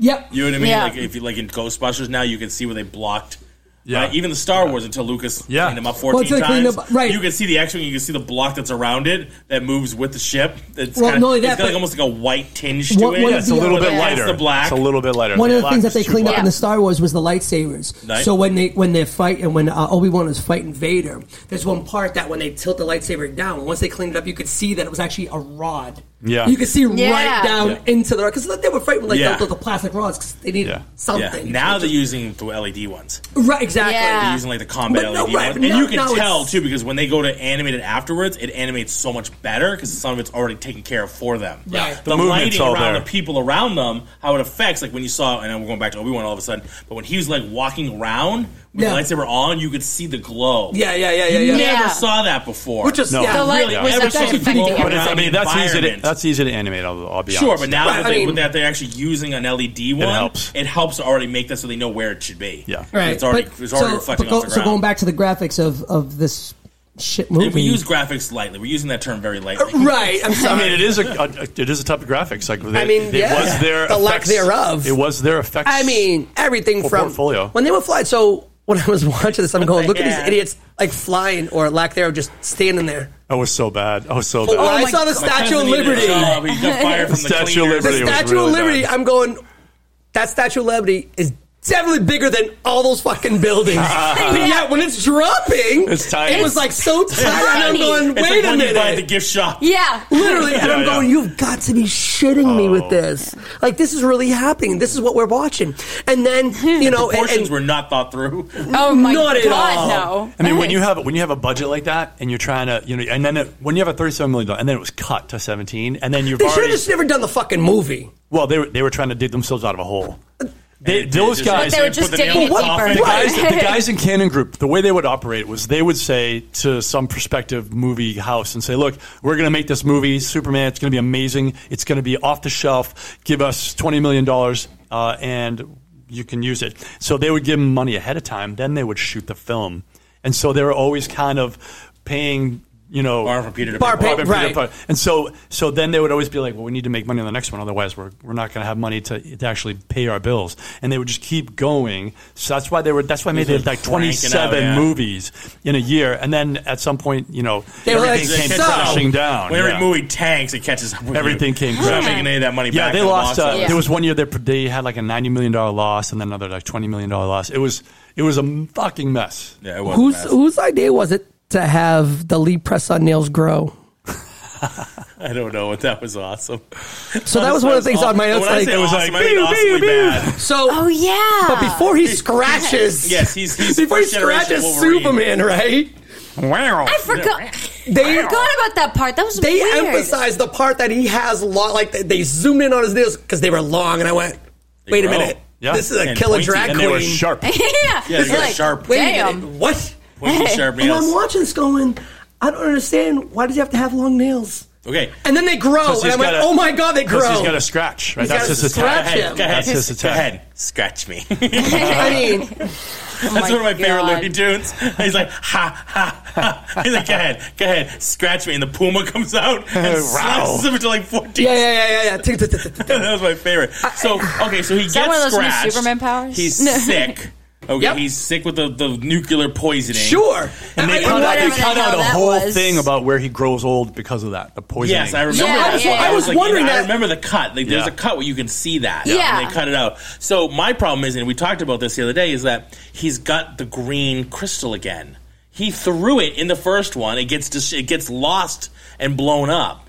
[SPEAKER 4] Yep.
[SPEAKER 3] You know what I mean?
[SPEAKER 7] Yeah.
[SPEAKER 3] Like if you like in Ghostbusters now, you can see where they blocked.
[SPEAKER 6] Yeah.
[SPEAKER 3] Right? Even the Star Wars until Lucas
[SPEAKER 6] Yeah.
[SPEAKER 3] cleaned them up
[SPEAKER 4] Well,
[SPEAKER 3] fourteen
[SPEAKER 4] until they cleaned
[SPEAKER 3] times.
[SPEAKER 4] up- right.
[SPEAKER 3] You can see the X-wing. You can see the block that's around it that moves with the ship. It's
[SPEAKER 8] Well,
[SPEAKER 3] kind
[SPEAKER 8] not only
[SPEAKER 3] it's
[SPEAKER 8] that,
[SPEAKER 3] got like
[SPEAKER 8] but-
[SPEAKER 3] almost like a white tinge to
[SPEAKER 8] What-
[SPEAKER 3] it.
[SPEAKER 8] what
[SPEAKER 6] Yeah, it's a little
[SPEAKER 3] But
[SPEAKER 6] bit
[SPEAKER 3] that's
[SPEAKER 6] lighter.
[SPEAKER 3] The black.
[SPEAKER 6] It's a little bit lighter.
[SPEAKER 8] One of the
[SPEAKER 6] black
[SPEAKER 8] things that
[SPEAKER 6] is
[SPEAKER 8] they
[SPEAKER 6] too
[SPEAKER 8] cleaned up
[SPEAKER 6] black.
[SPEAKER 8] in the Star Wars was the lightsabers.
[SPEAKER 3] Night-
[SPEAKER 8] So when they when they're fighting, when uh, Obi Wan is fighting Vader,
[SPEAKER 4] There's one part that when they tilt the lightsaber down, once they cleaned it up, you could see that it was actually a rod.
[SPEAKER 6] Yeah.
[SPEAKER 4] You could see
[SPEAKER 7] Yeah.
[SPEAKER 4] right down
[SPEAKER 3] Yeah.
[SPEAKER 4] into the rod. Because they were fighting with like
[SPEAKER 3] Yeah.
[SPEAKER 4] the, the plastic rods because they needed
[SPEAKER 6] Yeah.
[SPEAKER 3] Yeah.
[SPEAKER 4] something.
[SPEAKER 3] Now they're using the LED ones.
[SPEAKER 4] Right, exactly.
[SPEAKER 7] Yeah.
[SPEAKER 3] They're using like the combat
[SPEAKER 4] But
[SPEAKER 3] LED
[SPEAKER 4] no,
[SPEAKER 3] ones.
[SPEAKER 4] right,
[SPEAKER 3] and
[SPEAKER 4] no,
[SPEAKER 3] you can
[SPEAKER 4] no, it's-
[SPEAKER 3] tell too because when they go to animate it afterwards, it animates so much better because some of it's already taken care of for them.
[SPEAKER 4] Right.
[SPEAKER 3] The,
[SPEAKER 6] The movement's
[SPEAKER 3] lighting
[SPEAKER 6] all
[SPEAKER 3] around
[SPEAKER 6] there.
[SPEAKER 3] the people around them, how it affects, like when you saw, and we're going back to Obi Wan all of a sudden, but when he was like walking around with
[SPEAKER 4] Yeah.
[SPEAKER 3] the lightsaber on, you could see the glow.
[SPEAKER 4] Yeah, yeah, yeah, yeah, yeah.
[SPEAKER 3] Never
[SPEAKER 7] Yeah.
[SPEAKER 3] saw that before.
[SPEAKER 4] Which is
[SPEAKER 6] No.
[SPEAKER 4] yeah,
[SPEAKER 7] The light
[SPEAKER 3] Really,
[SPEAKER 7] was
[SPEAKER 3] ever
[SPEAKER 7] actually
[SPEAKER 3] since
[SPEAKER 7] affecting
[SPEAKER 3] Glow
[SPEAKER 6] But it's, I
[SPEAKER 7] everyone.
[SPEAKER 3] around
[SPEAKER 6] mean, that's easy. To,
[SPEAKER 3] environment.
[SPEAKER 6] that's easy to animate. I'll, I'll be
[SPEAKER 3] Sure,
[SPEAKER 6] honest.
[SPEAKER 3] but now
[SPEAKER 4] Right,
[SPEAKER 3] that,
[SPEAKER 4] I
[SPEAKER 3] they,
[SPEAKER 4] mean-
[SPEAKER 3] that they're actually using an LED one,
[SPEAKER 6] helps.
[SPEAKER 3] It helps to already make that so they know where it should be.
[SPEAKER 6] Yeah.
[SPEAKER 8] right?
[SPEAKER 3] It's already
[SPEAKER 8] but-
[SPEAKER 3] it's already
[SPEAKER 8] so,
[SPEAKER 3] reflecting
[SPEAKER 8] but go-
[SPEAKER 3] off the
[SPEAKER 8] so
[SPEAKER 3] ground.
[SPEAKER 8] going back to the graphics of of this shit movie,
[SPEAKER 3] we use graphics lightly. We're using that term very lightly.
[SPEAKER 4] Uh, Right. I'm
[SPEAKER 6] I
[SPEAKER 4] sorry.
[SPEAKER 6] mean, it is a, a it is a type of graphics. Like they,
[SPEAKER 4] I mean,
[SPEAKER 6] it
[SPEAKER 4] yeah.
[SPEAKER 6] was their
[SPEAKER 4] The lack
[SPEAKER 6] effects-
[SPEAKER 4] thereof.
[SPEAKER 6] It was their effects.
[SPEAKER 4] I mean, everything
[SPEAKER 6] Whole
[SPEAKER 4] from
[SPEAKER 6] portfolio.
[SPEAKER 4] when they were flying. So when I was watching this, I'm going, look at
[SPEAKER 3] Yeah.
[SPEAKER 4] these idiots like flying or lack thereof, just standing there.
[SPEAKER 6] that was so bad. Oh, so
[SPEAKER 4] But when
[SPEAKER 6] bad.
[SPEAKER 4] I saw the Statue of Liberty,
[SPEAKER 3] Oh, he got fired from the
[SPEAKER 6] Statue of
[SPEAKER 3] cleaners.
[SPEAKER 6] Liberty.
[SPEAKER 4] the
[SPEAKER 6] was
[SPEAKER 4] Statue
[SPEAKER 6] really
[SPEAKER 4] of Liberty,
[SPEAKER 6] bad.
[SPEAKER 4] I'm going. That Statue of Liberty is definitely bigger than all those fucking buildings. but yet, when it's dropping,
[SPEAKER 6] It's tiny.
[SPEAKER 4] It was like so tiny. And I'm
[SPEAKER 7] tiny.
[SPEAKER 4] going,
[SPEAKER 3] It's
[SPEAKER 4] wait
[SPEAKER 3] like
[SPEAKER 4] a
[SPEAKER 3] when you buy at the
[SPEAKER 4] minute.
[SPEAKER 3] gift shop.
[SPEAKER 7] Yeah.
[SPEAKER 4] Literally, and I'm
[SPEAKER 6] yeah.
[SPEAKER 4] going, you've got to be shitting me with this. Like, this is really happening. This is what we're watching. And then, you know, and,
[SPEAKER 3] Proportions
[SPEAKER 4] and
[SPEAKER 3] were not thought through.
[SPEAKER 7] Oh my
[SPEAKER 4] Not at all.
[SPEAKER 7] god, no.
[SPEAKER 6] I mean, when you have when you have a budget like that, and you're trying to, you know, and then it, when you have a thirty-seven million dollar, and then it was cut to seventeen, and then you've
[SPEAKER 4] they should have
[SPEAKER 6] already
[SPEAKER 4] just never done the fucking movie.
[SPEAKER 6] well, they were, they were trying to dig themselves out of a hole. They,
[SPEAKER 3] And
[SPEAKER 6] those
[SPEAKER 3] just-
[SPEAKER 6] guys,
[SPEAKER 7] But they were
[SPEAKER 3] put
[SPEAKER 7] just
[SPEAKER 3] the nail
[SPEAKER 7] digging
[SPEAKER 3] in the
[SPEAKER 7] it
[SPEAKER 3] coffin.
[SPEAKER 7] deeper.
[SPEAKER 6] the guys, the guys in Canon Group, the way they would operate was they would say to some prospective movie house and say, "Look, we're going to make this movie, Superman. It's going to be amazing. It's going to be off the shelf. Give us twenty million dollars, uh, and you can use it." So they would give them money ahead of time. Then they would shoot the film, and so they were always kind of paying. You know,
[SPEAKER 3] Bar from Peter to
[SPEAKER 4] Bar
[SPEAKER 3] Bar
[SPEAKER 4] pay-
[SPEAKER 6] Robin
[SPEAKER 4] right.
[SPEAKER 6] Peter Pan. And so, so then they would always be like, "Well, we need to make money on the next one, otherwise we're, we're not going to have money to, to actually pay our bills." And they would just keep going. So that's why they were. That's why I made
[SPEAKER 3] These
[SPEAKER 6] it
[SPEAKER 3] were
[SPEAKER 6] like
[SPEAKER 3] cranking
[SPEAKER 6] twenty
[SPEAKER 3] out,
[SPEAKER 6] seven
[SPEAKER 3] yeah.
[SPEAKER 6] movies in a year, and then at some point, you know,
[SPEAKER 4] They were
[SPEAKER 6] everything
[SPEAKER 4] like,
[SPEAKER 6] came
[SPEAKER 4] "So-"
[SPEAKER 6] crashing down.
[SPEAKER 3] When every
[SPEAKER 6] Yeah.
[SPEAKER 3] movie tanks, it catches up with
[SPEAKER 6] Everything
[SPEAKER 3] you.
[SPEAKER 6] came
[SPEAKER 3] You're not
[SPEAKER 6] crashing.
[SPEAKER 3] making any of that money
[SPEAKER 6] Yeah,
[SPEAKER 3] back.
[SPEAKER 6] they
[SPEAKER 3] to the box
[SPEAKER 6] lost. Uh,
[SPEAKER 3] office.
[SPEAKER 6] There was one year they they had like a ninety million dollar loss, and then another like twenty million dollar loss. It was it was a fucking mess.
[SPEAKER 3] Yeah, it was a
[SPEAKER 4] Whose
[SPEAKER 3] mess.
[SPEAKER 4] whose idea was it to have the lead press on nails grow?
[SPEAKER 3] I don't know, but that was awesome.
[SPEAKER 4] So that was one of the things on my
[SPEAKER 3] When
[SPEAKER 4] notes.
[SPEAKER 3] I
[SPEAKER 4] Like,
[SPEAKER 3] say awesome, I mean
[SPEAKER 4] "Beow,
[SPEAKER 3] awesomely
[SPEAKER 4] beow, beow."
[SPEAKER 3] bad.
[SPEAKER 4] So,
[SPEAKER 7] Oh yeah.
[SPEAKER 4] but before he scratches,
[SPEAKER 3] Yes, he's- he's
[SPEAKER 4] before he
[SPEAKER 3] first generation
[SPEAKER 4] scratches
[SPEAKER 3] Wolverine.
[SPEAKER 4] Superman, right?
[SPEAKER 6] Wow.
[SPEAKER 7] I forgot.
[SPEAKER 4] They
[SPEAKER 7] I forgot about that part. That was
[SPEAKER 4] they
[SPEAKER 7] weird.
[SPEAKER 4] emphasized the part that he has long. Like they, they zoomed in on his nails because they were long, and I went, "Wait a
[SPEAKER 3] grow.
[SPEAKER 4] minute,
[SPEAKER 6] Yeah.
[SPEAKER 4] this is a
[SPEAKER 3] And
[SPEAKER 4] killer
[SPEAKER 3] pointy,
[SPEAKER 4] drag
[SPEAKER 6] and
[SPEAKER 4] queen."
[SPEAKER 6] they were sharp.
[SPEAKER 7] yeah.
[SPEAKER 3] Yeah, they
[SPEAKER 7] It's
[SPEAKER 3] got
[SPEAKER 7] like,
[SPEAKER 3] sharp.
[SPEAKER 4] Wait a
[SPEAKER 7] Damn.
[SPEAKER 4] minute, what?
[SPEAKER 3] Pointy sharp
[SPEAKER 4] And I'm
[SPEAKER 3] nails.
[SPEAKER 4] watching this, going, "I don't understand. Why does he have to have long nails?"
[SPEAKER 3] Okay.
[SPEAKER 4] And then they grow, and I went, "Oh my god, they grow!"
[SPEAKER 6] He's got a scratch. Right?
[SPEAKER 4] He's
[SPEAKER 6] That's
[SPEAKER 4] gotta
[SPEAKER 6] his attack.
[SPEAKER 4] scratch
[SPEAKER 3] Hey,
[SPEAKER 4] him.
[SPEAKER 3] go ahead.
[SPEAKER 6] That's his
[SPEAKER 3] Go
[SPEAKER 6] attack.
[SPEAKER 3] ahead. Scratch me.
[SPEAKER 4] I mean,
[SPEAKER 3] That's
[SPEAKER 7] Oh my
[SPEAKER 3] one of my favorite
[SPEAKER 7] God.
[SPEAKER 3] Looney Tunes. He's like, ha, ha, ha. He's like, go ahead, go ahead, scratch me. And the puma comes out and slashes him into like 14.
[SPEAKER 4] yeah, yeah, yeah, yeah, yeah.
[SPEAKER 3] that was my favorite. So, okay, so he gets
[SPEAKER 7] that one of those new
[SPEAKER 3] scratched.
[SPEAKER 7] Superman powers?
[SPEAKER 3] He's
[SPEAKER 7] No.
[SPEAKER 3] sick. Okay,
[SPEAKER 4] Yep.
[SPEAKER 3] he's sick with the, the nuclear poisoning.
[SPEAKER 4] Sure.
[SPEAKER 6] And they
[SPEAKER 4] I-
[SPEAKER 6] cut, out,
[SPEAKER 7] whatever
[SPEAKER 6] they
[SPEAKER 7] the
[SPEAKER 6] cut
[SPEAKER 7] hell
[SPEAKER 6] out a
[SPEAKER 7] that
[SPEAKER 6] whole
[SPEAKER 7] was.
[SPEAKER 6] thing about where he grows old because of that. The poisoning.
[SPEAKER 3] Yes, I remember.
[SPEAKER 7] Yeah,
[SPEAKER 3] that.
[SPEAKER 7] yeah, yeah.
[SPEAKER 3] I was
[SPEAKER 4] I was wondering
[SPEAKER 3] I
[SPEAKER 4] that-
[SPEAKER 3] remember the cut. Like, there's
[SPEAKER 6] Yeah.
[SPEAKER 3] a cut where you can see that.
[SPEAKER 7] Yeah.
[SPEAKER 3] and they cut it out. So my problem is, and we talked about this the other day, is that he's got the green crystal again. He threw it in the first one. It gets dis- it gets lost and blown up.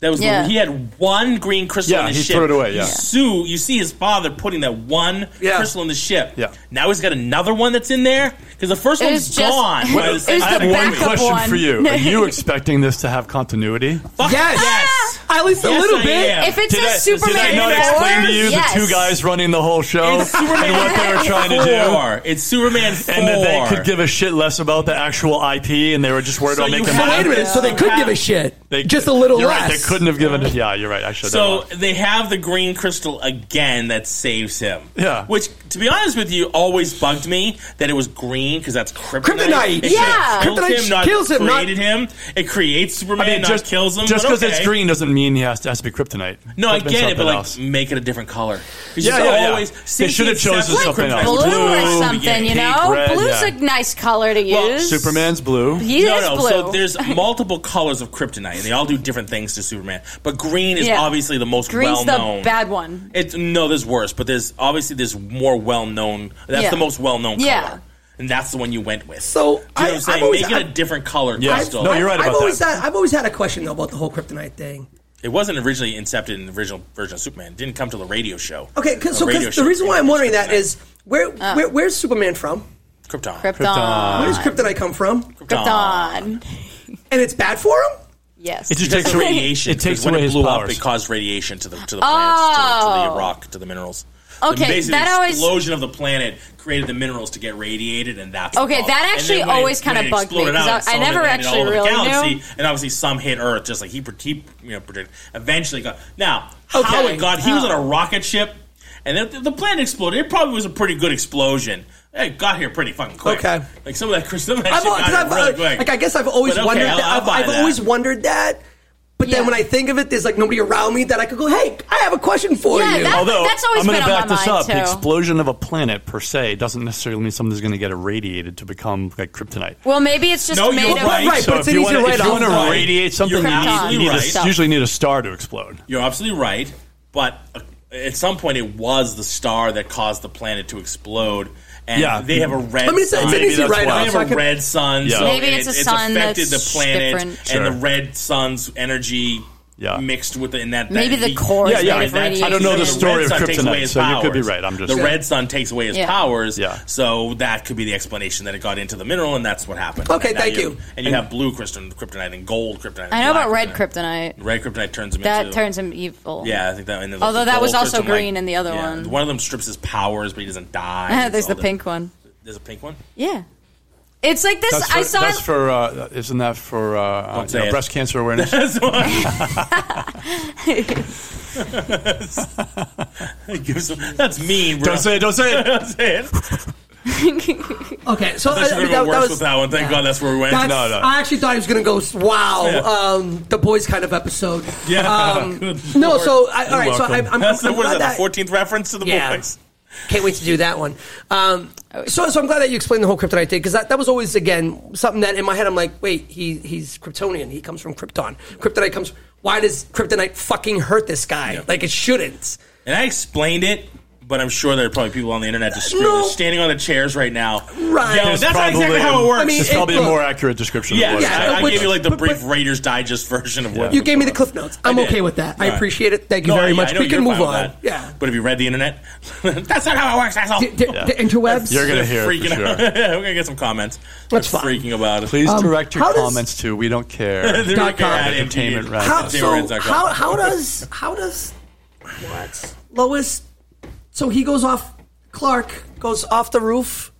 [SPEAKER 3] That was the-
[SPEAKER 7] Yeah.
[SPEAKER 3] he had one green crystal
[SPEAKER 6] Yeah,
[SPEAKER 3] in his
[SPEAKER 6] he
[SPEAKER 3] ship.
[SPEAKER 6] threw it away, yeah.
[SPEAKER 3] You, sue, you see his father putting that one
[SPEAKER 4] Yeah.
[SPEAKER 3] crystal in the ship.
[SPEAKER 6] Yeah.
[SPEAKER 3] Now he's got another one that's in there because the first
[SPEAKER 7] It
[SPEAKER 3] one's
[SPEAKER 7] was just-
[SPEAKER 3] gone.
[SPEAKER 7] it
[SPEAKER 3] by
[SPEAKER 7] was
[SPEAKER 3] second
[SPEAKER 7] the
[SPEAKER 6] I
[SPEAKER 3] time
[SPEAKER 6] have
[SPEAKER 7] back
[SPEAKER 3] we
[SPEAKER 6] one
[SPEAKER 3] went to it.
[SPEAKER 7] backup
[SPEAKER 6] question
[SPEAKER 7] one.
[SPEAKER 6] for you. Are you expecting this to have continuity?
[SPEAKER 3] Fuck
[SPEAKER 4] Yes.
[SPEAKER 3] yes.
[SPEAKER 4] at least a
[SPEAKER 3] Yes,
[SPEAKER 4] little
[SPEAKER 3] I
[SPEAKER 4] bit.
[SPEAKER 3] am.
[SPEAKER 7] If it
[SPEAKER 6] Did I,
[SPEAKER 7] says Superman
[SPEAKER 6] did I not
[SPEAKER 7] 4,
[SPEAKER 6] explain to you
[SPEAKER 7] yes.
[SPEAKER 6] the two guys running the whole show
[SPEAKER 3] It's Superman
[SPEAKER 6] and what they were trying to do?
[SPEAKER 3] Four. It's Superman four.
[SPEAKER 6] And that they could give a shit less about the actual IP, and they were just worried
[SPEAKER 3] So
[SPEAKER 6] about
[SPEAKER 3] you
[SPEAKER 6] making
[SPEAKER 3] have-
[SPEAKER 6] money.
[SPEAKER 4] Wait a minute. So they could give a shit. just a little
[SPEAKER 6] you're
[SPEAKER 4] less.
[SPEAKER 6] Right, they couldn't have given it. Yeah, you're right. I should.
[SPEAKER 3] So
[SPEAKER 6] have.
[SPEAKER 3] they have the green crystal again that saves him.
[SPEAKER 6] Yeah.
[SPEAKER 3] Which, to be honest with you, always bugged me that it was green because that's kryptonite.
[SPEAKER 4] Kryptonite,
[SPEAKER 3] It should've
[SPEAKER 7] yeah.
[SPEAKER 3] killed
[SPEAKER 4] Kryptonite
[SPEAKER 3] him, not
[SPEAKER 4] kills him, not-
[SPEAKER 3] created him. It creates Superman,
[SPEAKER 6] I mean,
[SPEAKER 3] just
[SPEAKER 6] just
[SPEAKER 3] kills him.
[SPEAKER 6] Just
[SPEAKER 3] because
[SPEAKER 6] it's green doesn't mean he has to, has to be kryptonite.
[SPEAKER 3] No, I
[SPEAKER 6] Could've been
[SPEAKER 3] get it, but
[SPEAKER 6] something
[SPEAKER 3] like,
[SPEAKER 6] else.
[SPEAKER 3] make it a different color. 'Cause
[SPEAKER 6] Yeah,
[SPEAKER 3] you
[SPEAKER 6] yeah, yeah.
[SPEAKER 3] always-
[SPEAKER 6] They
[SPEAKER 3] Safety
[SPEAKER 6] should've chosen
[SPEAKER 3] accepts
[SPEAKER 6] something
[SPEAKER 3] kryptonite.
[SPEAKER 6] else.
[SPEAKER 7] blue,
[SPEAKER 6] Blue,
[SPEAKER 7] or
[SPEAKER 3] yeah,
[SPEAKER 7] something, you
[SPEAKER 3] pink,
[SPEAKER 7] know?
[SPEAKER 6] red,
[SPEAKER 7] Blue's
[SPEAKER 6] yeah.
[SPEAKER 7] a nice color to use.
[SPEAKER 3] Well,
[SPEAKER 6] Superman's blue.
[SPEAKER 7] He
[SPEAKER 3] no,
[SPEAKER 7] is
[SPEAKER 3] no.
[SPEAKER 7] blue.
[SPEAKER 3] So there's multiple colors of kryptonite, and they all do different things to Superman. But green is
[SPEAKER 7] Yeah.
[SPEAKER 3] obviously the most
[SPEAKER 7] Green's
[SPEAKER 3] well-known.
[SPEAKER 7] the bad one.
[SPEAKER 3] It's no, there's worse, but there's obviously there's more well-known. That's
[SPEAKER 7] Yeah.
[SPEAKER 3] the most well-known
[SPEAKER 7] Yeah.
[SPEAKER 3] color, and that's the one you went with. Do you
[SPEAKER 4] So
[SPEAKER 3] know what
[SPEAKER 4] I-
[SPEAKER 3] I'm saying?
[SPEAKER 4] I've always-
[SPEAKER 3] Make it a
[SPEAKER 4] I've-
[SPEAKER 3] different color
[SPEAKER 6] Yeah.
[SPEAKER 3] crystal.
[SPEAKER 6] No, you're right
[SPEAKER 4] I've
[SPEAKER 6] about
[SPEAKER 4] always
[SPEAKER 6] that.
[SPEAKER 4] Had, I've always had a question though about the whole kryptonite thing.
[SPEAKER 3] It wasn't originally incepted in the original version of Superman. It didn't come to the radio show.
[SPEAKER 4] Okay, cause, so
[SPEAKER 3] A
[SPEAKER 4] 'cause
[SPEAKER 3] radio
[SPEAKER 4] the
[SPEAKER 3] show
[SPEAKER 4] reason why I'm
[SPEAKER 3] came
[SPEAKER 4] wondering that
[SPEAKER 3] kryptonite.
[SPEAKER 4] is where,
[SPEAKER 7] Oh.
[SPEAKER 4] where where's Superman from?
[SPEAKER 3] Krypton.
[SPEAKER 7] Krypton.
[SPEAKER 4] Where does kryptonite come from?
[SPEAKER 7] Krypton.
[SPEAKER 4] And it's bad for him.
[SPEAKER 7] Yes.
[SPEAKER 6] It just
[SPEAKER 3] Because
[SPEAKER 6] takes
[SPEAKER 3] of radiation.
[SPEAKER 6] It takes
[SPEAKER 3] because when
[SPEAKER 6] away
[SPEAKER 3] it
[SPEAKER 6] his
[SPEAKER 3] blew up,
[SPEAKER 6] powers.
[SPEAKER 3] it caused radiation to the to the planets, to, the, to the
[SPEAKER 7] Oh.
[SPEAKER 3] rock, to the minerals.
[SPEAKER 7] Okay,
[SPEAKER 3] the, basically
[SPEAKER 7] that
[SPEAKER 3] the
[SPEAKER 7] always-
[SPEAKER 3] explosion of the planet created the minerals to get radiated, and that's the
[SPEAKER 7] Okay,
[SPEAKER 3] problem.
[SPEAKER 7] that
[SPEAKER 3] And
[SPEAKER 7] actually
[SPEAKER 3] then when it-
[SPEAKER 7] always
[SPEAKER 3] when
[SPEAKER 7] kinda
[SPEAKER 3] it
[SPEAKER 7] bugged me,
[SPEAKER 3] exploded
[SPEAKER 7] 'cause
[SPEAKER 3] out,
[SPEAKER 7] I- I
[SPEAKER 3] some of it
[SPEAKER 7] never
[SPEAKER 3] landed all
[SPEAKER 7] actually
[SPEAKER 3] over the
[SPEAKER 7] really
[SPEAKER 3] galaxy,
[SPEAKER 7] knew.
[SPEAKER 3] And obviously, some hit Earth, just like he, pre- he you know predicted. Eventually, got now how
[SPEAKER 4] Okay.
[SPEAKER 3] it got. He was
[SPEAKER 7] Oh.
[SPEAKER 3] on a rocket ship, and then the, the planet exploded. It probably was a pretty good explosion. It got here pretty fucking quick.
[SPEAKER 4] Okay.
[SPEAKER 3] like some of that, some of that
[SPEAKER 4] I've,
[SPEAKER 3] shit
[SPEAKER 4] al-
[SPEAKER 3] got
[SPEAKER 4] 'cause
[SPEAKER 3] here
[SPEAKER 4] I've,
[SPEAKER 3] really
[SPEAKER 4] uh,
[SPEAKER 3] quick.
[SPEAKER 4] like I guess I've always
[SPEAKER 3] But okay,
[SPEAKER 4] wondered.
[SPEAKER 3] I'll-
[SPEAKER 4] that.
[SPEAKER 3] I'll
[SPEAKER 4] I've,
[SPEAKER 3] buy
[SPEAKER 4] I've
[SPEAKER 3] that.
[SPEAKER 4] always wondered that. But then
[SPEAKER 7] Yeah.
[SPEAKER 4] when I think of it, there's like nobody around me that I could go, "Hey, I have a question for
[SPEAKER 7] Yeah,
[SPEAKER 4] you."
[SPEAKER 7] that-
[SPEAKER 6] Although
[SPEAKER 7] that's always
[SPEAKER 6] I'm going
[SPEAKER 7] been
[SPEAKER 6] to
[SPEAKER 7] on
[SPEAKER 6] back
[SPEAKER 7] my
[SPEAKER 6] this
[SPEAKER 7] mind,
[SPEAKER 6] up, the
[SPEAKER 7] too.
[SPEAKER 6] explosion of a planet per se doesn't necessarily mean something's going to get irradiated to become like kryptonite.
[SPEAKER 7] well, maybe it's just
[SPEAKER 3] No,
[SPEAKER 7] made
[SPEAKER 3] you're
[SPEAKER 7] of.
[SPEAKER 3] right.
[SPEAKER 4] Right,
[SPEAKER 6] so
[SPEAKER 4] but it's
[SPEAKER 6] if
[SPEAKER 4] an
[SPEAKER 6] you
[SPEAKER 4] easier
[SPEAKER 6] wanna,
[SPEAKER 4] write
[SPEAKER 6] if you want
[SPEAKER 4] off.
[SPEAKER 6] to radiate something,
[SPEAKER 3] You're
[SPEAKER 6] you, need, you need a-
[SPEAKER 3] absolutely right.
[SPEAKER 6] usually need a star to explode.
[SPEAKER 3] You're absolutely right, but uh, at some point it was the star that caused the planet to explode, and
[SPEAKER 6] Yeah.
[SPEAKER 3] they have a red.
[SPEAKER 4] I mean, it's, it's
[SPEAKER 3] sun.
[SPEAKER 4] an
[SPEAKER 6] Maybe
[SPEAKER 4] easy
[SPEAKER 6] that's why.
[SPEAKER 4] write-off.
[SPEAKER 3] They
[SPEAKER 4] so I
[SPEAKER 3] have a
[SPEAKER 4] could-
[SPEAKER 3] red sun.
[SPEAKER 6] Yeah.
[SPEAKER 3] So
[SPEAKER 7] Maybe
[SPEAKER 3] it-
[SPEAKER 7] it's a
[SPEAKER 3] it's
[SPEAKER 7] sun
[SPEAKER 3] affected
[SPEAKER 7] that's
[SPEAKER 3] the planet
[SPEAKER 7] different.
[SPEAKER 3] and the
[SPEAKER 6] Sure.
[SPEAKER 3] red sun's energy.
[SPEAKER 6] Yeah.
[SPEAKER 3] Mixed with the, in that, that
[SPEAKER 7] Maybe the
[SPEAKER 3] heat-
[SPEAKER 7] core is
[SPEAKER 6] Yeah, yeah.
[SPEAKER 7] made of
[SPEAKER 6] I
[SPEAKER 7] radiation.
[SPEAKER 6] don't know the
[SPEAKER 3] red
[SPEAKER 6] story of
[SPEAKER 3] sun takes
[SPEAKER 6] kryptonite,
[SPEAKER 3] away his
[SPEAKER 6] so you could be
[SPEAKER 3] powers.
[SPEAKER 6] right. I'm just-
[SPEAKER 3] the
[SPEAKER 6] Yeah.
[SPEAKER 3] red sun takes away his
[SPEAKER 7] Yeah.
[SPEAKER 3] powers.
[SPEAKER 6] Yeah.
[SPEAKER 3] So that could be the explanation that it got into the mineral, and that's what happened.
[SPEAKER 4] Okay,
[SPEAKER 3] And now
[SPEAKER 4] thank you.
[SPEAKER 3] And you have blue krypton- kryptonite and gold kryptonite. and
[SPEAKER 7] I know
[SPEAKER 3] black
[SPEAKER 7] about red kryptonite.
[SPEAKER 3] Red kryptonite turns him
[SPEAKER 7] That
[SPEAKER 3] into
[SPEAKER 7] turns him evil.
[SPEAKER 3] Yeah, I think that. And there's
[SPEAKER 7] Although
[SPEAKER 3] the
[SPEAKER 7] that was
[SPEAKER 3] gold
[SPEAKER 7] also
[SPEAKER 3] crystal, like-
[SPEAKER 7] green in the other one.
[SPEAKER 3] One of them strips his powers, but he doesn't die.
[SPEAKER 7] There's
[SPEAKER 3] It's
[SPEAKER 7] the
[SPEAKER 3] all
[SPEAKER 7] pink one.
[SPEAKER 3] There's a pink one.
[SPEAKER 7] Yeah. It's like this.
[SPEAKER 6] That's for,
[SPEAKER 7] I saw.
[SPEAKER 6] that's for uh, isn't that for uh,
[SPEAKER 3] Don't
[SPEAKER 6] you know,
[SPEAKER 3] say it.
[SPEAKER 6] breast cancer awareness?
[SPEAKER 3] That's the one. It gives him- that's mean, bro.
[SPEAKER 6] don't say it. Don't say it.
[SPEAKER 3] That's it.
[SPEAKER 4] Okay, so I,
[SPEAKER 3] That's
[SPEAKER 4] I
[SPEAKER 3] going to
[SPEAKER 4] mean, that,
[SPEAKER 3] go
[SPEAKER 4] that
[SPEAKER 3] worse
[SPEAKER 4] was.
[SPEAKER 3] with that one. Thank God that's where we went.
[SPEAKER 4] That's,
[SPEAKER 6] No, no.
[SPEAKER 4] I actually thought he was going to go. s- Wow,
[SPEAKER 3] Yeah.
[SPEAKER 4] um, the boys kind of episode.
[SPEAKER 3] Yeah.
[SPEAKER 4] Um,
[SPEAKER 3] Oh, Good
[SPEAKER 4] no,
[SPEAKER 3] Lord.
[SPEAKER 4] so I, all right, so I,
[SPEAKER 6] welcome.
[SPEAKER 4] I'm, I'm,
[SPEAKER 3] That's the,
[SPEAKER 4] I'm
[SPEAKER 3] what is
[SPEAKER 4] glad
[SPEAKER 3] that,
[SPEAKER 4] that
[SPEAKER 3] the 14th reference to the
[SPEAKER 4] Yeah.
[SPEAKER 3] boys?
[SPEAKER 4] Can't wait to do that one. Um,
[SPEAKER 6] Oh,
[SPEAKER 4] so, so I'm glad that you explained the whole kryptonite thing because that, that was always again something that in my head I'm like, wait, he he's Kryptonian. He comes from Krypton. Kryptonite comes. Why does kryptonite fucking hurt this guy? Like it shouldn't.
[SPEAKER 3] And I explained it. But I'm sure there are probably people on the internet just screaming,
[SPEAKER 4] No.
[SPEAKER 3] they're standing on the chairs right now.
[SPEAKER 4] Right.
[SPEAKER 3] Yo,
[SPEAKER 4] There's
[SPEAKER 3] that's not exactly
[SPEAKER 6] Probably-
[SPEAKER 3] how it works.
[SPEAKER 4] I mean,
[SPEAKER 6] it's
[SPEAKER 4] it-
[SPEAKER 6] probably a
[SPEAKER 4] look.
[SPEAKER 6] more accurate description.
[SPEAKER 3] yeah,
[SPEAKER 6] of what
[SPEAKER 4] yeah,
[SPEAKER 3] I, I
[SPEAKER 4] which-
[SPEAKER 3] gave you like the
[SPEAKER 4] but-
[SPEAKER 3] brief
[SPEAKER 4] but-
[SPEAKER 3] Raiders Digest version of what
[SPEAKER 4] You gave me the
[SPEAKER 3] clip.
[SPEAKER 4] cliff notes. I'm
[SPEAKER 3] I did.
[SPEAKER 4] okay with that. I
[SPEAKER 3] Right.
[SPEAKER 4] appreciate it. Thank you
[SPEAKER 3] No,
[SPEAKER 4] very
[SPEAKER 3] yeah, I
[SPEAKER 4] much.
[SPEAKER 3] know
[SPEAKER 4] We can
[SPEAKER 3] you're
[SPEAKER 4] move
[SPEAKER 3] fine with
[SPEAKER 4] on.
[SPEAKER 3] that.
[SPEAKER 4] Yeah.
[SPEAKER 3] But have you read the internet? That's not how it works, asshole.
[SPEAKER 4] The, the-
[SPEAKER 6] Yeah.
[SPEAKER 4] the interwebs.
[SPEAKER 6] You're gonna hear it for
[SPEAKER 3] freaking out.
[SPEAKER 6] sure.
[SPEAKER 3] We're gonna get some comments.
[SPEAKER 4] That's
[SPEAKER 3] They're
[SPEAKER 4] fine.
[SPEAKER 3] Freaking about it.
[SPEAKER 6] Please direct your
[SPEAKER 4] Um, how does-
[SPEAKER 6] comments to we don't care.
[SPEAKER 3] They're
[SPEAKER 4] dot
[SPEAKER 3] gonna
[SPEAKER 4] com.
[SPEAKER 3] add MTV.
[SPEAKER 6] Entertainment Roundup.
[SPEAKER 4] how, so
[SPEAKER 3] Entertainment
[SPEAKER 4] how,
[SPEAKER 3] Roundup.
[SPEAKER 4] how does how does what Lois? So he goes off. Clark goes off the roof.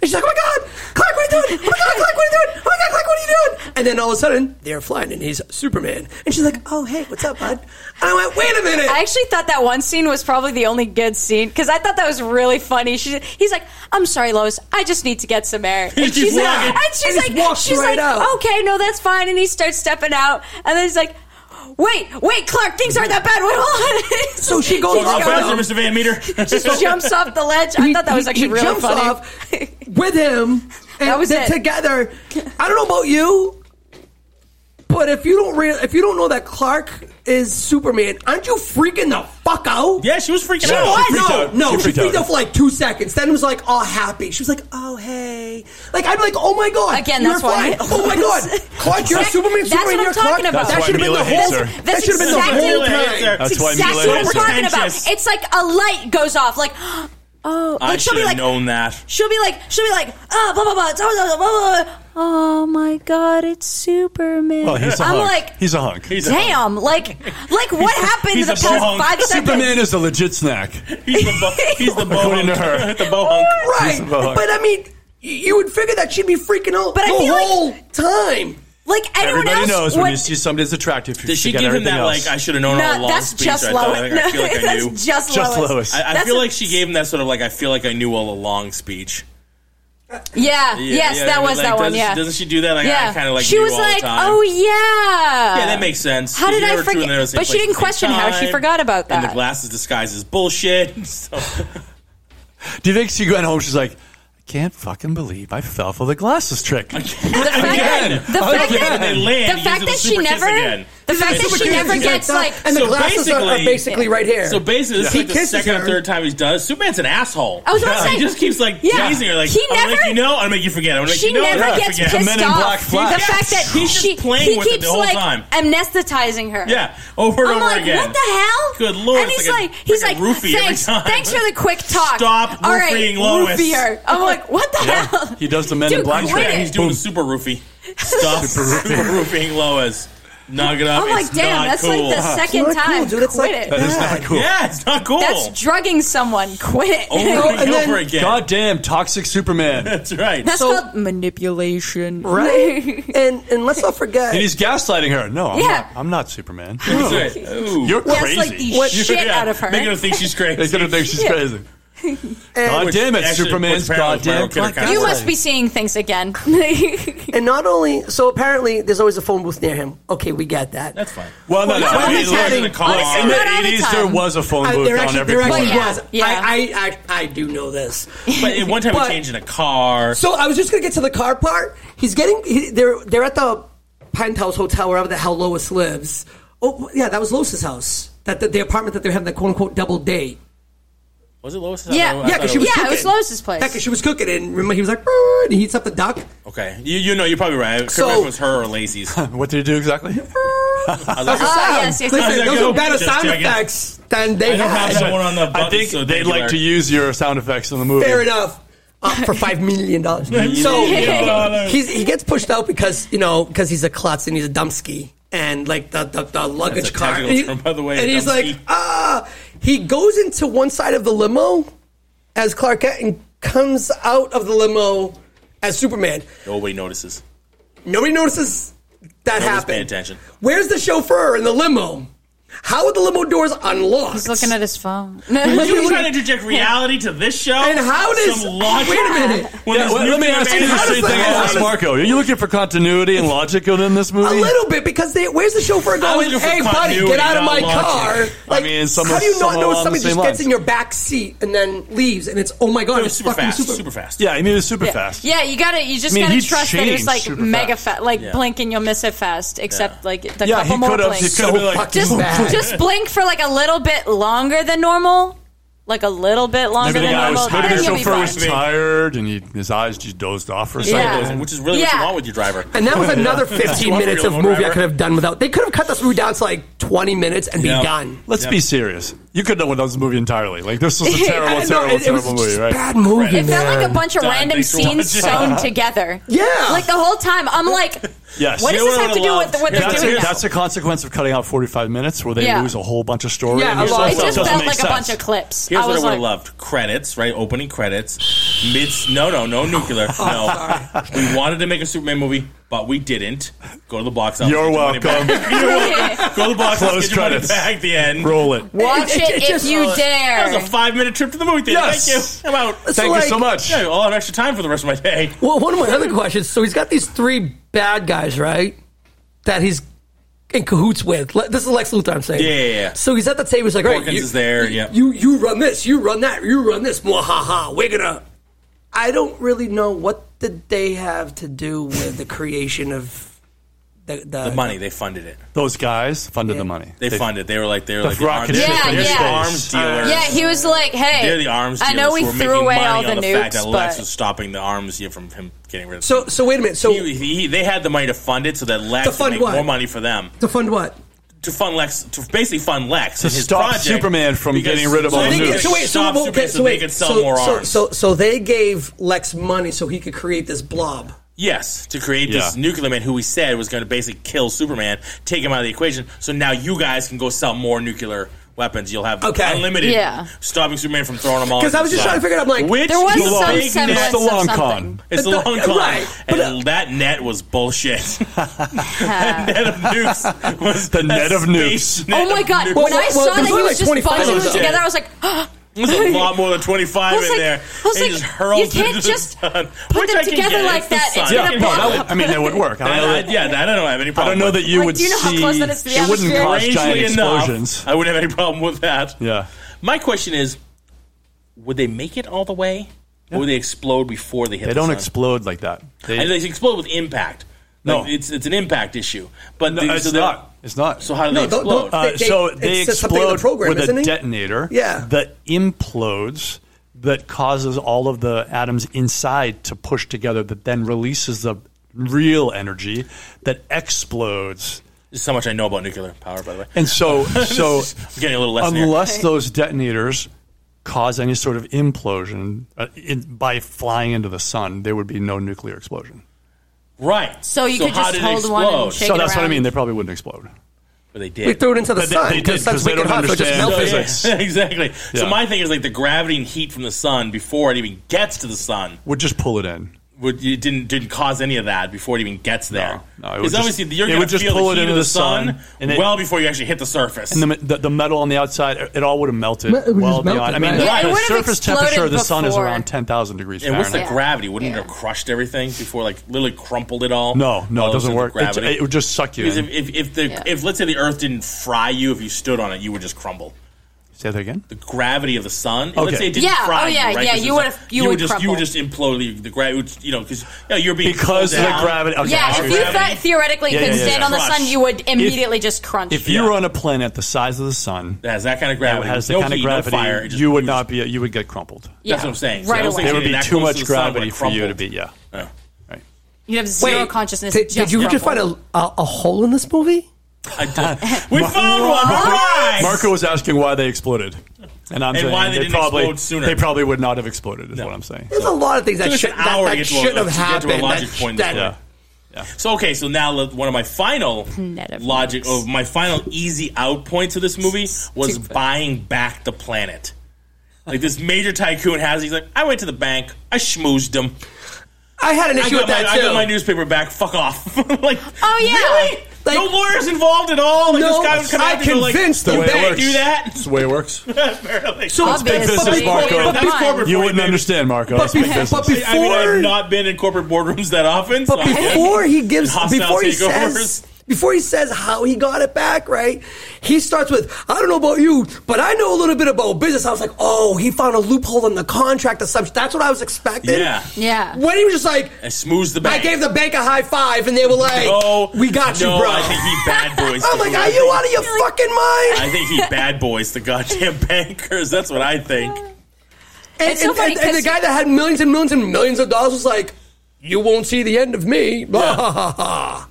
[SPEAKER 4] And she's like, "Oh my god, Clark, what are you doing? Oh my god, Clark, what are you doing? Oh my god, Clark, what are you doing?" And then all of a sudden, they're flying, and he's Superman. And she's like, "Oh hey, what's up, bud?" And I went, "Wait a minute."
[SPEAKER 7] I actually thought that one scene was probably the only good scene because I thought that was really funny. She, he's like, "I'm sorry, Lois, I just need to get some air." And
[SPEAKER 3] He's just
[SPEAKER 7] she's like,
[SPEAKER 3] walking.
[SPEAKER 7] and she's
[SPEAKER 4] And he
[SPEAKER 7] like,
[SPEAKER 4] walks
[SPEAKER 7] she's like,
[SPEAKER 4] right out.
[SPEAKER 7] "Okay, no, that's fine." And he starts stepping out, and then he's like, "Wait, wait, Clark, things aren't that bad. Wait, hold on."
[SPEAKER 4] So she goes
[SPEAKER 7] She's
[SPEAKER 4] off
[SPEAKER 7] like,
[SPEAKER 4] the
[SPEAKER 7] "Oh,
[SPEAKER 3] Professor,
[SPEAKER 4] how-
[SPEAKER 3] Mr. Van Meter.
[SPEAKER 7] no." She jumps off the ledge. I thought that was actually
[SPEAKER 4] he
[SPEAKER 7] really
[SPEAKER 4] jumps
[SPEAKER 7] funny.
[SPEAKER 4] off with him, and
[SPEAKER 7] That was
[SPEAKER 4] they're
[SPEAKER 7] it.
[SPEAKER 4] together. I don't know about you, but if you don't rea- if you don't know that Clark is Superman, aren't you freaking the fuck out?
[SPEAKER 3] yeah, she was freaking
[SPEAKER 4] She
[SPEAKER 3] out.
[SPEAKER 4] was.
[SPEAKER 6] She freaked
[SPEAKER 4] no,
[SPEAKER 6] out.
[SPEAKER 4] no,
[SPEAKER 6] She
[SPEAKER 4] she freaked,
[SPEAKER 6] freaked out.
[SPEAKER 4] out for like two seconds. Then was like all happy. She was like, "Oh hey," like I'm like, "Oh my god!"
[SPEAKER 7] Again,
[SPEAKER 4] you're
[SPEAKER 7] that's why-
[SPEAKER 4] fine. Oh my god, Clark, you're
[SPEAKER 7] Exact-
[SPEAKER 4] Superman.
[SPEAKER 7] that's
[SPEAKER 4] Superman,
[SPEAKER 7] what I'm
[SPEAKER 4] you're
[SPEAKER 7] talking
[SPEAKER 4] Clark.
[SPEAKER 7] about.
[SPEAKER 4] That
[SPEAKER 6] That's
[SPEAKER 4] should
[SPEAKER 6] why
[SPEAKER 4] have been the
[SPEAKER 6] Mila
[SPEAKER 4] whole.
[SPEAKER 6] hates her.
[SPEAKER 4] That
[SPEAKER 7] That's
[SPEAKER 4] should have been the
[SPEAKER 7] exactly-
[SPEAKER 4] whole
[SPEAKER 7] Mila
[SPEAKER 4] time.
[SPEAKER 7] hates her.
[SPEAKER 6] That's why
[SPEAKER 7] exactly
[SPEAKER 6] Mila
[SPEAKER 7] what
[SPEAKER 6] hates
[SPEAKER 7] we're
[SPEAKER 6] her.
[SPEAKER 7] talking about.
[SPEAKER 3] Pretentious.
[SPEAKER 7] It's like a light goes off, like
[SPEAKER 5] oh,
[SPEAKER 3] I
[SPEAKER 5] like she'll
[SPEAKER 3] should
[SPEAKER 5] be
[SPEAKER 3] have
[SPEAKER 5] like,
[SPEAKER 3] known that.
[SPEAKER 5] she'll be like, she'll be like, ah, blah blah blah, blah blah blah. blah, blah. Oh my god, it's Superman.
[SPEAKER 6] Well, Oh, he's a
[SPEAKER 5] I'm
[SPEAKER 6] hunk.
[SPEAKER 5] like,
[SPEAKER 6] he's a hunk.
[SPEAKER 3] He's a,
[SPEAKER 7] Damn, like, like what happened
[SPEAKER 3] he's
[SPEAKER 7] to
[SPEAKER 3] a
[SPEAKER 7] the past
[SPEAKER 3] punk.
[SPEAKER 7] five seconds?
[SPEAKER 6] Superman is a legit snack.
[SPEAKER 3] he's the bo- he's the bow
[SPEAKER 6] According
[SPEAKER 3] hunk.
[SPEAKER 6] to her.
[SPEAKER 3] the bow hunk.
[SPEAKER 4] Right,
[SPEAKER 6] Right.
[SPEAKER 4] but I mean, y- you would figure that she'd be freaking out
[SPEAKER 7] But I
[SPEAKER 4] the
[SPEAKER 7] feel like-
[SPEAKER 4] whole time.
[SPEAKER 7] Like anyone
[SPEAKER 6] Everybody
[SPEAKER 7] else
[SPEAKER 6] knows
[SPEAKER 7] would.
[SPEAKER 6] when you see somebody's attractive. You
[SPEAKER 3] Did she
[SPEAKER 6] forget
[SPEAKER 3] give him
[SPEAKER 6] everything
[SPEAKER 3] that
[SPEAKER 6] else.
[SPEAKER 3] like I should have known all
[SPEAKER 7] no,
[SPEAKER 3] along
[SPEAKER 7] that's
[SPEAKER 3] speech?
[SPEAKER 7] just
[SPEAKER 3] I,
[SPEAKER 7] Lois.
[SPEAKER 3] thought, I, I feel like I
[SPEAKER 7] that's
[SPEAKER 3] knew.
[SPEAKER 7] just
[SPEAKER 6] Just
[SPEAKER 7] Lois.
[SPEAKER 6] Lois.
[SPEAKER 3] I, I
[SPEAKER 7] That's
[SPEAKER 3] feel
[SPEAKER 7] a-
[SPEAKER 3] like she gave him that sort of like I feel like I knew all along speech.
[SPEAKER 7] Yeah.
[SPEAKER 3] Yeah,
[SPEAKER 7] yes,
[SPEAKER 3] yeah, I
[SPEAKER 7] that
[SPEAKER 3] mean,
[SPEAKER 7] was
[SPEAKER 3] like,
[SPEAKER 7] that one.
[SPEAKER 3] doesn't-
[SPEAKER 7] Yeah.
[SPEAKER 3] doesn't she do that? Like,
[SPEAKER 7] yeah.
[SPEAKER 3] I kind of like
[SPEAKER 7] she
[SPEAKER 3] knew
[SPEAKER 7] was
[SPEAKER 3] all
[SPEAKER 7] like,
[SPEAKER 3] the time.
[SPEAKER 7] "Oh yeah."
[SPEAKER 3] Yeah, that makes sense.
[SPEAKER 7] Uh, How did
[SPEAKER 3] They
[SPEAKER 7] I
[SPEAKER 3] were two in
[SPEAKER 7] forget-
[SPEAKER 3] the same
[SPEAKER 7] but
[SPEAKER 3] place
[SPEAKER 7] she
[SPEAKER 3] at
[SPEAKER 7] didn't
[SPEAKER 3] the same
[SPEAKER 7] question how she
[SPEAKER 3] time,
[SPEAKER 7] forgot about
[SPEAKER 3] And the
[SPEAKER 7] that.
[SPEAKER 3] glasses disguise is bullshit. So,
[SPEAKER 6] Do you think she went home? She's like, I can't fucking believe I fell for the glasses trick.
[SPEAKER 7] The fact
[SPEAKER 6] Again.
[SPEAKER 7] that the fact
[SPEAKER 6] Again.
[SPEAKER 7] that
[SPEAKER 3] and they land.
[SPEAKER 7] the
[SPEAKER 3] he
[SPEAKER 7] fact
[SPEAKER 3] gives her
[SPEAKER 7] that
[SPEAKER 3] the
[SPEAKER 7] she
[SPEAKER 3] super kiss
[SPEAKER 7] never
[SPEAKER 3] again.
[SPEAKER 7] the fact
[SPEAKER 6] the
[SPEAKER 7] that she
[SPEAKER 6] super
[SPEAKER 7] never
[SPEAKER 6] kiss.
[SPEAKER 7] gets like
[SPEAKER 4] and the
[SPEAKER 3] So
[SPEAKER 4] glasses are, are
[SPEAKER 3] basically-
[SPEAKER 4] basically right here.
[SPEAKER 3] So basically, this
[SPEAKER 4] He
[SPEAKER 3] is like the
[SPEAKER 4] kisses
[SPEAKER 3] second
[SPEAKER 4] her.
[SPEAKER 3] or third time he does. Superman's an asshole.
[SPEAKER 7] I was about to
[SPEAKER 3] Yeah.
[SPEAKER 7] say-
[SPEAKER 3] he just keeps like
[SPEAKER 7] Yeah.
[SPEAKER 3] teasing her, like
[SPEAKER 7] He
[SPEAKER 3] I'm gonna
[SPEAKER 7] never-
[SPEAKER 3] make you know, I'm gonna make you forget. I'm gonna make
[SPEAKER 7] she
[SPEAKER 3] you know, I'm
[SPEAKER 7] never
[SPEAKER 3] gonna
[SPEAKER 7] gets
[SPEAKER 3] forget.
[SPEAKER 7] pissed
[SPEAKER 6] Men in
[SPEAKER 7] off.
[SPEAKER 6] Black Flash.
[SPEAKER 7] The fact that
[SPEAKER 3] He's just
[SPEAKER 7] she
[SPEAKER 3] playing
[SPEAKER 7] he
[SPEAKER 3] with it
[SPEAKER 7] keeps
[SPEAKER 3] the whole
[SPEAKER 7] like
[SPEAKER 3] time.
[SPEAKER 7] amnesthetizing her.
[SPEAKER 3] Yeah, over and
[SPEAKER 7] I'm
[SPEAKER 3] over
[SPEAKER 7] like,
[SPEAKER 3] again.
[SPEAKER 7] what the hell?
[SPEAKER 3] Good lord!
[SPEAKER 7] And
[SPEAKER 3] it's
[SPEAKER 7] he's
[SPEAKER 3] like, a
[SPEAKER 7] like, he's
[SPEAKER 3] freaking
[SPEAKER 7] like,
[SPEAKER 3] roofie every
[SPEAKER 7] thanks,
[SPEAKER 3] time.
[SPEAKER 7] thanks for the quick talk.
[SPEAKER 3] Stop
[SPEAKER 7] All right,
[SPEAKER 3] roofing Lois.
[SPEAKER 7] roofie her. I'm like, what the
[SPEAKER 6] Yeah.
[SPEAKER 7] hell?
[SPEAKER 6] He does the Men
[SPEAKER 7] Dude,
[SPEAKER 6] in Black
[SPEAKER 7] quit
[SPEAKER 6] trick.
[SPEAKER 7] it.
[SPEAKER 3] He's doing a super roofie. Stop super roofing Lois. Knock it off.
[SPEAKER 7] I'm like,
[SPEAKER 3] it's
[SPEAKER 7] damn,
[SPEAKER 3] not
[SPEAKER 7] that's
[SPEAKER 3] cool.
[SPEAKER 7] like the second
[SPEAKER 4] not cool,
[SPEAKER 7] time.
[SPEAKER 4] dude. It's
[SPEAKER 7] Quit
[SPEAKER 4] like-
[SPEAKER 7] it.
[SPEAKER 6] That is not cool.
[SPEAKER 3] Yeah, it's not cool.
[SPEAKER 7] That's drugging someone. Quit it.
[SPEAKER 6] Oh
[SPEAKER 3] over and,
[SPEAKER 4] and then-
[SPEAKER 3] over again.
[SPEAKER 6] God damn, toxic Superman. and
[SPEAKER 3] That's right.
[SPEAKER 7] That's
[SPEAKER 4] So-
[SPEAKER 7] called manipulation.
[SPEAKER 4] right? and and let's not forget.
[SPEAKER 6] he's gaslighting her. No, I'm,
[SPEAKER 7] Yeah.
[SPEAKER 6] not, I'm not Superman.
[SPEAKER 3] That's right. Ooh.
[SPEAKER 6] You're
[SPEAKER 7] Gaslight the
[SPEAKER 6] crazy.
[SPEAKER 7] shit
[SPEAKER 3] Yeah,
[SPEAKER 7] out of her.
[SPEAKER 3] Making her think she's crazy.
[SPEAKER 6] They're going to think she's crazy. God
[SPEAKER 4] and,
[SPEAKER 6] damn it,
[SPEAKER 3] actually,
[SPEAKER 6] Superman's
[SPEAKER 3] what's proud of my
[SPEAKER 6] goddamn
[SPEAKER 3] own kid
[SPEAKER 6] black
[SPEAKER 3] account.
[SPEAKER 7] you
[SPEAKER 6] gaslighting.
[SPEAKER 7] must be seeing things again.
[SPEAKER 4] and not only so apparently there's always a phone booth near him. Okay, we get that.
[SPEAKER 3] That's fine.
[SPEAKER 6] Well, no, no.
[SPEAKER 4] Well,
[SPEAKER 6] I mean,
[SPEAKER 4] honestly,
[SPEAKER 6] look,
[SPEAKER 4] not
[SPEAKER 7] all
[SPEAKER 6] in the
[SPEAKER 7] the
[SPEAKER 6] 80s,
[SPEAKER 7] time.
[SPEAKER 6] there was a
[SPEAKER 3] Uh,
[SPEAKER 6] phone
[SPEAKER 4] I,
[SPEAKER 6] booth
[SPEAKER 4] there
[SPEAKER 6] on
[SPEAKER 4] Uh, actually,
[SPEAKER 6] every
[SPEAKER 4] there
[SPEAKER 6] corner.
[SPEAKER 4] actually
[SPEAKER 7] corner.
[SPEAKER 4] was.
[SPEAKER 7] Yeah.
[SPEAKER 4] I, I, I I do know this.
[SPEAKER 3] But at one time we
[SPEAKER 4] But-
[SPEAKER 3] changed in a car.
[SPEAKER 4] So I was just gonna get to the car part. He's getting he, they're they're at the penthouse hotel wherever the hell Lois lives. Oh yeah, that was Lois's house. That the, the apartment that they're having the quote unquote double date.
[SPEAKER 3] was it Lois?
[SPEAKER 7] Yeah.
[SPEAKER 3] Oh, I
[SPEAKER 7] Yeah,
[SPEAKER 4] Yeah,
[SPEAKER 3] thought
[SPEAKER 4] because she was
[SPEAKER 7] Yeah, it
[SPEAKER 4] cooking.
[SPEAKER 7] was Lois's place.
[SPEAKER 4] Yeah, 'cause she was cooking and remember he was like "Brrr," and he heats up the duck.
[SPEAKER 3] Okay, you, you know you're probably right. I couldn't
[SPEAKER 4] So-
[SPEAKER 3] remember if it was her or Lazy's. I
[SPEAKER 6] What did he do exactly?
[SPEAKER 3] was like,
[SPEAKER 7] Ah,
[SPEAKER 4] Sound.
[SPEAKER 7] yes, yes,
[SPEAKER 4] Listen,
[SPEAKER 7] yes.
[SPEAKER 4] those are better
[SPEAKER 3] Just
[SPEAKER 4] sound
[SPEAKER 3] checking.
[SPEAKER 4] effects than they
[SPEAKER 3] I don't have
[SPEAKER 4] had.
[SPEAKER 3] that one on the button,
[SPEAKER 6] I think
[SPEAKER 3] so
[SPEAKER 6] they'd
[SPEAKER 3] thank you,
[SPEAKER 6] like
[SPEAKER 3] Larry.
[SPEAKER 6] to use your sound effects in the movie.
[SPEAKER 4] Fair enough. Uh, for five million dollars. So
[SPEAKER 3] Million dollars.
[SPEAKER 4] he's, he gets pushed out because you know because he's a klutz and he's a dumpski and like the the, the luggage
[SPEAKER 3] That's a
[SPEAKER 4] car.
[SPEAKER 3] technical
[SPEAKER 4] And he-
[SPEAKER 3] term, by the way,
[SPEAKER 4] and he's
[SPEAKER 3] dumpski.
[SPEAKER 4] like ah. He goes into one side of the limo as Clark Kent and comes out of the limo as Superman.
[SPEAKER 3] Nobody notices.
[SPEAKER 4] Nobody notices that
[SPEAKER 3] Nobody's
[SPEAKER 4] happened.
[SPEAKER 3] paying attention.
[SPEAKER 4] Where's the chauffeur in the limo? How are the limo doors unlocked?
[SPEAKER 7] He's looking at his phone.
[SPEAKER 3] You trying to interject reality to this show?
[SPEAKER 4] And how does-
[SPEAKER 3] some logic?
[SPEAKER 4] Wait a minute.
[SPEAKER 3] When
[SPEAKER 6] Yeah,
[SPEAKER 3] there's
[SPEAKER 6] well, let me
[SPEAKER 3] nuclear
[SPEAKER 6] ask you the
[SPEAKER 3] man-
[SPEAKER 6] same
[SPEAKER 4] does
[SPEAKER 6] thing I
[SPEAKER 4] that
[SPEAKER 6] asked
[SPEAKER 4] happen?
[SPEAKER 6] Marco. Are you looking for continuity and logic in this movie?
[SPEAKER 4] A little bit because they, where's the chauffeur going?
[SPEAKER 3] looking for
[SPEAKER 4] Hey, buddy, get
[SPEAKER 3] continuity,
[SPEAKER 4] out of my
[SPEAKER 3] not
[SPEAKER 4] car!
[SPEAKER 3] logic.
[SPEAKER 6] I mean, someone-
[SPEAKER 4] how do you not
[SPEAKER 6] someone
[SPEAKER 4] know
[SPEAKER 6] along
[SPEAKER 4] somebody
[SPEAKER 6] the same
[SPEAKER 4] just
[SPEAKER 6] lines.
[SPEAKER 4] gets in your back seat and then leaves, and it's oh my god,
[SPEAKER 3] It was
[SPEAKER 4] it's
[SPEAKER 3] super
[SPEAKER 4] fucking
[SPEAKER 3] fast.
[SPEAKER 4] super.
[SPEAKER 3] Super, fast.
[SPEAKER 6] Yeah, I mean, it was super fast.
[SPEAKER 7] Yeah, you gotta. You just
[SPEAKER 6] I mean,
[SPEAKER 7] gotta
[SPEAKER 6] he
[SPEAKER 7] trust that
[SPEAKER 6] changed
[SPEAKER 7] it's like
[SPEAKER 6] super
[SPEAKER 7] mega
[SPEAKER 6] fast.
[SPEAKER 7] fast, like
[SPEAKER 3] Yeah.
[SPEAKER 7] blink and you'll miss it fast. Except like the
[SPEAKER 6] Yeah,
[SPEAKER 7] couple
[SPEAKER 6] he
[SPEAKER 7] more
[SPEAKER 6] could have. He
[SPEAKER 7] blinks.
[SPEAKER 6] could have been like,
[SPEAKER 4] fucking
[SPEAKER 7] just
[SPEAKER 4] bad.
[SPEAKER 7] just blink for like a little bit longer than normal, like a little bit longer
[SPEAKER 6] Maybe the
[SPEAKER 7] than
[SPEAKER 6] guy
[SPEAKER 7] normal.
[SPEAKER 6] was, maybe
[SPEAKER 7] then
[SPEAKER 6] the
[SPEAKER 7] you'll be
[SPEAKER 6] chauffeur was
[SPEAKER 7] fine.
[SPEAKER 6] tired and he, his eyes just dozed off for a
[SPEAKER 7] Yeah.
[SPEAKER 6] second.
[SPEAKER 3] Which is really what you
[SPEAKER 7] Yeah.
[SPEAKER 3] want with your driver.
[SPEAKER 4] And that was another
[SPEAKER 3] You
[SPEAKER 4] 15
[SPEAKER 3] want
[SPEAKER 4] minutes
[SPEAKER 3] real
[SPEAKER 4] of
[SPEAKER 3] limo
[SPEAKER 4] movie I
[SPEAKER 3] driver?
[SPEAKER 4] could have done without. They could have cut this movie down to like 20 minutes and
[SPEAKER 3] Yeah.
[SPEAKER 4] be done.
[SPEAKER 6] Let's be serious. You could have done this movie entirely. Like this was a terrible,
[SPEAKER 4] I know,
[SPEAKER 6] terrible,
[SPEAKER 4] it, it was
[SPEAKER 6] terrible
[SPEAKER 4] just
[SPEAKER 6] movie, right?
[SPEAKER 4] bad movie.
[SPEAKER 7] It felt like a
[SPEAKER 4] man.
[SPEAKER 7] bunch of
[SPEAKER 3] Done.
[SPEAKER 7] random
[SPEAKER 3] Thanks for
[SPEAKER 7] scenes
[SPEAKER 3] watching.
[SPEAKER 7] sewn together.
[SPEAKER 4] Yeah.
[SPEAKER 7] like the whole time. I'm like,
[SPEAKER 6] Yes.
[SPEAKER 7] what
[SPEAKER 6] You
[SPEAKER 7] does
[SPEAKER 6] know
[SPEAKER 7] this
[SPEAKER 3] what
[SPEAKER 7] have
[SPEAKER 3] I
[SPEAKER 7] to do
[SPEAKER 3] love?
[SPEAKER 7] with what they're
[SPEAKER 6] That's,
[SPEAKER 7] doing?
[SPEAKER 6] a,
[SPEAKER 7] now?
[SPEAKER 6] that's a consequence of cutting out 45 minutes where they
[SPEAKER 7] Yeah.
[SPEAKER 6] lose a whole bunch of story.
[SPEAKER 4] Yeah,
[SPEAKER 6] and
[SPEAKER 4] a
[SPEAKER 6] you
[SPEAKER 7] it
[SPEAKER 6] stuff
[SPEAKER 4] lot. Well,
[SPEAKER 6] that
[SPEAKER 7] just
[SPEAKER 6] doesn't
[SPEAKER 7] felt
[SPEAKER 6] make
[SPEAKER 7] like a
[SPEAKER 6] sense.
[SPEAKER 7] bunch of clips.
[SPEAKER 3] Here's
[SPEAKER 7] I
[SPEAKER 3] what I
[SPEAKER 7] was
[SPEAKER 3] would
[SPEAKER 7] like,
[SPEAKER 3] have loved: credits, right? Opening credits. Mid. No, no, no nuclear.
[SPEAKER 7] Oh,
[SPEAKER 3] No. we wanted to make a Superman movie, but we didn't. Go to the box office.
[SPEAKER 6] You're
[SPEAKER 3] get your money
[SPEAKER 6] welcome.
[SPEAKER 3] back. You're welcome. Go to the box office.
[SPEAKER 6] Close
[SPEAKER 3] Get your money
[SPEAKER 6] credits.
[SPEAKER 3] back. at The end.
[SPEAKER 6] Roll it.
[SPEAKER 7] watch it,
[SPEAKER 4] It- it- it
[SPEAKER 7] if
[SPEAKER 4] just-
[SPEAKER 7] you
[SPEAKER 4] uh,
[SPEAKER 7] dare.
[SPEAKER 3] That was a five-minute trip to the movie theater.
[SPEAKER 6] Yes.
[SPEAKER 3] Thank you. I'm out.
[SPEAKER 6] Thank
[SPEAKER 4] like-
[SPEAKER 6] you so much.
[SPEAKER 3] Yeah, I'll have extra time for the rest of my day.
[SPEAKER 4] Well, one of my other questions. So he's got these three bad guys, right? That he's in cahoots with. Le- This is Lex Luthor. I'm saying.
[SPEAKER 3] Yeah, yeah, yeah.
[SPEAKER 4] So he's at the table. He's like, all right,
[SPEAKER 3] Porkins
[SPEAKER 4] you,
[SPEAKER 3] is there, yeah.
[SPEAKER 4] You you run this. You run that. You run this. Mwahaha. We're gonna. I don't really know what did they have to do with the creation of the the,
[SPEAKER 3] The money they funded it.
[SPEAKER 6] Those guys funded the money.
[SPEAKER 3] They funded. They were like they were like the
[SPEAKER 6] rocket
[SPEAKER 3] arms,
[SPEAKER 6] ship
[SPEAKER 7] Yeah,
[SPEAKER 3] they're the
[SPEAKER 7] yeah.
[SPEAKER 3] arms dealers.
[SPEAKER 7] Uh, yeah, he was like, hey,
[SPEAKER 3] They're the arms.
[SPEAKER 7] I
[SPEAKER 3] dealers
[SPEAKER 7] know we
[SPEAKER 3] who were
[SPEAKER 7] threw
[SPEAKER 3] making
[SPEAKER 7] away
[SPEAKER 3] money
[SPEAKER 7] all the
[SPEAKER 3] on the fact that
[SPEAKER 7] nukes,
[SPEAKER 3] Lex
[SPEAKER 7] but
[SPEAKER 3] was stopping the arms here from him getting rid of.
[SPEAKER 4] So so wait a minute. So
[SPEAKER 3] he, he, they had the money to fund it so that Lex
[SPEAKER 4] To fund
[SPEAKER 3] would make
[SPEAKER 4] what?
[SPEAKER 3] more money for them.
[SPEAKER 4] to fund what?
[SPEAKER 3] to fund Lex, to basically fund Lex
[SPEAKER 6] To
[SPEAKER 3] and his
[SPEAKER 6] stop
[SPEAKER 3] project
[SPEAKER 6] Superman from
[SPEAKER 3] because-
[SPEAKER 6] getting rid of all
[SPEAKER 3] they
[SPEAKER 6] the
[SPEAKER 3] can-
[SPEAKER 6] nukes.
[SPEAKER 3] So wait, so,
[SPEAKER 4] wait,
[SPEAKER 3] Superman so,
[SPEAKER 4] so
[SPEAKER 3] they
[SPEAKER 4] wait,
[SPEAKER 3] can sell
[SPEAKER 4] so-
[SPEAKER 3] more
[SPEAKER 4] so-
[SPEAKER 3] arms.
[SPEAKER 4] So, so they gave Lex money so he could create this blob.
[SPEAKER 3] Yes, to create this
[SPEAKER 6] Yeah.
[SPEAKER 3] nuclear man who we said was going to basically kill Superman, take him out of the equation. So now you guys can go sell more nuclear weapons. You'll have
[SPEAKER 4] Okay.
[SPEAKER 3] unlimited
[SPEAKER 7] Yeah.
[SPEAKER 3] stopping Superman from throwing them all.
[SPEAKER 4] Because I was just trying to figure out. I'm like,
[SPEAKER 6] Which
[SPEAKER 7] There was
[SPEAKER 6] belongs-
[SPEAKER 7] some
[SPEAKER 6] it's
[SPEAKER 7] semblance
[SPEAKER 6] the
[SPEAKER 7] of
[SPEAKER 6] long
[SPEAKER 7] something.
[SPEAKER 6] con.
[SPEAKER 3] It's the
[SPEAKER 4] But the-
[SPEAKER 3] long con,
[SPEAKER 4] right, but,
[SPEAKER 3] and that net was bullshit. that net of nukes was
[SPEAKER 6] The
[SPEAKER 3] a
[SPEAKER 6] net of
[SPEAKER 3] space
[SPEAKER 6] nukes.
[SPEAKER 3] net
[SPEAKER 7] Oh my
[SPEAKER 3] of
[SPEAKER 7] god!
[SPEAKER 3] nukes.
[SPEAKER 7] When I
[SPEAKER 4] well, well,
[SPEAKER 7] saw that
[SPEAKER 4] there's
[SPEAKER 7] he
[SPEAKER 4] only
[SPEAKER 7] was
[SPEAKER 4] like
[SPEAKER 7] just
[SPEAKER 4] 25
[SPEAKER 7] bunching
[SPEAKER 3] of
[SPEAKER 7] them
[SPEAKER 3] them.
[SPEAKER 7] together, I was like,
[SPEAKER 3] There's a lot more than twenty
[SPEAKER 7] I
[SPEAKER 3] five
[SPEAKER 7] was
[SPEAKER 3] in
[SPEAKER 7] like,
[SPEAKER 3] there.
[SPEAKER 7] I was
[SPEAKER 3] He
[SPEAKER 7] like,
[SPEAKER 3] just hurls
[SPEAKER 7] you
[SPEAKER 3] it
[SPEAKER 7] can't
[SPEAKER 3] into the
[SPEAKER 7] just
[SPEAKER 3] sun,
[SPEAKER 7] put
[SPEAKER 3] which
[SPEAKER 7] them
[SPEAKER 3] I can
[SPEAKER 7] together
[SPEAKER 3] get.
[SPEAKER 7] like
[SPEAKER 3] It's the
[SPEAKER 7] that. It's
[SPEAKER 3] sun.
[SPEAKER 6] Yeah,
[SPEAKER 7] gonna
[SPEAKER 6] no, that
[SPEAKER 7] blow
[SPEAKER 6] would, I mean, that would work. I
[SPEAKER 3] And
[SPEAKER 6] don't,
[SPEAKER 3] I,
[SPEAKER 6] know-
[SPEAKER 3] yeah, I don't have any
[SPEAKER 6] I
[SPEAKER 3] problem.
[SPEAKER 6] don't know
[SPEAKER 3] with
[SPEAKER 6] that you
[SPEAKER 7] Like,
[SPEAKER 6] would
[SPEAKER 7] do you know how
[SPEAKER 6] see.
[SPEAKER 7] close that is to the
[SPEAKER 6] it wouldn't
[SPEAKER 7] atmosphere?
[SPEAKER 6] cause giant
[SPEAKER 3] Strangely enough,
[SPEAKER 6] explosions.
[SPEAKER 3] I wouldn't have any problem with that.
[SPEAKER 6] Yeah.
[SPEAKER 3] My question is, would they make it all the way, or would they explode before they hit?
[SPEAKER 6] They
[SPEAKER 3] the
[SPEAKER 6] don't
[SPEAKER 3] sun?
[SPEAKER 6] explode like that. They,
[SPEAKER 3] And they explode with impact.
[SPEAKER 6] No.
[SPEAKER 3] Like, it's it's an impact issue. But
[SPEAKER 6] no,
[SPEAKER 3] they-
[SPEAKER 6] it's
[SPEAKER 3] so they're-
[SPEAKER 6] not. It's not.
[SPEAKER 3] So how do
[SPEAKER 4] No,
[SPEAKER 3] they
[SPEAKER 4] don't-
[SPEAKER 3] explode?
[SPEAKER 4] don't-
[SPEAKER 6] Uh,
[SPEAKER 4] They- they-
[SPEAKER 6] so they
[SPEAKER 4] it says something in the
[SPEAKER 6] explode
[SPEAKER 4] program,
[SPEAKER 6] with
[SPEAKER 4] isn't
[SPEAKER 6] a
[SPEAKER 4] it?
[SPEAKER 6] detonator
[SPEAKER 4] Yeah.
[SPEAKER 6] that implodes that causes all of the atoms inside to push together that then releases the real energy that explodes
[SPEAKER 3] This is how much I know about nuclear power, by the way.
[SPEAKER 6] and so so
[SPEAKER 3] I'm getting a little less.
[SPEAKER 6] unless those detonators cause any sort of implosion uh, in, by flying into the sun there would be no nuclear explosion
[SPEAKER 3] right.
[SPEAKER 7] So you could
[SPEAKER 3] how
[SPEAKER 7] just
[SPEAKER 3] did it
[SPEAKER 7] hold one and
[SPEAKER 3] explode?
[SPEAKER 7] shake- Take
[SPEAKER 6] so
[SPEAKER 7] it
[SPEAKER 6] that's what i
[SPEAKER 7] around.
[SPEAKER 6] mean they probably wouldn't explode
[SPEAKER 3] But they did.
[SPEAKER 4] we threw it into the
[SPEAKER 6] But they-
[SPEAKER 4] sun
[SPEAKER 6] they did,
[SPEAKER 4] because that's
[SPEAKER 6] 'cause they
[SPEAKER 4] wicked
[SPEAKER 6] don't
[SPEAKER 4] hot, so it just
[SPEAKER 6] understand
[SPEAKER 4] melted.
[SPEAKER 6] physics.
[SPEAKER 3] Yeah, exactly. So
[SPEAKER 6] Yeah.
[SPEAKER 3] my thing is like the gravity and heat from the sun before it even gets to the sun
[SPEAKER 6] would just pull it in
[SPEAKER 3] would it didn't didn't cause any of that before it even gets there.
[SPEAKER 6] no, it would
[SPEAKER 3] it's
[SPEAKER 6] just-
[SPEAKER 3] obviously you're going
[SPEAKER 6] it would
[SPEAKER 3] to
[SPEAKER 6] just
[SPEAKER 3] feel
[SPEAKER 6] pull
[SPEAKER 3] the
[SPEAKER 6] it
[SPEAKER 3] heat
[SPEAKER 6] into
[SPEAKER 3] of the
[SPEAKER 6] the sun,
[SPEAKER 3] sun
[SPEAKER 6] and it-
[SPEAKER 3] well before you actually hit the surface.
[SPEAKER 6] And the, the, the metal on the outside, it all would have melted
[SPEAKER 8] Me- it would
[SPEAKER 6] well
[SPEAKER 8] just
[SPEAKER 6] beyond.
[SPEAKER 8] melted,
[SPEAKER 6] I mean,
[SPEAKER 8] right?
[SPEAKER 6] the,
[SPEAKER 7] Yeah, it
[SPEAKER 6] the
[SPEAKER 7] would have
[SPEAKER 6] surface
[SPEAKER 7] exploded
[SPEAKER 6] temperature of the sun is
[SPEAKER 7] before.
[SPEAKER 6] around 10,000 degrees
[SPEAKER 3] and what's the
[SPEAKER 6] Fahrenheit.
[SPEAKER 3] gravity? Wouldn't it have crushed everything before, like literally crumpled it all?
[SPEAKER 6] No, no,
[SPEAKER 3] All
[SPEAKER 6] it
[SPEAKER 3] those
[SPEAKER 6] doesn't
[SPEAKER 3] with
[SPEAKER 6] work. It,
[SPEAKER 3] Gravity.
[SPEAKER 6] it would just suck you
[SPEAKER 3] because
[SPEAKER 6] in.
[SPEAKER 3] if, if, if the
[SPEAKER 7] Yeah.
[SPEAKER 3] if let's say the Earth didn't fry you, if you stood on it, you would just crumble.
[SPEAKER 6] Say that again?
[SPEAKER 3] The gravity of the sun.
[SPEAKER 6] Okay.
[SPEAKER 3] Let's say it didn't
[SPEAKER 7] Yeah,
[SPEAKER 3] fry
[SPEAKER 7] oh, yeah,
[SPEAKER 3] you, right?
[SPEAKER 7] yeah,
[SPEAKER 3] 'Cause
[SPEAKER 7] you
[SPEAKER 3] it's
[SPEAKER 7] would-
[SPEAKER 3] like-
[SPEAKER 7] you would
[SPEAKER 3] just you would
[SPEAKER 7] crumple.
[SPEAKER 3] just implode the, the gravity. You know, because you know, you're being
[SPEAKER 6] Because
[SPEAKER 3] pulled
[SPEAKER 6] of the
[SPEAKER 3] down.
[SPEAKER 6] gravity- okay,
[SPEAKER 7] Yeah,
[SPEAKER 6] I
[SPEAKER 7] if
[SPEAKER 6] see.
[SPEAKER 7] you thought theoretically you
[SPEAKER 6] Yeah,
[SPEAKER 7] could
[SPEAKER 6] yeah,
[SPEAKER 7] stand
[SPEAKER 6] yeah.
[SPEAKER 7] on the sun,
[SPEAKER 3] Crunch.
[SPEAKER 7] you would immediately just crunch.
[SPEAKER 6] If you were on a planet the size of the sun
[SPEAKER 3] that has that kind of
[SPEAKER 6] that
[SPEAKER 3] gravity,
[SPEAKER 6] has the
[SPEAKER 3] no
[SPEAKER 6] kind
[SPEAKER 3] heat,
[SPEAKER 6] of gravity,
[SPEAKER 3] no fire, it just-
[SPEAKER 6] you would not be, you would get crumpled.
[SPEAKER 7] Yeah,
[SPEAKER 3] That's what I'm saying. So
[SPEAKER 7] Right
[SPEAKER 3] those
[SPEAKER 7] away.
[SPEAKER 3] things
[SPEAKER 6] There would be
[SPEAKER 3] that
[SPEAKER 6] too
[SPEAKER 3] close
[SPEAKER 6] much
[SPEAKER 3] to the sun would
[SPEAKER 6] gravity
[SPEAKER 3] have
[SPEAKER 6] for you to
[SPEAKER 3] crumpled.
[SPEAKER 6] be, yeah.
[SPEAKER 3] Oh.
[SPEAKER 7] You'd have zero
[SPEAKER 4] Wait,
[SPEAKER 7] consciousness.
[SPEAKER 4] Did,
[SPEAKER 7] just
[SPEAKER 4] did you just find
[SPEAKER 7] crumpled.
[SPEAKER 4] a, a, a hole in this movie?
[SPEAKER 3] I don't- we found one. Why?
[SPEAKER 6] Marco was asking why they exploded. And I'm
[SPEAKER 3] And
[SPEAKER 6] saying
[SPEAKER 3] why they didn't
[SPEAKER 6] probably,
[SPEAKER 3] explode sooner.
[SPEAKER 6] They probably would not have exploded, is what I'm saying.
[SPEAKER 4] There's a lot of things that
[SPEAKER 3] Took us
[SPEAKER 4] should
[SPEAKER 3] an hour to
[SPEAKER 4] that,
[SPEAKER 3] get
[SPEAKER 4] that
[SPEAKER 3] to a-
[SPEAKER 4] should
[SPEAKER 3] to
[SPEAKER 4] have
[SPEAKER 3] get to a
[SPEAKER 4] happened.
[SPEAKER 3] logic
[SPEAKER 4] that,
[SPEAKER 3] point in
[SPEAKER 4] that-
[SPEAKER 3] this
[SPEAKER 6] Yeah.
[SPEAKER 3] So okay, so now let- one of my final
[SPEAKER 7] Net of
[SPEAKER 3] logic
[SPEAKER 7] nukes.
[SPEAKER 3] of my final easy out points of this movie was buying back the planet. Like this major tycoon has, he's like, I went to the bank, I schmoozed him,
[SPEAKER 4] I had an
[SPEAKER 3] I
[SPEAKER 4] issue
[SPEAKER 3] got,
[SPEAKER 4] with
[SPEAKER 3] my,
[SPEAKER 4] that
[SPEAKER 3] I
[SPEAKER 4] too.
[SPEAKER 3] got my newspaper back. Fuck off! like,
[SPEAKER 7] Oh, yeah.
[SPEAKER 3] really?
[SPEAKER 4] Like-
[SPEAKER 3] no lawyers involved at all. Like,
[SPEAKER 4] No,
[SPEAKER 3] this guy would come
[SPEAKER 4] I
[SPEAKER 3] out and go, like,
[SPEAKER 4] convinced
[SPEAKER 3] "You
[SPEAKER 4] the
[SPEAKER 3] can't
[SPEAKER 4] banks.
[SPEAKER 3] do that.
[SPEAKER 6] That's the way it works.
[SPEAKER 3] Apparently.
[SPEAKER 4] So it's big
[SPEAKER 7] Obviously.
[SPEAKER 4] business,
[SPEAKER 3] That's
[SPEAKER 7] Marco.
[SPEAKER 3] corporate- that's
[SPEAKER 7] Come on.
[SPEAKER 3] corporate
[SPEAKER 6] You
[SPEAKER 3] for
[SPEAKER 6] wouldn't
[SPEAKER 3] baby.
[SPEAKER 6] understand, Marco.
[SPEAKER 4] But
[SPEAKER 6] That's big
[SPEAKER 4] before-
[SPEAKER 6] business.
[SPEAKER 3] I,
[SPEAKER 4] but
[SPEAKER 3] I mean, I've
[SPEAKER 4] Before-
[SPEAKER 3] not been in corporate boardrooms that often.
[SPEAKER 4] But
[SPEAKER 3] so I-
[SPEAKER 4] before he gives,
[SPEAKER 3] Hostile
[SPEAKER 4] before he
[SPEAKER 3] takeovers.
[SPEAKER 4] says, before he says how he got it back, right? He starts with, "I don't know about you, but I know a little bit about business." I was like, "Oh, he found a loophole in the contract assumption." That's what I was expecting.
[SPEAKER 3] Yeah.
[SPEAKER 7] Yeah.
[SPEAKER 4] When he was just like,
[SPEAKER 3] I smoozed the
[SPEAKER 4] I
[SPEAKER 3] bank.
[SPEAKER 4] gave the bank a high five, and they were like,
[SPEAKER 3] No,
[SPEAKER 4] we got
[SPEAKER 3] no,
[SPEAKER 4] you, bro."
[SPEAKER 3] I think he bad boys.
[SPEAKER 4] I'm
[SPEAKER 3] the
[SPEAKER 4] like,
[SPEAKER 3] whole
[SPEAKER 4] "Are you
[SPEAKER 3] thing.
[SPEAKER 4] out of your fucking mind?"
[SPEAKER 3] I think he bad boys the goddamn bankers. That's what I think.
[SPEAKER 4] And,
[SPEAKER 7] It's so
[SPEAKER 4] and-
[SPEAKER 7] funny
[SPEAKER 4] and- and
[SPEAKER 7] 'cause-
[SPEAKER 4] the guy that had millions and millions and millions of dollars was like, "You won't see the end of me." what?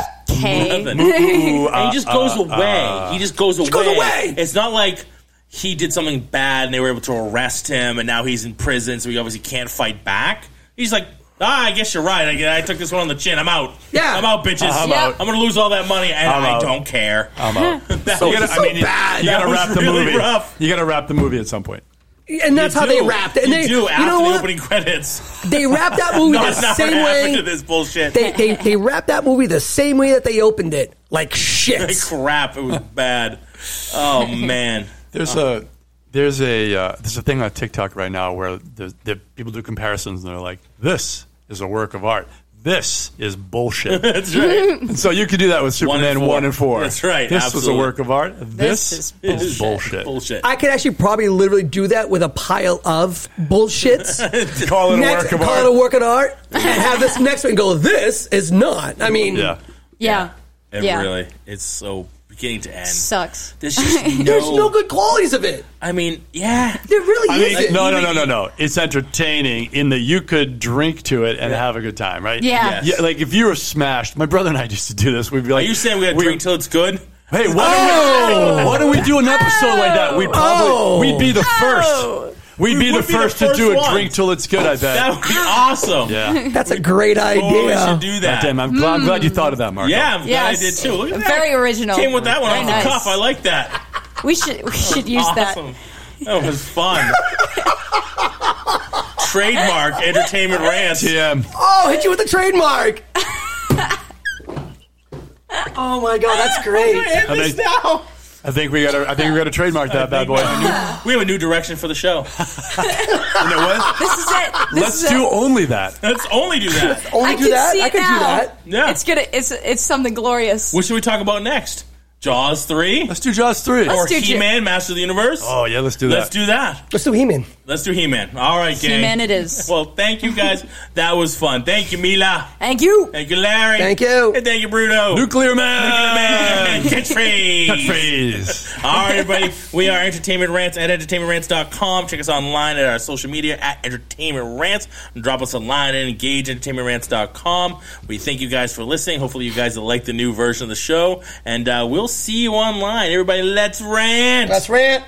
[SPEAKER 7] Okay.
[SPEAKER 3] Nothing. uh, and he just goes away. he just goes away.
[SPEAKER 4] goes away.
[SPEAKER 3] It's not like he did something bad and they were able to arrest him, and now he's in prison, so he obviously can't fight back. He's like. Ah, I guess you're right. I, I took this one on the chin. I'm out.
[SPEAKER 4] Yeah.
[SPEAKER 3] I'm out, bitches.
[SPEAKER 6] I'm
[SPEAKER 7] Yep.
[SPEAKER 6] out.
[SPEAKER 3] I'm gonna lose all that money, and
[SPEAKER 6] I'm
[SPEAKER 3] I
[SPEAKER 6] out.
[SPEAKER 3] don't care.
[SPEAKER 6] I'm out.
[SPEAKER 3] That
[SPEAKER 6] you gotta,
[SPEAKER 3] was
[SPEAKER 6] I mean, you-
[SPEAKER 4] bad.
[SPEAKER 6] You,
[SPEAKER 3] That
[SPEAKER 6] gotta
[SPEAKER 3] was
[SPEAKER 6] wrap the
[SPEAKER 3] really
[SPEAKER 6] movie.
[SPEAKER 3] rough.
[SPEAKER 6] You gotta wrap the movie at some point.
[SPEAKER 4] And that's
[SPEAKER 3] You
[SPEAKER 4] how they
[SPEAKER 3] do.
[SPEAKER 4] wrapped it. And
[SPEAKER 3] you
[SPEAKER 4] they,
[SPEAKER 3] do
[SPEAKER 4] you
[SPEAKER 3] after
[SPEAKER 4] know
[SPEAKER 3] the
[SPEAKER 4] what?
[SPEAKER 3] opening credits.
[SPEAKER 4] They wrapped that movie
[SPEAKER 3] No,
[SPEAKER 4] the
[SPEAKER 3] it's not
[SPEAKER 4] same
[SPEAKER 3] what happened to
[SPEAKER 4] way.
[SPEAKER 3] this bullshit.
[SPEAKER 4] They, they they wrapped that movie the same way that they opened it, like
[SPEAKER 3] Like
[SPEAKER 4] shit.
[SPEAKER 3] crap, it was bad. Oh man.
[SPEAKER 6] There's a there's a uh, there's a thing on TikTok right now where the, the people do comparisons and they're like, "This is a work of art. This is bullshit."
[SPEAKER 3] That's right.
[SPEAKER 6] and so you could do that with
[SPEAKER 3] One and
[SPEAKER 6] Superman
[SPEAKER 3] four.
[SPEAKER 6] one and four.
[SPEAKER 3] That's right,
[SPEAKER 6] This was
[SPEAKER 3] absolutely.
[SPEAKER 6] a work of art. This,
[SPEAKER 7] is
[SPEAKER 6] is bullshit.
[SPEAKER 3] Bullshit.
[SPEAKER 4] I could actually probably literally do that with a pile of bullshits.
[SPEAKER 6] Call it a
[SPEAKER 4] next,
[SPEAKER 6] work of
[SPEAKER 4] call
[SPEAKER 6] art.
[SPEAKER 4] it a work of art, and have this next one go. This is not. I mean,
[SPEAKER 6] yeah.
[SPEAKER 7] Yeah.
[SPEAKER 3] it
[SPEAKER 7] yeah.
[SPEAKER 3] really it's so beginning to end.
[SPEAKER 7] sucks.
[SPEAKER 3] There's just no,
[SPEAKER 4] there's no good qualities of it.
[SPEAKER 3] I mean, yeah.
[SPEAKER 4] There really
[SPEAKER 6] I
[SPEAKER 4] isn't.
[SPEAKER 6] mean, no, no, no, no, no. It's entertaining in that you could drink to it and have a good time, right?
[SPEAKER 7] Yeah. Yes.
[SPEAKER 6] Yeah. Like if you were smashed, my brother and I used to do this. We'd be
[SPEAKER 3] Are
[SPEAKER 6] like,
[SPEAKER 3] you saying we gotta
[SPEAKER 6] we-
[SPEAKER 3] drink till it's good?
[SPEAKER 6] Hey, why, do
[SPEAKER 3] Oh!
[SPEAKER 6] we, why do we do an episode like that? We'd probably we'd be the
[SPEAKER 7] Oh.
[SPEAKER 6] first.
[SPEAKER 3] We
[SPEAKER 6] We'd be the
[SPEAKER 3] would be the
[SPEAKER 6] first to
[SPEAKER 3] first
[SPEAKER 6] do a
[SPEAKER 3] ones.
[SPEAKER 6] drink till it's good. I
[SPEAKER 3] That
[SPEAKER 6] bet.
[SPEAKER 3] would be awesome.
[SPEAKER 6] Yeah.
[SPEAKER 4] That's a great
[SPEAKER 3] Oh, we
[SPEAKER 4] idea.
[SPEAKER 3] should do
[SPEAKER 6] God
[SPEAKER 3] that.
[SPEAKER 6] damn, I'm glad, I'm glad you thought of that, Mark.
[SPEAKER 3] yeah, I'm glad I
[SPEAKER 7] Yes.
[SPEAKER 3] did too. Look at that.
[SPEAKER 7] Very original.
[SPEAKER 3] Came with that one
[SPEAKER 7] Very
[SPEAKER 3] off
[SPEAKER 7] nice.
[SPEAKER 3] the cuff. I like that.
[SPEAKER 7] We should we should use
[SPEAKER 3] awesome. That. was fun. Trademark entertainment rants.
[SPEAKER 6] TM.
[SPEAKER 4] Oh, hit you with the trademark. oh my god, that's great.
[SPEAKER 6] I think,
[SPEAKER 4] Now,
[SPEAKER 6] I think we got to. I think we got to trademark that bad boy. you
[SPEAKER 3] We have a new direction for the show.
[SPEAKER 6] know
[SPEAKER 7] that.
[SPEAKER 6] what?
[SPEAKER 7] This is it. This
[SPEAKER 6] Let's
[SPEAKER 7] is
[SPEAKER 6] do
[SPEAKER 7] It.
[SPEAKER 6] only that.
[SPEAKER 3] Let's only do that.
[SPEAKER 4] only
[SPEAKER 7] I
[SPEAKER 4] do
[SPEAKER 7] can
[SPEAKER 4] that.
[SPEAKER 7] see
[SPEAKER 4] I
[SPEAKER 7] it
[SPEAKER 4] can
[SPEAKER 7] now.
[SPEAKER 4] do that.
[SPEAKER 3] Yeah.
[SPEAKER 7] It's gonna. It's it's something glorious.
[SPEAKER 3] what should we talk about next? Jaws three
[SPEAKER 6] Let's do Jaws three.
[SPEAKER 3] or
[SPEAKER 7] do
[SPEAKER 3] He Man, Master of the Universe?
[SPEAKER 6] oh yeah, let's do that.
[SPEAKER 3] Let's do that.
[SPEAKER 4] Let's do He-Man.
[SPEAKER 3] Let's do He Man. All right, gang.
[SPEAKER 7] He-Man it is.
[SPEAKER 3] Well, thank you guys. that was fun. Thank you, Mila.
[SPEAKER 7] Thank you.
[SPEAKER 3] Thank you, Larry.
[SPEAKER 4] Thank you.
[SPEAKER 3] And thank you, Bruno.
[SPEAKER 6] Nuclear
[SPEAKER 3] Man.
[SPEAKER 6] man.
[SPEAKER 3] Catchphrase.
[SPEAKER 6] Freeze.
[SPEAKER 3] All right, everybody. We are Entertainment Rants at entertainmentrants.com. Check us online at our social media at Entertainment Rants. Drop us a line at engageentertainmentrants.com. We thank you guys for listening. Hopefully, you guys like the new version of the show. And uh, we'll see you online. Everybody, let's rant.
[SPEAKER 4] That's rant.